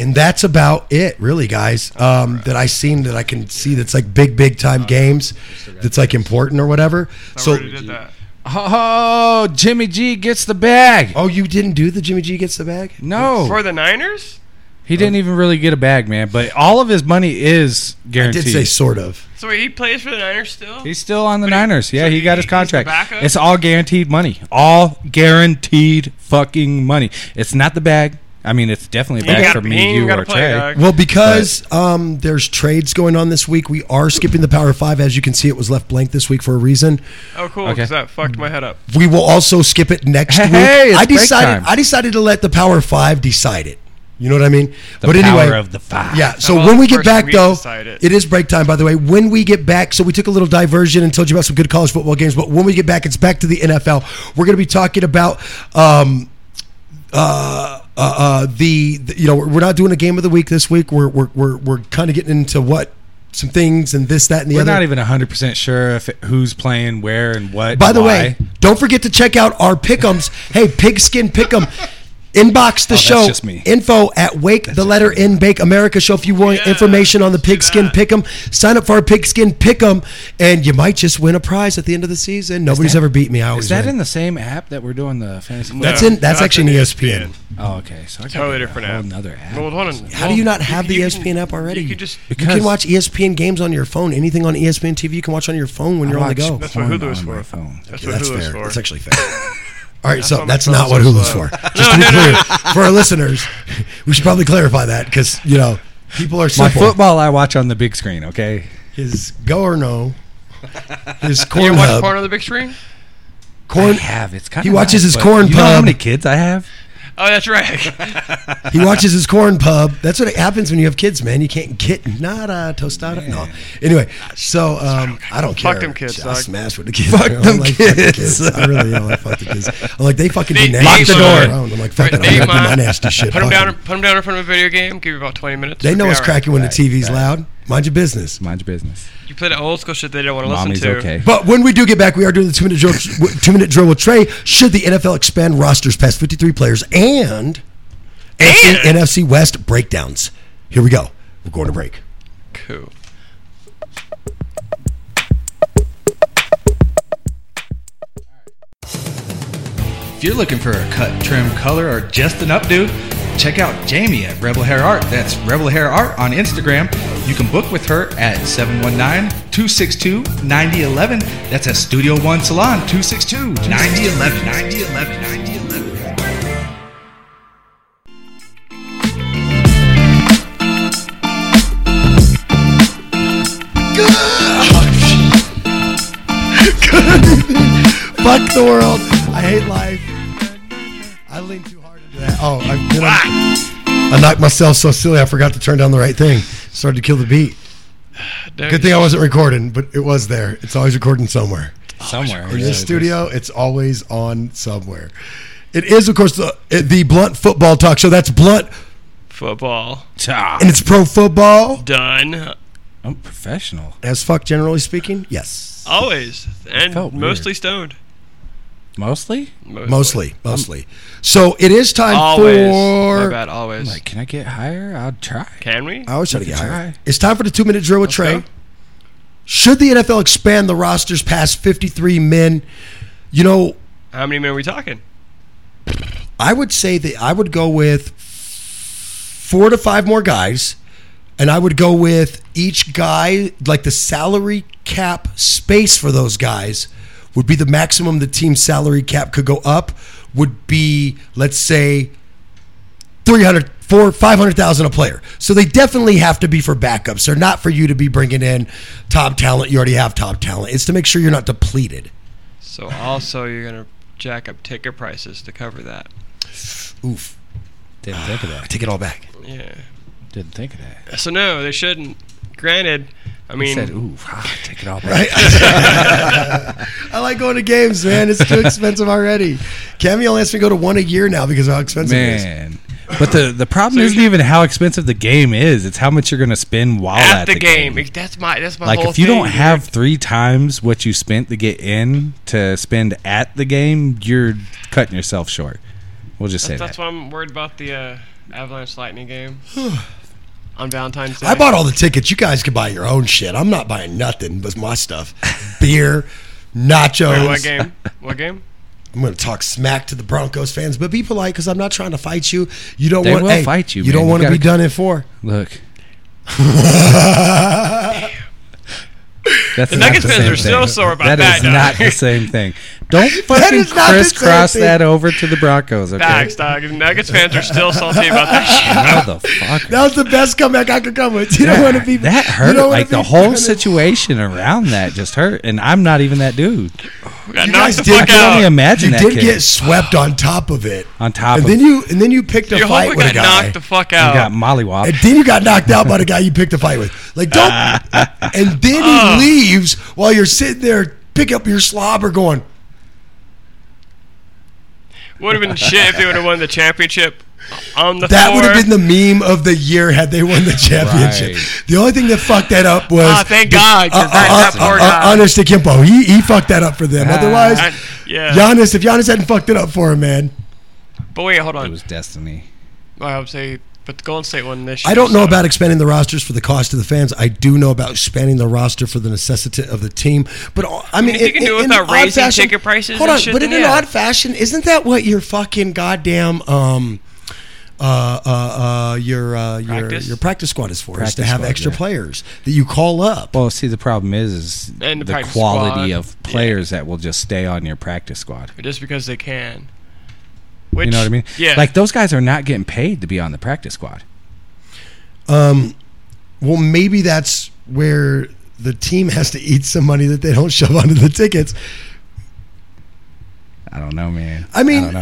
S1: And that's about it, really, guys.
S4: Oh,
S1: Um, That I seen that I can see that's like big, big time games. That's like important or whatever.
S4: So
S1: So,
S4: did that.
S2: Oh, Jimmy G gets the bag.
S1: oh, you didn't do the Jimmy G gets the bag?
S2: No,
S4: for the Niners.
S2: he didn't even really get a bag, man. But all of his money is
S1: I
S2: guaranteed.
S1: did say sort of.
S4: So he plays for the Niners still.
S2: He's still on the
S4: But he-
S2: Niners. yeah,
S4: so
S2: he got
S4: he-
S2: his
S4: he's the
S2: contract.
S4: backup?
S2: It's all guaranteed money. All guaranteed fucking money. It's not the bag. I mean, it's definitely a
S4: He ain't
S2: bag
S4: gotta-
S2: for
S4: he
S2: me,
S4: ain't
S2: you,
S4: gotta
S2: or
S4: play,
S2: Trey.
S4: dog.
S1: Well, because um, there's trades going on this week, we are skipping the Power Five. As you can see, it was left blank this week for a reason.
S4: Oh, cool.
S2: Okay.
S4: Because that fucked my head up.
S1: We will also skip it next
S2: Hey,
S1: week.
S2: hey, it's
S1: I
S2: break
S1: decided.
S2: time.
S1: I decided to let the Power Five decide it. You know what I mean?
S2: The
S1: but
S2: power
S1: anyway,
S2: of the five.
S1: Yeah. So
S4: well,
S1: when we get
S4: first
S1: back,
S4: we
S1: though,
S4: decide it.
S1: it is break time, by the way. When we get back, so we took a little diversion and told you about some good college football games. But when we get back, it's back to the NFL. We're going to be talking about. Um, uh, uh, uh, the, the you know we're not doing a game of the week this week. We're we're we're, we're kind of getting into what some things and this that and the
S2: We're
S1: other.
S2: not even 100% sure if it- who's playing where and what.
S1: By the
S2: why.
S1: way, don't forget to check out our pickums. hey, pigskin pickum. Inbox the
S2: Oh, that's
S1: show.
S2: just me.
S1: Info at wake the letter n bake America show. If you want
S4: Yeah,
S1: information on the
S4: let's do
S1: pigskin
S4: that.
S1: pick'em, sign up for our pigskin pick'em, and you might just win a prize at the end of the season. Nobody's ever beat me. I always
S2: is that
S1: win.
S2: in the same app that we're doing the fantasy? football?
S1: Oh, That's
S4: No,
S1: in. That's
S4: that's
S1: actually in E
S4: in
S1: ESPN.
S4: ESPN.
S2: Oh, okay. So I got
S4: Totally
S2: a
S4: different
S2: whole
S4: app.
S2: Another app.
S4: Well, hold on.
S1: How do you not
S4: Well,
S1: have
S4: you
S1: the E
S4: can-
S1: ESPN app already?
S4: You could just.
S1: You can watch E ESPN games on your phone. Anything on E ESPN TV, you can watch on your phone when
S2: I
S1: you're on the
S2: watch
S1: go.
S4: That's what
S2: porn
S4: Hulu is
S2: on my
S4: for.
S2: phone.
S4: That's
S1: Yeah,
S4: what
S1: that's
S4: Hulu is
S1: fair.
S4: for.
S1: That's actually fair.
S4: [LAUGHS]
S1: All right, so
S4: why my
S1: that's
S4: phone's
S1: not what
S4: so
S1: Hulu's
S4: slow.
S1: for.
S4: [LAUGHS]
S1: Just to be clear, for our listeners, we should probably clarify that because you know people are
S2: My
S1: simple.
S2: football I watch on the big screen, okay?
S1: His go or no, his
S4: [LAUGHS] you
S1: corn
S4: watch
S1: hub,
S4: porn on the big screen?
S1: corn.
S2: I have. It's kind
S1: He
S2: of
S1: watches his
S2: but
S1: corn
S2: You know how
S1: pub.
S2: many kids I have?
S4: Oh, that's right. [LAUGHS]
S1: He watches his corn pub. That's what happens when you have kids, man. You can't get nada tostada. No. Anyway, so um, I don't care.
S4: Fuck them kids,
S1: I
S4: dog.
S1: smash with the kids. Fuck
S2: them kids.
S1: I really don't like fuck the kids. I'm like they fucking
S4: They-
S1: do
S4: they
S1: nasty
S4: ain't
S1: shit
S4: mine.
S1: on their own. I'm like fuck that. I'm
S4: They
S1: gonna do my
S4: ain't mine.
S1: nasty shit.
S4: Put him
S1: Fuck
S4: down.
S1: it.
S4: Put him down in front of a video game. Give you about 20 minutes.
S1: They
S4: It'll
S1: know
S4: be
S1: it's
S4: all right.
S1: cracking when the
S2: Right,
S1: TV's
S2: right.
S1: loud. Mind your business.
S2: Mind your business.
S4: You play the old school shit they don't want to
S2: Mommy's
S4: listen to.
S2: okay.
S1: But when we do get back, we are doing the two minute drill. [LAUGHS] two minute drill with Trey. Should the NFL expand rosters past fifty three players and, NFC, NFC West breakdowns? Here we go. We're going to break.
S4: Cool.
S2: If you're looking for a cut, trim, color, or just an updo, check out Jamie at Rebel Hair Art. That's Rebel Hair Art on Instagram. You can book with her at 719 262 9011. That's at Studio One Salon 262 9011. 9011. 9011.
S1: Fuck the world. I hate life. I lean too hard into that. Oh, I, did I, I knocked myself so silly I forgot to turn down the right thing. Started to kill the beat. Good thing I wasn't recording, but it was there. It's always recording somewhere.
S2: Somewhere.
S1: Or the studio. It's always on somewhere. It is, of course, the, the Blunt Football Talk Show. That's Blunt
S4: football.
S2: Ah,
S1: And it's pro football,
S4: Done.
S2: I'm professional.
S1: as fuck, generally speaking. Yes.
S4: Always. And
S2: felt weird.
S4: mostly stoned.
S2: Mostly?
S4: Mostly.
S1: Mostly, mostly. So it is time
S4: Always. My
S1: for.
S4: bad, always.
S2: Like, can I get higher? I'll try.
S4: Can we?
S1: I always try to get
S2: Try.
S1: higher. It's time for the two minute drill with Trey. Should the NFL expand the rosters past 53 men? You know,
S4: How many men are we talking?
S1: I would say that I would go with four to five more guys, and I would go with each guy, like the salary cap space for those guys would be the maximum the team's salary cap could go up, would be, let's say, 300 for 500,000 a player. So they definitely have to be for backups. They're not for you to be bringing in top talent. You already have top talent. It's to make sure you're not depleted.
S4: So also you're gonna jack up ticket prices to cover that.
S1: Oof.
S2: Didn't think of that.
S1: Take it all back.
S4: Yeah.
S2: Didn't think of that.
S4: So no, they shouldn't. Granted, I
S2: I
S4: mean
S2: said, ooh, ah, take it all
S1: right?
S2: back.
S1: [LAUGHS] I like going to games, man. It's too expensive already. Cameo lets me go to one a year now because of how expensive it is.
S2: Man. But the, the problem isn't even how expensive the game is. It's how much you're going to spend while
S4: at,
S2: at,
S4: the, game. That's my that's my
S2: Like,
S4: whole
S2: if you
S4: thing,
S2: don't
S4: dude.
S2: have three times what you spent to get in to spend at the game, you're cutting yourself short. We'll just say
S4: that's, that's
S2: that.
S4: why I'm worried about the uh, Avalanche
S1: [SIGHS]
S4: Lightning game on Valentine's Day.
S1: I bought all the tickets. You guys can buy your own shit. I'm not buying nothing but my stuff. Beer, nachos.
S4: Wait, what game?
S1: [LAUGHS]
S4: What game?
S1: I'm going to talk smack to the Broncos fans, but be polite because I'm not trying to fight you. You don't
S2: They
S1: want
S2: will
S1: hey,
S2: fight you,
S1: You
S2: man.
S1: don't
S2: You
S1: want to
S2: gotta-
S1: be done in four.
S4: [LAUGHS]
S2: Look. That's the
S4: Nuggets fans are still sore about
S2: That
S4: that,
S2: is
S4: dog.
S2: not the same thing.
S4: [LAUGHS]
S2: Don't fucking
S1: is not the same
S2: crisscross
S1: thing.
S2: that over to the Broncos, okay?
S4: Facts, dog. Nuggets fans are still salty
S1: [LAUGHS]
S4: about that
S2: How the
S4: [LAUGHS]
S2: fuck?
S1: That was the best comeback I could come with. You
S2: Yeah,
S1: don't want
S2: [LAUGHS]
S1: to be
S2: that
S1: you
S2: hurt.
S1: don't wanna
S2: Like the
S1: be [LAUGHS]
S2: whole
S1: done in-
S2: situation around that just hurt, and I'm not even that dude.
S4: shit. Got
S1: You
S4: knocked
S1: guys
S4: the
S1: did
S4: fuck
S1: get
S2: I can only
S4: out.
S2: imagine
S1: You
S2: that
S1: did
S2: kid.
S1: get swept on top of it.
S2: On top
S1: and
S2: of-
S1: then you and then you picked a
S4: Your
S1: fight
S4: homeboy
S1: with
S4: got
S1: a guy.
S4: knocked the fuck
S2: you got
S4: out.
S1: And
S2: mollywopped.
S1: then you got knocked out by the guy you picked a fight with. Like,
S4: [LAUGHS]
S1: don't. and then he leaves while you're sitting there, pick up your slobber, going,
S4: Would have been shit if they would have won the championship on the
S1: that
S4: floor.
S1: would have been the meme of the year had they won the championship.
S2: Right.
S1: The only thing that fucked that up was. Uh,
S4: Ah, thank God, 'cause that, that poor guy. Ah,
S1: Honest to Kimpo. He, he fucked that up for them. Otherwise,
S4: I- yeah.
S1: Giannis, if Giannis hadn't fucked it up for him, man,
S4: But wait, hold
S2: It
S4: on.
S2: was destiny.
S4: I would say, but the Golden State won this.
S1: I
S4: year,
S1: don't know
S4: so-
S1: about expanding the rosters for the cost of the fans. I do know about expanding the roster for the necessity of the team. But uh, I mean,
S4: if you can
S1: in-
S4: do
S1: in-
S4: it
S1: in
S4: without
S1: odd
S4: raising ticket prices
S1: Hold
S4: and
S1: on,
S4: shit,
S1: but in
S4: then
S1: an
S4: yeah.
S1: odd fashion, isn't that what your fucking goddamn um uh uh, uh your uh, your
S4: Practice?
S1: your practice squad is for? is to
S2: Practice
S1: have
S2: squad,
S1: extra
S2: yeah.
S1: players that you call up.
S2: Well, see, the problem is, is
S4: And the
S2: the
S4: practice
S2: quality
S4: squad.
S2: of players that will just stay on your practice squad.
S4: just because they can. Which,
S2: you know what I mean?
S4: Yeah.
S2: Like those guys are not getting paid to be on the practice squad.
S1: Well, maybe that's where the team has to eat some money that they don't shove [LAUGHS] onto the tickets.
S2: I don't know, man.
S1: I mean,
S2: I don't know.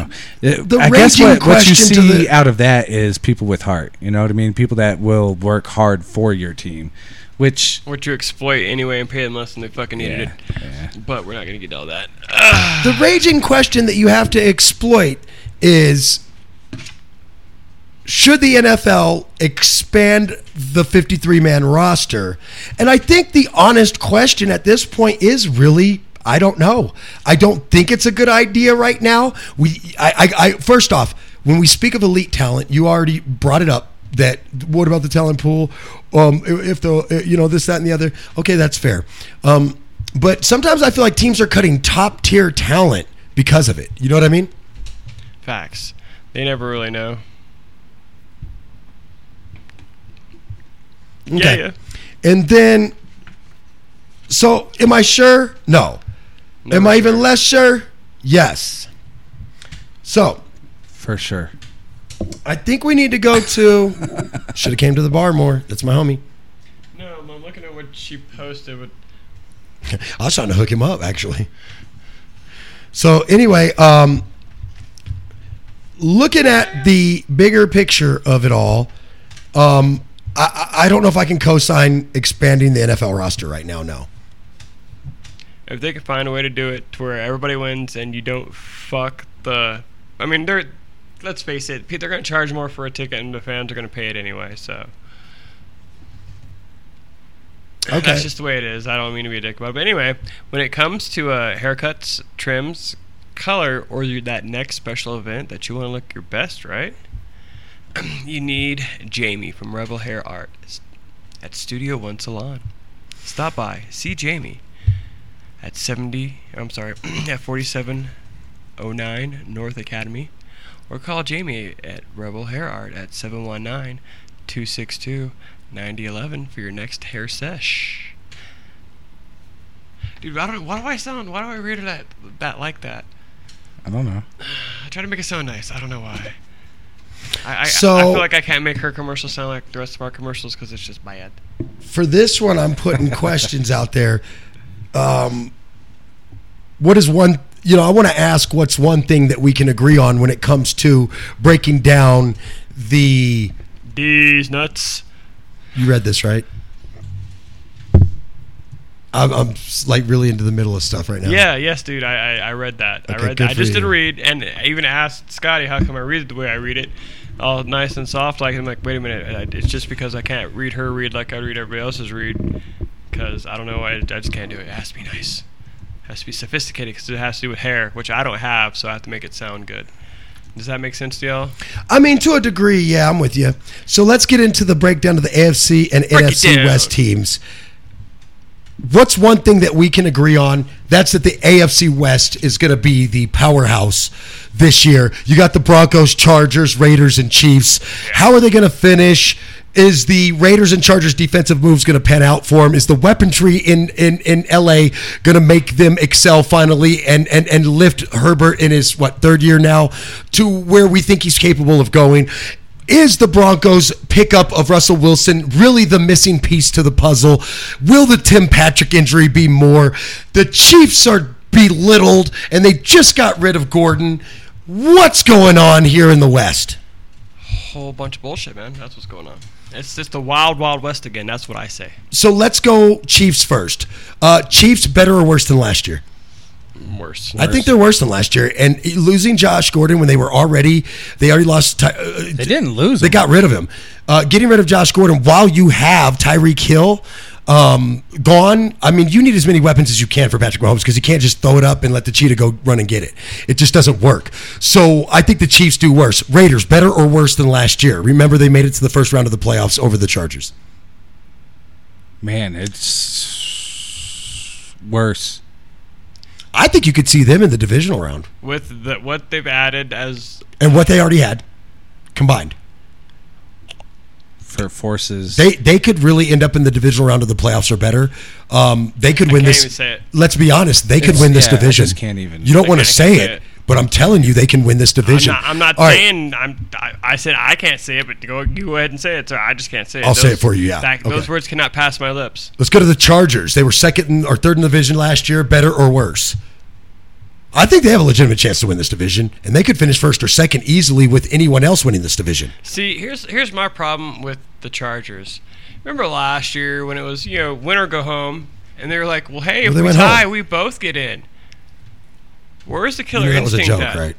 S2: Uh,
S1: the
S2: I guess
S1: raging
S2: what, what you
S1: question to
S2: see
S1: the-
S2: out of that is people with heart. You know what I mean? People that will work hard for your team, which
S4: which you exploit anyway and pay them less than they fucking needed
S2: yeah,
S4: it.
S2: yeah.
S4: But we're not gonna get to all that.
S1: the raging question that you have to exploit is should the NFL expand the 53 man roster? And I think the honest question at this point is really I don't know. I don't think it's a good idea right now. We I, I, I first off, when we speak of elite talent, you already brought it up that what about the talent pool? Um, if the you know this that and the other. Okay, that's fair. Um, but sometimes I feel like teams are cutting top tier talent because of it. You know what I mean?
S4: Facts. They never really know. Yeah,
S1: Okay.
S4: yeah.
S1: And then, so am I sure? No. am I even less sure? Yes. So
S2: for sure.
S1: I think we need to go to. Should have came to the bar more. That's my homie. [LAUGHS]
S4: No, I'm looking at what she posted. With,
S1: I was trying to hook him up actually. So anyway, um, looking at the bigger picture of it all, um, I, I I don't know if I can co-sign expanding the NFL roster right now. No.
S4: if they could find a way to do it to where everybody wins and you don't fuck the. I mean, they're let's face it, pe- they're going to charge more for a ticket, and the fans are going to pay it anyway. So
S1: Okay.
S4: that's just the way it is. I don't mean to be a dick about it, but anyway, when it comes to uh, haircuts, trims, color, or your, that next special event that you want to look your best, right? [CLEARS THROAT] you need Jamie from Rebel Hair Art s- at Studio One Salon. Stop by, see Jamie at 70. I'm sorry, [CLEARS THROAT] at 4709 North Academy, or call Jamie at Rebel Hair Art at 719 262 9011 for your next hair sesh. Dude, I don't, why do I sound? Why do I read that, that like that?
S2: I don't know.
S4: I try to make it sound nice. I don't know why. I, I,
S1: So-
S4: I feel like I can't make her commercial sound like the rest of our commercials because it's just bad.
S1: For this one, I'm putting questions out there. Um, what is one? You know, I want to ask what's one thing that we can agree on when it comes to breaking down the.
S4: These nuts.
S1: You read this right? I'm, I'm like really into the middle of stuff right now.
S4: Yeah, yes, dude. I, I, I read that.
S1: Okay,
S4: I read
S1: good
S4: that. I
S1: for
S4: just
S1: you.
S4: didn't read, and I even asked Scotty how come I read it the way I read it, all nice and soft. Like I'm like, wait a minute. I, it's just because I can't read her read like I read everybody else's read, because I don't know. I, I just can't do it. It has to be nice. It has to be sophisticated because it has to do with hair, which I don't have, so I have to make it sound good. Does that make sense to y'all?
S1: I mean, to a degree, yeah, I'm with you. So let's get into the breakdown of the AFC and
S4: Break it
S1: NFC
S4: down.
S1: West teams. What's one thing that we can agree on? That's that the AFC West is going to be the powerhouse this year. You got the Broncos, Chargers, Raiders, and Chiefs. How are they going to finish? Is the Raiders and Chargers defensive moves going to pan out for them? Is the weaponry in in, in LA going to make them excel finally and, and and lift Herbert in his what third year now to where we think he's capable of going? Is the Broncos' pickup of Russell Wilson really the missing piece to the puzzle? Will the Tim Patrick injury be more? The Chiefs are belittled and they just got rid of Gordon. What's going on here in the West?
S4: Whole bunch of bullshit, man. That's what's going on. It's just the wild, wild west again. That's what I say.
S1: So let's go Chiefs first. Uh, Chiefs better or worse than last year?
S4: Worse.
S1: I think they're worse than last year. And losing Josh Gordon when they were already they already lost. Ty- uh,
S2: They didn't lose.
S1: They got rid of him. Uh, getting rid of Josh Gordon while you have Tyreek Hill um, gone. I mean, you need as many weapons as you can for Patrick Mahomes because he can't just throw it up and let the cheetah go run and get it. It just doesn't work. So I think the Chiefs do worse. Raiders better or worse than last year? Remember, they made it to the first round of the playoffs over the Chargers.
S2: Man, it's worse.
S1: I think you could see them in the divisional round
S4: With the, what they've added as
S1: and what they already had combined.
S2: for forces.
S1: They they could really end up in the divisional round of the playoffs or better. Um, they could win
S4: can't
S1: this.
S4: even say it.
S1: Let's be honest, they could
S2: It's-
S1: win this
S2: yeah, I
S1: division.
S2: just can't even-
S1: You don't
S4: I
S1: want to
S4: can't- I
S1: say
S4: can't
S1: it,
S4: say it.
S1: but I'm telling you, they can win this division.
S4: I'm not, I'm not
S1: All right,
S4: saying I'm. I, I said I can't say it, but go you go ahead and say it. So I just can't say it.
S1: I'll say it for you, yeah.
S4: that- Those
S1: Okay.
S4: words cannot pass my lips.
S1: Let's go to the Chargers. They were second in, or third in the division last year, better or worse. I think they have a legitimate chance to win this division, and they could finish first or second easily with anyone else winning this division.
S4: See, here's here's my problem with the Chargers. Remember last year when it was you know win or go home, and they were like, well, hey,
S1: Well,
S4: if
S1: they
S4: we
S1: went
S4: tie,
S1: home.
S4: we both get in. Where's the killer
S1: You know, that was a
S4: instinct?
S1: joke,
S4: at?
S1: right?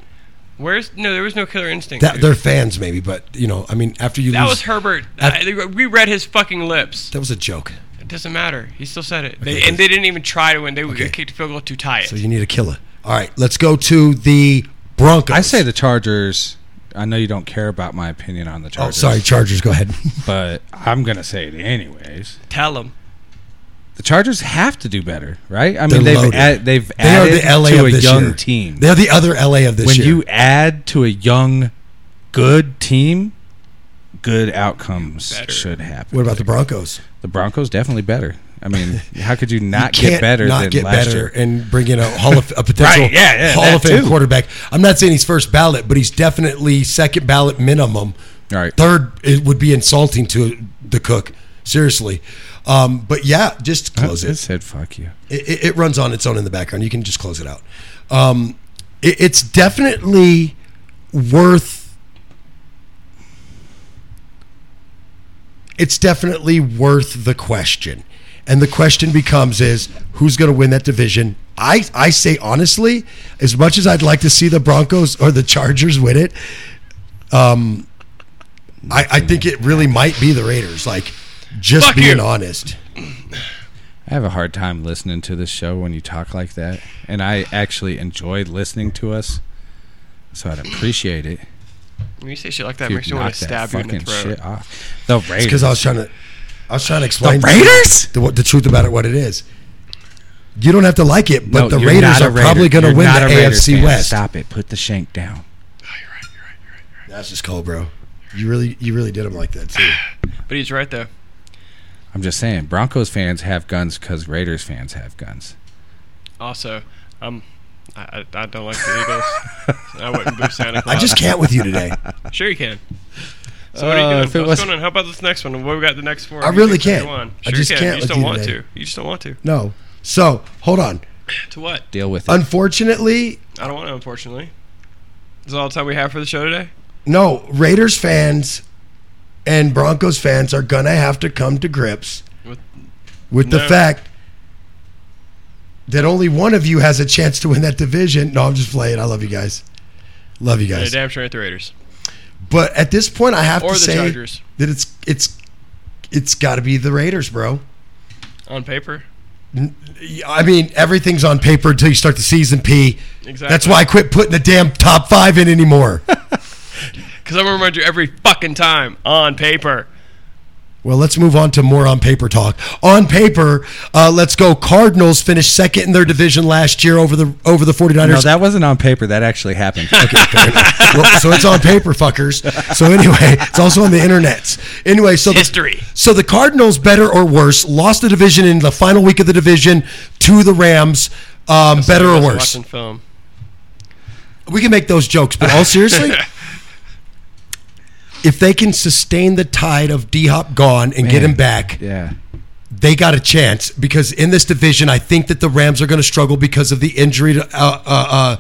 S4: Where's no? There was no killer instinct.
S1: That
S4: dude.
S1: they're fans, maybe, but you know, I mean, after you
S4: that
S1: lose,
S4: was Herbert.
S1: that-
S4: I, we read his fucking lips.
S1: that was a joke.
S4: It doesn't matter. He still said it. They,
S1: Okay.
S4: and they didn't even try to win. They
S1: Okay.
S4: kicked a field goal to tie it.
S1: So you need a killer. All right, let's go to the Broncos.
S2: I say the Chargers. I know you don't care about my opinion on the
S1: Oh,
S2: Chargers.
S1: sorry, Chargers. Go ahead. [LAUGHS]
S2: but I'm gonna say it anyways.
S4: Tell them.
S2: The Chargers have to do better, right? I
S1: They're
S2: mean, they've
S1: loaded.
S2: add, they've
S1: They are
S2: added
S1: the LA
S2: to
S1: of
S2: a
S1: this
S2: young
S1: year.
S2: team.
S1: They're the other LA of this
S2: when
S1: year.
S2: you add to a young, good team, good outcomes
S4: Better.
S2: should happen.
S1: what about the Broncos?
S2: The Broncos definitely better. I mean, how could
S1: [LAUGHS]
S2: you not
S1: Can't
S2: get better
S1: not
S2: than
S1: get
S2: last
S1: better
S2: year?
S1: and bring in a hall of a potential
S2: [LAUGHS] Right, yeah, yeah,
S1: hall of
S2: that
S1: fame
S2: too.
S1: quarterback. I'm not saying he's first ballot, but he's definitely second ballot minimum.
S2: All right.
S1: Third, it would be insulting to the cook. Seriously, um, but yeah, just close
S2: It
S1: it.
S2: [LAUGHS] said fuck you.
S1: it, it- it runs on its own in the background. You can just close it out. Um, it, it's definitely worth. It's definitely worth the question, and the question becomes: Is who's going to win that division? I I say honestly, as much as I'd like to see the Broncos or the Chargers win it, Um, I, I think it really might be the Raiders. Like, just
S4: Fuck
S1: being
S4: you.
S1: honest.
S2: I have a hard time listening to this show when you talk like that, and I actually enjoy listening to us, so I'd appreciate it.
S6: When you say shit like that,
S2: if
S6: makes me want to stab you in the throat.
S2: shit off. The
S1: Because
S2: Raiders.
S1: I was trying to, I was trying to explain to you
S2: Raiders?
S1: the, what the truth about it, what it is. You don't have to like it, but
S2: No,
S1: the
S2: you're
S1: Raiders
S2: not a
S1: are probably
S2: Raider.
S1: going to
S2: You're
S1: win
S2: not
S1: the
S2: a Raiders
S1: AFC
S2: fan.
S1: West.
S2: Stop it. Put the shank down.
S1: That's just cold, bro. You really, you really did them like that too.
S6: But he's right though.
S2: I'm just saying, Broncos fans have guns because Raiders fans have guns.
S6: Also, um, I, I, I don't like the Eagles. so I wouldn't boo Santa
S1: I
S6: Claus.
S1: [LAUGHS] just can't with you today.
S6: sure you can. So what are you
S2: Uh,
S6: doing?
S2: if it
S6: What's
S2: was-
S6: going on? How about this next one? What we got the next four?
S1: I
S6: You
S1: really
S6: think so?
S1: can't.
S6: Go on.
S1: I
S6: Sure you
S1: just
S6: can.
S1: can't
S6: You
S1: with
S6: just don't
S1: you
S6: want
S1: today.
S6: to. You just don't want to.
S1: No. So hold on.
S6: To what?
S2: Deal with it.
S1: Unfortunately,
S6: I don't want to. Unfortunately, this is all the time we have for the show today.
S1: no. Raiders fans and Broncos fans are gonna have to come to grips
S6: With-
S1: with the
S6: No.
S1: fact that only one of you has a chance to win that division. No, I'm just playing. I love you guys. Love you
S6: Yeah,
S1: guys.
S6: damn sure ain't the Raiders
S1: But at this point, I have
S6: or
S1: to
S6: the
S1: say
S6: Chargers
S1: that it's it's it's got to be the Raiders, bro.
S6: on paper.
S1: I mean, everything's on paper until you start the season. P.
S6: Exactly.
S1: That's why I quit putting the damn top five in anymore.
S6: Because I'm gonna remind you every fucking time on paper.
S1: Well, let's move on to more on paper talk. On paper, uh, let's go. Cardinals finished second in their division last year over the over the 49ers.
S2: No, that wasn't on paper. That
S1: [LAUGHS]
S2: actually happened.
S1: Well, so it's on paper, fuckers. So anyway, it's also on the internets. Anyway, so
S6: History.
S1: The, so the Cardinals, better or worse, lost the division in the final week of the division to the Rams. Um, better or
S6: That's
S1: worse,
S6: Watching film.
S1: we can make those jokes, but
S6: [LAUGHS]
S1: all seriously. If they can sustain the tide of D Hop gone and get
S2: Man.
S1: him back,
S2: [LAUGHS] yeah.
S1: they got a chance because in this division, I think that the Rams are going to struggle because of the injury, to, uh, uh, uh,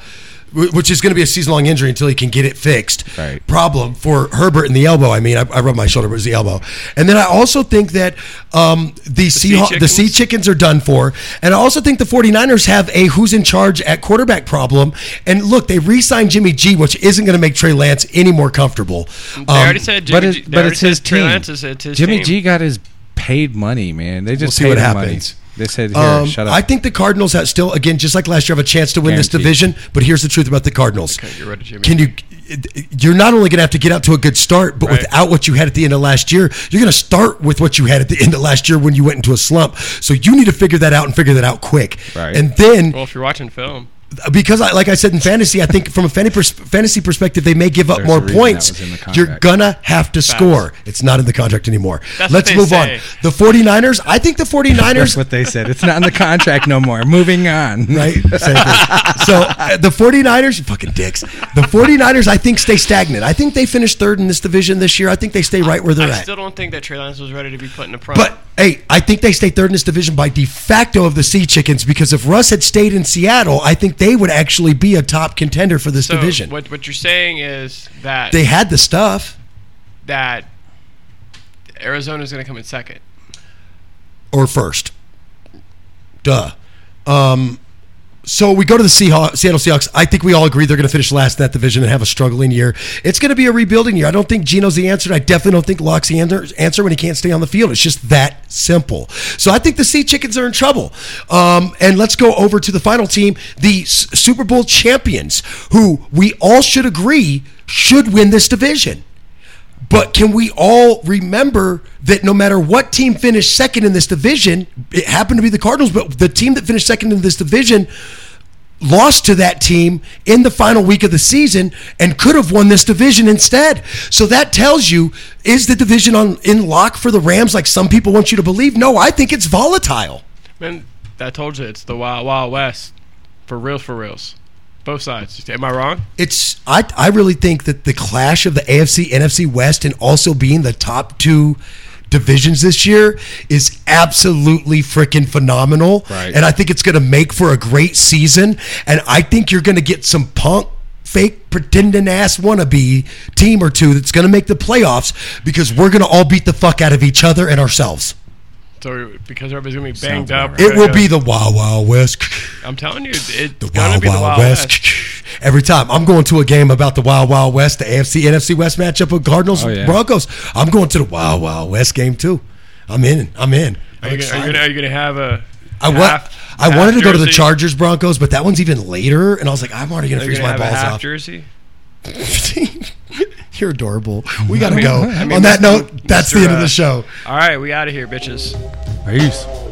S1: wh- which is going to be a season long injury until he can get it fixed.
S2: Right.
S1: Problem for Herbert in the elbow. I mean, I, I rubbed my shoulder, but it was the elbow. And then I also think that um, the, sea Seahawks, the
S6: chickens?
S1: sea chickens are done for. And I also think the 49ers have a who's in charge at quarterback problem. And look, they re signed Jimmy G, which isn't going to make Trey Lance any more comfortable. Um,
S6: They already said Jimmy
S2: but
S6: G.
S2: it's,
S6: They
S2: but
S6: already
S2: it's his
S6: said Trey
S2: team.
S6: Lance is- it's his
S2: Jimmy
S6: team.
S2: G got his paid money, man. They just
S1: see
S2: paid
S1: what
S2: him money.
S1: happens.
S2: They said, here,
S1: Um,
S2: shut up.
S1: I think the Cardinals have still, again, just like last year, have a chance to win this
S2: Guaranteed.
S1: division. But here's the truth about the Cardinals.
S6: Okay, you're right, Jimmy.
S1: Can you? You're not only going to have to get out to a good start, but
S6: Right.
S1: without what you had at the end of last year, you're going to start with what you had at the end of last year when you went into a slump. So you need to figure that out and figure that out quick.
S2: Right.
S1: And then
S6: Well, if you're watching film,
S1: because I, like I said in fantasy, I think from a fan- pers- fantasy perspective, they may give up
S2: There's a
S1: more
S2: reason that
S1: points.
S2: was in the contract.
S1: You're gonna have to score. It's not in the contract anymore.
S6: That's what
S1: Let's
S6: they
S1: move
S6: say.
S1: on. The 49ers. I think the 49ers
S2: [LAUGHS] That's what they said. It's not in the contract no more. Moving on.
S1: right? Same thing. So uh, the 49ers, you fucking dicks. The 49ers, I think, stay stagnant. I think they finished third in this division this year. I think they stay right where they're
S6: I
S1: at.
S6: still don't think that Trey Lance was ready to be put in the prime.
S1: but hey, I think they stay third in this division by de facto of the Sea Chickens because if Russ had stayed in Seattle, I think they would actually be a top contender for this
S6: so
S1: division.
S6: what what you're saying is that
S1: They had the stuff,
S6: that Arizona's going to come in second.
S1: or first. Duh. Um, so we go to the Seahawks, Seattle Seahawks. I think we all agree they're going to finish last in that division and have a struggling year. It's going to be a rebuilding year. I don't think Geno's the answer. and I definitely don't think Locke's the answer, answer when he can't stay on the field. It's just that simple. So I think the Sea Chickens are in trouble. Um, and let's go over to the final team, the S- Super Bowl champions, who we all should agree should win this division. But can we all remember that no matter what team finished second in this division, it happened to be the Cardinals, but the team that finished second in this division lost to that team in the final week of the season and could have won this division instead. So that tells you is the division on in lock for the Rams like some people want you to believe? No, I think it's volatile.
S6: Man, I told you it's the wild wild west for real for reals, both sides. Am I wrong?
S1: It's I I really think that the clash of the AFC NFC West and also being the top two divisions this year is absolutely freaking phenomenal.
S2: Right.
S1: And I think it's going to make for a great season and I think you're going to get some punk fake pretending ass wannabe team or two that's going to make the playoffs because we're going to all beat the fuck out of each other and ourselves.
S4: So because everybody's gonna be banged
S2: Sounds
S4: up,
S2: about
S4: we're
S1: It will
S4: gonna-
S1: be the Wild Wild West.
S4: I'm telling you, it's
S1: The
S4: gonna
S1: Wild
S4: be the
S1: Wild, West. [LAUGHS] Every time I'm going to a game about the Wild Wild West, the AFC NFC West matchup of Cardinals
S2: Oh, yeah.
S1: Broncos, I'm going to the Wild Wild West game too. I'm in. I'm in.
S4: Are
S1: I'm
S4: you, gonna, are, you
S1: excited.
S4: gonna, are you gonna have a?
S1: I wa-
S4: half-
S1: I wanted to
S4: half
S1: go to the
S4: jersey?
S1: Chargers Broncos, but that one's even later, and I was like, I'm already gonna
S4: Are you
S1: freeze
S4: gonna
S1: my
S4: have a
S1: balls
S4: half
S1: off.
S4: jersey?
S1: [LAUGHS] You're adorable. We gotta go.
S4: mean,
S1: On that
S4: Mr.
S1: note, that's the end of
S4: uh,
S1: the show.
S4: All right, we out of here, bitches.
S2: Peace.